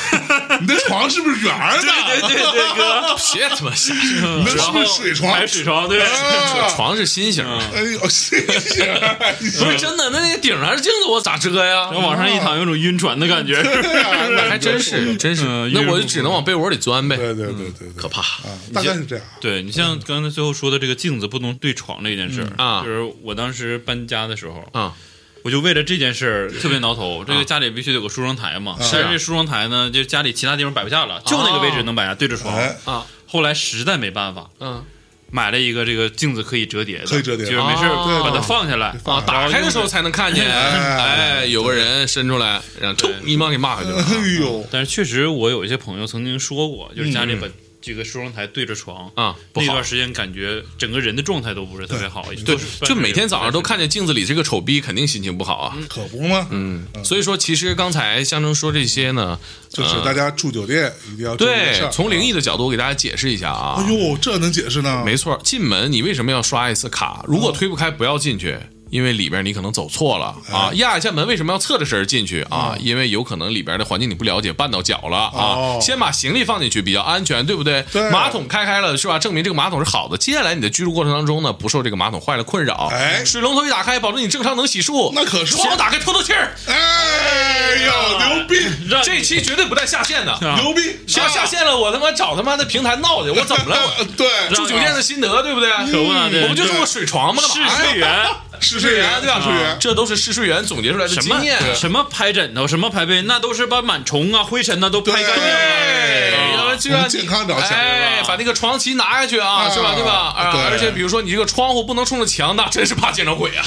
[SPEAKER 3] 你的床是不是圆的？
[SPEAKER 2] 对对对，
[SPEAKER 1] [LAUGHS]
[SPEAKER 2] 哥，
[SPEAKER 3] [LAUGHS]
[SPEAKER 1] 别他妈瞎说，
[SPEAKER 3] 你
[SPEAKER 1] [LAUGHS]
[SPEAKER 3] 那是不是水床？
[SPEAKER 2] 还有水
[SPEAKER 4] [LAUGHS]
[SPEAKER 2] 床对，
[SPEAKER 3] 啊
[SPEAKER 1] 床是心形的，
[SPEAKER 3] 哎呦，谢谢。
[SPEAKER 1] 不是真的，那那顶上是镜子，我咋遮呀？
[SPEAKER 2] 然后往上一躺，有种晕船的
[SPEAKER 3] [LAUGHS]
[SPEAKER 2] 感觉。
[SPEAKER 3] 啊
[SPEAKER 1] 那还真是真是，
[SPEAKER 4] 嗯
[SPEAKER 1] 那我就只能往被窝里钻呗，
[SPEAKER 3] 对对对对对，可
[SPEAKER 1] 怕
[SPEAKER 3] 啊！大概是这样。
[SPEAKER 4] 对你像刚才最后说的这个镜子不能对床这件事儿
[SPEAKER 1] 嗯啊
[SPEAKER 4] 就是我当时搬家的时候，
[SPEAKER 1] 啊
[SPEAKER 4] 我就为了这件事儿特别挠
[SPEAKER 2] 啊
[SPEAKER 4] 头。这个家里必须得有个梳妆台
[SPEAKER 3] 啊
[SPEAKER 4] 嘛，但是这梳妆台呢，就家里其他地方摆不下了，就那个位置能摆下，对着床。
[SPEAKER 3] 哎，
[SPEAKER 1] 啊
[SPEAKER 4] 后来实在没办法，
[SPEAKER 1] 嗯
[SPEAKER 4] 买了一个这个镜子可以折叠的，
[SPEAKER 3] 可以折叠
[SPEAKER 4] 就
[SPEAKER 3] 的
[SPEAKER 4] 是没事儿
[SPEAKER 1] 哦
[SPEAKER 4] 把它放下来
[SPEAKER 3] 放
[SPEAKER 1] 啊，打开的时候才能看见，
[SPEAKER 3] 哎
[SPEAKER 1] 哎，有个人伸出来，然后突一棒给骂回去了。
[SPEAKER 3] 哎呦，
[SPEAKER 4] 但是确实，我有一些朋友曾经说过，就是家里
[SPEAKER 3] 嗯
[SPEAKER 4] 把这个梳妆台对着床
[SPEAKER 1] [LAUGHS] 啊不
[SPEAKER 4] 那
[SPEAKER 1] 好
[SPEAKER 4] 段时间感觉整个人的状态都不是特别好，对
[SPEAKER 3] 对
[SPEAKER 1] 就每天早上都看见镜子里这个丑逼，肯定心情不好啊。
[SPEAKER 3] 可不嘛。
[SPEAKER 1] 嗯，所以说其实刚才象征说这些呢，
[SPEAKER 3] 就是大家住酒店一定要注意这事
[SPEAKER 1] 啊对
[SPEAKER 3] 儿，
[SPEAKER 1] 从灵异的角度我给大家解释一下啊。
[SPEAKER 3] 哎呦，这能解释呢？
[SPEAKER 1] 没错，进门你为什么要刷一次
[SPEAKER 3] 嗯
[SPEAKER 1] 卡？如果推不开，不要进去。因为里边你可能走错了
[SPEAKER 3] 哎
[SPEAKER 1] 啊，压一下门为什么要侧着身进去啊？因为有可能里边的环境你不了解，绊到脚了啊
[SPEAKER 3] 嗯哦。
[SPEAKER 1] 先把行李放进去比较安全，对不对？
[SPEAKER 3] 对
[SPEAKER 1] 马桶开开了是吧？证明这个马桶是好的。接下来你的居住过程当中呢，不受这个马桶坏了困扰。
[SPEAKER 3] 哎
[SPEAKER 1] 水龙头一打开，保证你正常能洗漱。
[SPEAKER 3] 那可是
[SPEAKER 1] 窗户打开透透
[SPEAKER 3] [LAUGHS]
[SPEAKER 1] 气儿。
[SPEAKER 3] 哎
[SPEAKER 1] 啊
[SPEAKER 3] 呦，牛逼，
[SPEAKER 2] 让
[SPEAKER 1] 这期绝对不带下
[SPEAKER 3] [LAUGHS]
[SPEAKER 1] 线的，
[SPEAKER 3] 牛逼！
[SPEAKER 1] 谁要下线了，我他妈找他妈的平台闹去，我怎
[SPEAKER 3] [LAUGHS]
[SPEAKER 1] 么了？我
[SPEAKER 3] 啊对，
[SPEAKER 1] 住酒店的心得，对不对？
[SPEAKER 2] 可不
[SPEAKER 3] 嗯
[SPEAKER 2] 呢，这
[SPEAKER 1] 我不就住过水床吗？干
[SPEAKER 2] 试
[SPEAKER 1] 嘛呀
[SPEAKER 2] 睡员，
[SPEAKER 1] [LAUGHS]
[SPEAKER 3] 试
[SPEAKER 1] 试
[SPEAKER 3] 睡员
[SPEAKER 1] 啊对吧？
[SPEAKER 3] 试睡员，
[SPEAKER 1] 这都是试睡员总结出来的
[SPEAKER 4] 什
[SPEAKER 1] 经
[SPEAKER 4] 么
[SPEAKER 1] 验。
[SPEAKER 4] 什么拍枕头，什么拍被，那都是把螨虫啊、灰尘呐、都拍干净了。
[SPEAKER 3] 对
[SPEAKER 1] 哎要不然就
[SPEAKER 3] 从
[SPEAKER 1] 让
[SPEAKER 3] 健康着想
[SPEAKER 1] 哎，把那个床旗拿下去啊，
[SPEAKER 3] 啊
[SPEAKER 1] 是吧？对吧？
[SPEAKER 3] 对
[SPEAKER 1] 啊，而且比如说你这个窗户不能冲着墙，那真是怕见着鬼 [LAUGHS] 啊！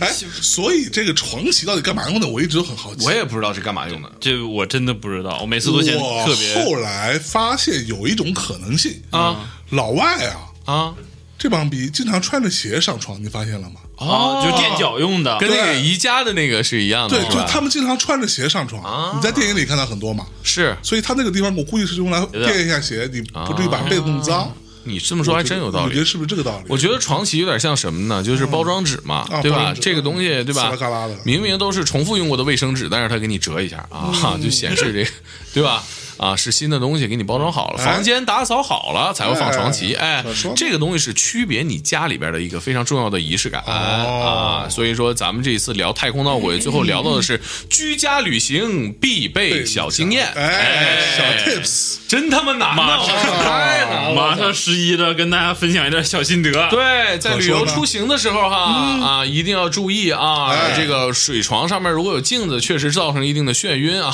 [SPEAKER 3] 哎，所以这个床席到底干嘛用的？我一直都很好奇。
[SPEAKER 1] 也不知道是干嘛用的。
[SPEAKER 4] 这我真的不知道，我每次都嫌
[SPEAKER 3] 我
[SPEAKER 4] 特别
[SPEAKER 3] 后来发现有一种可能性
[SPEAKER 1] 啊，
[SPEAKER 3] 老外啊，
[SPEAKER 1] 啊
[SPEAKER 3] 这帮逼经常穿着鞋上床，你发现了吗？
[SPEAKER 4] 啊，就是垫脚用的。
[SPEAKER 1] 哦跟那个
[SPEAKER 3] 对
[SPEAKER 1] 宜家的那个是一样的，
[SPEAKER 3] 对，
[SPEAKER 1] 是
[SPEAKER 3] 就
[SPEAKER 1] 吧？
[SPEAKER 3] 他们经常穿着鞋上
[SPEAKER 1] 啊
[SPEAKER 3] 床。你在电影里看到很多嘛，
[SPEAKER 1] 是
[SPEAKER 3] 所以他那个地方我估计是用来垫一下鞋，你不至于把被子弄脏。
[SPEAKER 1] 你这么说啊还真有道
[SPEAKER 3] 你觉
[SPEAKER 1] 理
[SPEAKER 3] 得。是不是这个道理？
[SPEAKER 1] 我觉得床旗有点像什么呢？就是包装纸嘛，
[SPEAKER 3] 啊
[SPEAKER 1] 对
[SPEAKER 3] 包
[SPEAKER 1] 吧？
[SPEAKER 3] 装纸嗯
[SPEAKER 1] 这个东西对
[SPEAKER 3] 撕
[SPEAKER 1] 吧
[SPEAKER 3] 了嘎啦的？嗯
[SPEAKER 1] 明明都是重复用过的卫生纸，但是它给你折一下啊，哈就显示这个 [LAUGHS] 对吧？啊，是新的东西，给你包装好了，
[SPEAKER 3] 哎
[SPEAKER 1] 房间打扫好了才会放床旗。
[SPEAKER 3] 哎
[SPEAKER 1] 哎
[SPEAKER 3] 可说，呢
[SPEAKER 1] 这个东西是区别你家里边的一个非常重要的仪式感
[SPEAKER 3] 哦
[SPEAKER 1] 啊。所以说，咱们这一次聊太空闹鬼，最后聊到的是居家旅行必备小经验，
[SPEAKER 3] 哎，小 tips，啊
[SPEAKER 1] 真他妈难呐！
[SPEAKER 4] 马
[SPEAKER 1] 我
[SPEAKER 4] 上
[SPEAKER 1] 操 [LAUGHS] 太难了，
[SPEAKER 4] 马上十一了，跟大家分享一点小心得。
[SPEAKER 1] 对，在
[SPEAKER 3] 可
[SPEAKER 1] 旅
[SPEAKER 3] 说
[SPEAKER 1] 游
[SPEAKER 3] 呢
[SPEAKER 1] 出行的时候哈、啊，一定要注意啊、
[SPEAKER 3] 哎
[SPEAKER 1] 这个水床上面如果有镜子，确实造成一定的眩晕啊，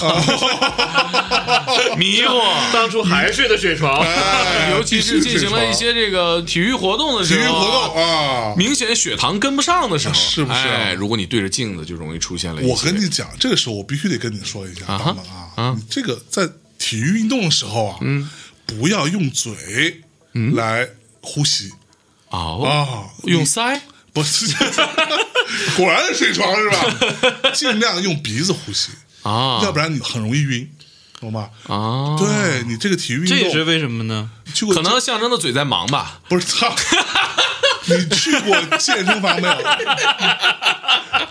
[SPEAKER 1] [LAUGHS] 迷糊。
[SPEAKER 2] 当初还睡的水床，
[SPEAKER 3] 哦哎
[SPEAKER 1] [LAUGHS] 尤其是进行了一
[SPEAKER 3] [LAUGHS]
[SPEAKER 1] 些哦这个体育活动的
[SPEAKER 3] 体育
[SPEAKER 1] 时候，
[SPEAKER 3] 活动啊。
[SPEAKER 1] 明显血糖跟不上的时候，
[SPEAKER 3] 是不是啊
[SPEAKER 1] 哎，如果你对着镜子，就容易出现了一些。
[SPEAKER 3] 我跟你讲，这个时候我必须得跟你说一下，
[SPEAKER 1] 啊哈嗯
[SPEAKER 3] 大萌啊，你这个在体育运动的时候啊，不要用嘴来呼吸
[SPEAKER 1] 哦，
[SPEAKER 3] 啊，
[SPEAKER 1] 用腮
[SPEAKER 3] 不不是， [LAUGHS] 果然是水床是
[SPEAKER 1] [LAUGHS]
[SPEAKER 3] 吧？尽量用鼻子呼吸，
[SPEAKER 1] 啊
[SPEAKER 3] 要不然你很容易晕，懂吗？
[SPEAKER 1] 啊，
[SPEAKER 3] 对你这个体育运
[SPEAKER 4] 这也是
[SPEAKER 3] 动，
[SPEAKER 4] 为什么呢？
[SPEAKER 3] 去过
[SPEAKER 1] 可能象征的嘴在忙吧，
[SPEAKER 3] 不是
[SPEAKER 1] [LAUGHS]
[SPEAKER 3] 操，你去过健身房没有？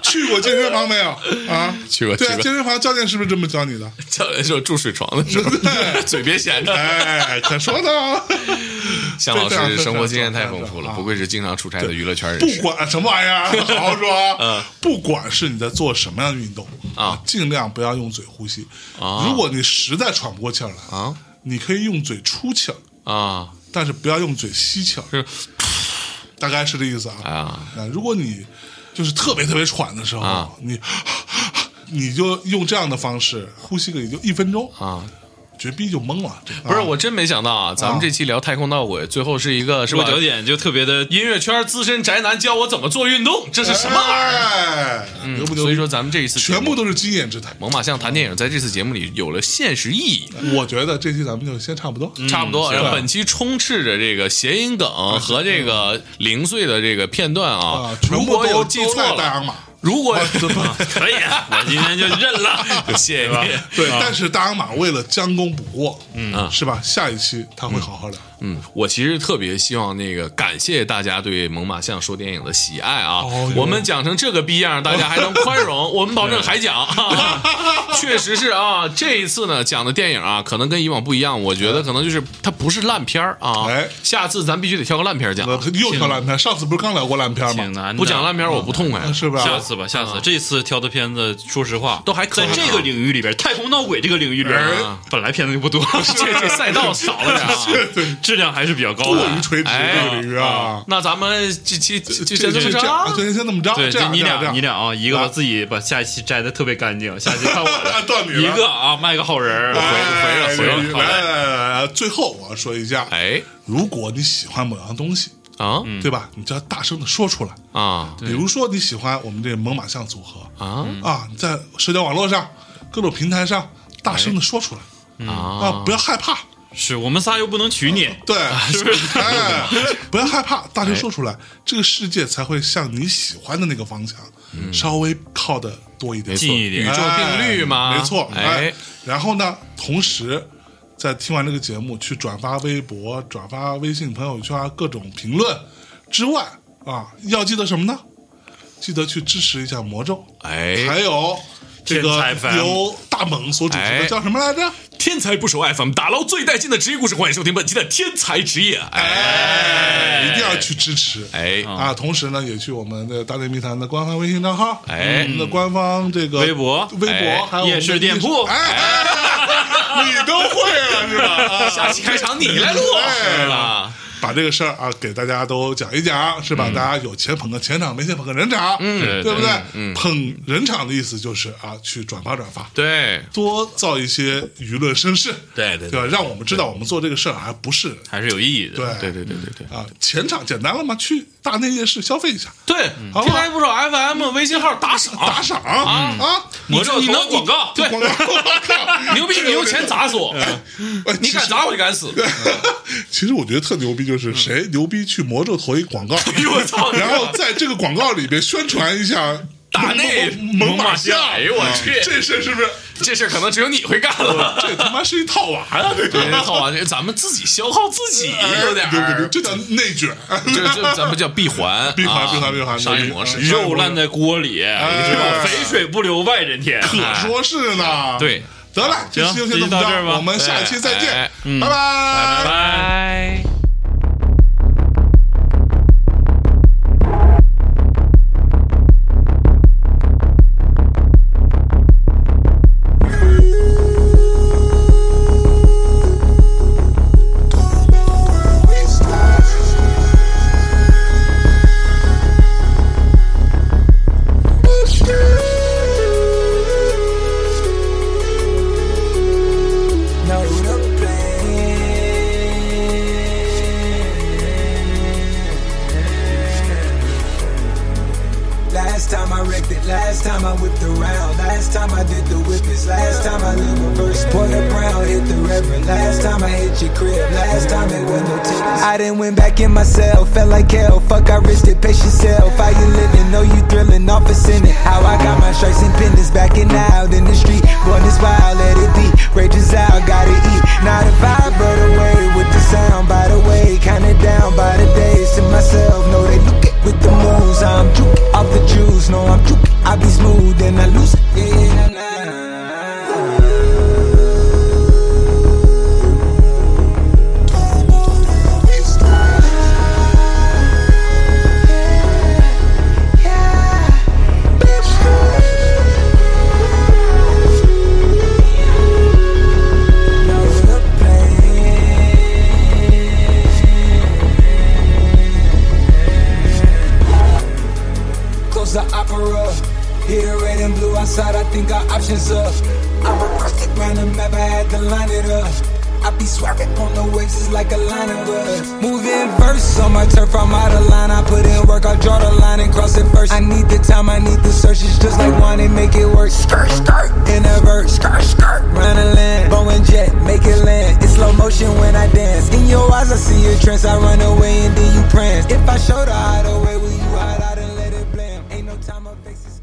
[SPEAKER 3] 去过健身房没有啊？
[SPEAKER 1] 去过
[SPEAKER 3] 对
[SPEAKER 1] 去
[SPEAKER 3] 啊，
[SPEAKER 1] 过
[SPEAKER 3] 健身房教练是不是这么教你的？
[SPEAKER 1] 教 [LAUGHS] 练说住水床的时候， [LAUGHS] 嘴别闲着。
[SPEAKER 3] 哎，可说
[SPEAKER 1] [LAUGHS]
[SPEAKER 3] 呢，
[SPEAKER 1] 向老
[SPEAKER 3] 非常非
[SPEAKER 1] 师
[SPEAKER 3] 常
[SPEAKER 1] 生活经验太丰富
[SPEAKER 3] 非常
[SPEAKER 1] 了，
[SPEAKER 3] 啊
[SPEAKER 1] 不愧是经常出差的娱乐圈人
[SPEAKER 3] 不
[SPEAKER 1] 士
[SPEAKER 3] 管什么玩意儿，好好说啊。不管是你在做什么样的运动
[SPEAKER 1] 嗯啊，
[SPEAKER 3] 尽量不要用嘴呼吸。
[SPEAKER 1] 啊
[SPEAKER 3] 如果你实在喘不过气儿来，
[SPEAKER 1] 啊
[SPEAKER 3] 你可以用嘴出气儿，
[SPEAKER 1] 啊
[SPEAKER 3] 但是不要用嘴吸气儿。
[SPEAKER 1] 是
[SPEAKER 3] 大概是这意思啊。
[SPEAKER 1] 啊！
[SPEAKER 3] 啊，如果你就是特别特别喘的时候，
[SPEAKER 1] 啊
[SPEAKER 3] 你 [SIGHS] 你就用这样的方式呼吸个也就一分钟
[SPEAKER 1] 啊，
[SPEAKER 3] 绝逼就懵了。
[SPEAKER 1] 不是，
[SPEAKER 3] 啊
[SPEAKER 1] 我真没想到啊，咱们这期聊太空闹鬼，最后是一个是
[SPEAKER 4] 落
[SPEAKER 1] 吧？
[SPEAKER 4] 脚点就特别的
[SPEAKER 1] 音乐圈资深宅男教我怎么做运动，这是什么玩意儿？嗯
[SPEAKER 3] 哎，牛不牛？
[SPEAKER 1] 所以说咱们这一次节目
[SPEAKER 3] 全部都是经验之谈。
[SPEAKER 1] 猛犸象谈电影在这次节目里有了现实意义，
[SPEAKER 3] 我觉得这期咱们就先差不多，
[SPEAKER 1] 差不多。
[SPEAKER 3] 嗯是
[SPEAKER 1] 然后本期充斥着这个谐音梗和这个零碎的这个片段啊
[SPEAKER 3] 啊，，全
[SPEAKER 1] 如
[SPEAKER 3] 部
[SPEAKER 1] 果
[SPEAKER 3] 都
[SPEAKER 1] 有记
[SPEAKER 3] 都
[SPEAKER 1] 错
[SPEAKER 3] 在大
[SPEAKER 1] 了，
[SPEAKER 3] 洋马。[LAUGHS]
[SPEAKER 1] 如果 [LAUGHS]
[SPEAKER 4] 可以， [LAUGHS] 我今天就认了，
[SPEAKER 1] 谢谢你，
[SPEAKER 3] 对，但是大洋马为了将功补过，
[SPEAKER 1] 啊
[SPEAKER 3] 嗯，是吧？下一期他会好好聊。
[SPEAKER 1] 嗯，我其实特别希望那个感谢大家对《猛犸象说电影》的喜爱啊！
[SPEAKER 3] 哦哟
[SPEAKER 1] 我们讲成这个逼样，大家还能宽容，我们保证还讲。啊、确实是啊，这一次呢讲的电影啊，可能跟以往不一样，我觉得可能就是它不是烂片儿啊。
[SPEAKER 3] 哎
[SPEAKER 1] 下次咱必须得挑个烂片儿讲，
[SPEAKER 3] 呃又挑烂片，上次不是刚聊过烂片
[SPEAKER 4] 挺
[SPEAKER 3] 吗？
[SPEAKER 4] 难的。
[SPEAKER 1] 不讲烂片儿我不痛快。
[SPEAKER 3] 啊是吧？
[SPEAKER 4] 啊下次吧，啊下次。这次挑的片子，说实话，
[SPEAKER 1] 都还可以
[SPEAKER 4] 在这个领域里边，太空闹鬼这个领域里边
[SPEAKER 1] 嗯，
[SPEAKER 4] 本来片子就不多，
[SPEAKER 1] 这
[SPEAKER 4] [LAUGHS]
[SPEAKER 1] 这赛道少了点啊。
[SPEAKER 3] [LAUGHS]
[SPEAKER 4] 质量还是比较高
[SPEAKER 3] 过于
[SPEAKER 4] 的。
[SPEAKER 3] 垂直这个领
[SPEAKER 1] 哎
[SPEAKER 3] 域啊，
[SPEAKER 1] 那咱们这期就就
[SPEAKER 3] 这
[SPEAKER 1] 先这么着啊。
[SPEAKER 3] 就先这么着，
[SPEAKER 4] 对，
[SPEAKER 3] 这
[SPEAKER 4] 就
[SPEAKER 3] 样
[SPEAKER 4] 你
[SPEAKER 3] 这样这
[SPEAKER 4] 俩，
[SPEAKER 3] 样，
[SPEAKER 4] 你俩啊，一个把自己把下一期摘的特别干净，下期看我的
[SPEAKER 3] [LAUGHS] 到你
[SPEAKER 4] [LAUGHS]
[SPEAKER 3] 了
[SPEAKER 4] 一个啊，卖个好人儿，
[SPEAKER 1] 回了回了
[SPEAKER 3] 哎
[SPEAKER 1] 回了
[SPEAKER 3] 来来来来来，最后我要说一下，
[SPEAKER 1] 哎
[SPEAKER 3] 如果你喜欢某样东西，
[SPEAKER 1] 啊
[SPEAKER 3] 对吧？你就要大声的说出来。
[SPEAKER 1] 啊
[SPEAKER 3] 比如说你喜欢我们这猛犸象组合
[SPEAKER 1] 啊
[SPEAKER 3] 啊，你在社交网络上、各种平台上大声的说出来啊，
[SPEAKER 1] 哎啊！
[SPEAKER 3] 不要害怕。
[SPEAKER 4] 是我们仨又不能娶你，
[SPEAKER 3] 对，是不是？哎，不要害怕，大声说出
[SPEAKER 1] 哎
[SPEAKER 3] 来，这个世界才会向你喜欢的那个方向稍微靠的多一点，
[SPEAKER 1] 嗯没错
[SPEAKER 4] 近一点
[SPEAKER 1] 宇宙定律嘛，
[SPEAKER 3] 哎没错。
[SPEAKER 1] 哎
[SPEAKER 3] 哎，，然后呢，同时在听完这个节目去转发微博、转发微信朋友圈啊各种评论之外啊，要记得什么呢？记得去支持一下魔咒，
[SPEAKER 1] 哎，
[SPEAKER 3] 还有这个
[SPEAKER 4] 天才 FM
[SPEAKER 3] 由大猛所主持
[SPEAKER 1] 哎
[SPEAKER 3] 的叫什么来着？
[SPEAKER 1] 天才不愁 FM 打捞最带劲的职业故事，欢迎收听本期的天才职业。
[SPEAKER 3] 哎，
[SPEAKER 1] 哎
[SPEAKER 3] 一定要去支持。
[SPEAKER 1] 哎
[SPEAKER 3] 啊，同时呢，也去我们的大内密谈的官方微信账号，
[SPEAKER 1] 哎
[SPEAKER 3] 我们的官方这个
[SPEAKER 4] 微博
[SPEAKER 3] 微
[SPEAKER 1] 哎
[SPEAKER 3] 博，还有我们
[SPEAKER 4] 夜
[SPEAKER 3] 的
[SPEAKER 4] 市店铺
[SPEAKER 3] 哎哎，哎你都会了是吧？
[SPEAKER 1] 下期开场你来
[SPEAKER 3] [LAUGHS]
[SPEAKER 1] 录
[SPEAKER 3] 哎
[SPEAKER 1] 啊！
[SPEAKER 3] 把这个事儿啊给大家都讲一讲，是吧？大家有钱捧个钱场，没钱捧个人场，
[SPEAKER 4] 对
[SPEAKER 3] 对不对？
[SPEAKER 1] 嗯嗯嗯
[SPEAKER 3] 捧人场的意思就是啊，去转发转发。
[SPEAKER 1] 对，
[SPEAKER 3] 多造一些舆论声势，
[SPEAKER 1] 对对对
[SPEAKER 3] 对吧？让我们知道我们做这个事儿还不是
[SPEAKER 4] 还是有意义的。
[SPEAKER 3] 对
[SPEAKER 1] 对对对对对
[SPEAKER 3] 啊，前场简单了嘛，去大内夜市消费一下，
[SPEAKER 1] 对，
[SPEAKER 3] 好不
[SPEAKER 1] 天
[SPEAKER 3] 好
[SPEAKER 1] 才不愁 FM 微信号打赏，
[SPEAKER 3] [LAUGHS] 打赏啊啊！
[SPEAKER 1] 嗯你这
[SPEAKER 4] 魔咒
[SPEAKER 1] 你
[SPEAKER 4] 投
[SPEAKER 1] 能
[SPEAKER 4] 广告
[SPEAKER 1] 对，
[SPEAKER 3] 广 [LAUGHS] 告
[SPEAKER 1] [LAUGHS] 牛逼，你用钱砸死我，
[SPEAKER 3] 哎
[SPEAKER 1] 你敢砸我就敢死。
[SPEAKER 3] [LAUGHS] 其实我觉得特牛逼，就是谁牛逼去魔咒投一广告，
[SPEAKER 1] 嗯哎我操！
[SPEAKER 3] 然后在这个广告里边宣传一下
[SPEAKER 1] [LAUGHS] 打内
[SPEAKER 3] 猛猛犸象，
[SPEAKER 1] 哎呦我
[SPEAKER 3] 啊
[SPEAKER 1] 去
[SPEAKER 3] 这嗯事儿是不
[SPEAKER 1] [LAUGHS]
[SPEAKER 3] 是？
[SPEAKER 1] 这事儿可能只有你会干了。
[SPEAKER 3] 这他妈是一套娃呀！这
[SPEAKER 1] 对，
[SPEAKER 3] 个
[SPEAKER 1] 好玩，这咱们自己消耗自己 [LAUGHS] 有点
[SPEAKER 3] 嗯对对
[SPEAKER 1] 儿哎
[SPEAKER 3] 对，，这叫内卷，
[SPEAKER 1] [LAUGHS] 这这咱们叫闭
[SPEAKER 3] [LAUGHS]
[SPEAKER 1] 环，
[SPEAKER 3] 闭环
[SPEAKER 1] 啊
[SPEAKER 3] 闭环闭环
[SPEAKER 1] 商业模式
[SPEAKER 3] 嗯。
[SPEAKER 4] 肉烂在锅里，
[SPEAKER 3] 哎
[SPEAKER 4] 你知道肥水不流外人田。
[SPEAKER 3] 可说是呢。
[SPEAKER 1] 哎对，
[SPEAKER 3] 得了，这期就
[SPEAKER 4] 行
[SPEAKER 3] 先这么
[SPEAKER 4] 这期到这儿
[SPEAKER 3] 着，
[SPEAKER 4] 吧
[SPEAKER 3] 我们下一期再
[SPEAKER 1] 哎哎
[SPEAKER 3] 见，拜
[SPEAKER 4] 拜拜。
[SPEAKER 3] 拜。
[SPEAKER 1] 拜。
[SPEAKER 5] Now the pain I whipped around. Last time I did the whip is last time I lived reverse. Porter Brown hit the reverend. Last time I hit your crib. Last time it was no tickets. I done went back in myself. Felt like hell. Fuck, I risked it. Pace yourself. How you living? Know you thrilling. Off a Senate. How I got my stripes and pendants. Back and out in the street. Born this wild, let it deep. Rages out, gotta eat. Now the vibe blurred away with the sound. By the way, kinda down by the days to myself. No, they look it with the moves. I'm juke off the juice. No, I'm juke. I be smooth and I lose it. Yeah, nah. 'Cause the opera. Here, red and blue outside, I think our options up. I'm a rustic round the map, I had to line it up. I be swerving on the waves, it's like a line of us. Moving verse on my turf, I'm out of line. I put in work, I draw the line and cross it first. I need the time, I need the search, it's just like wine and make it work. Skirt, skirt, in a verse, skirt, skirt, run a land. Bow and jet, make it land. It's slow motion when I dance. In your eyes, I see your trance, I run away and then you prance. If I showed her how to way, will you hide out and let it blame? Ain't no time or fixes.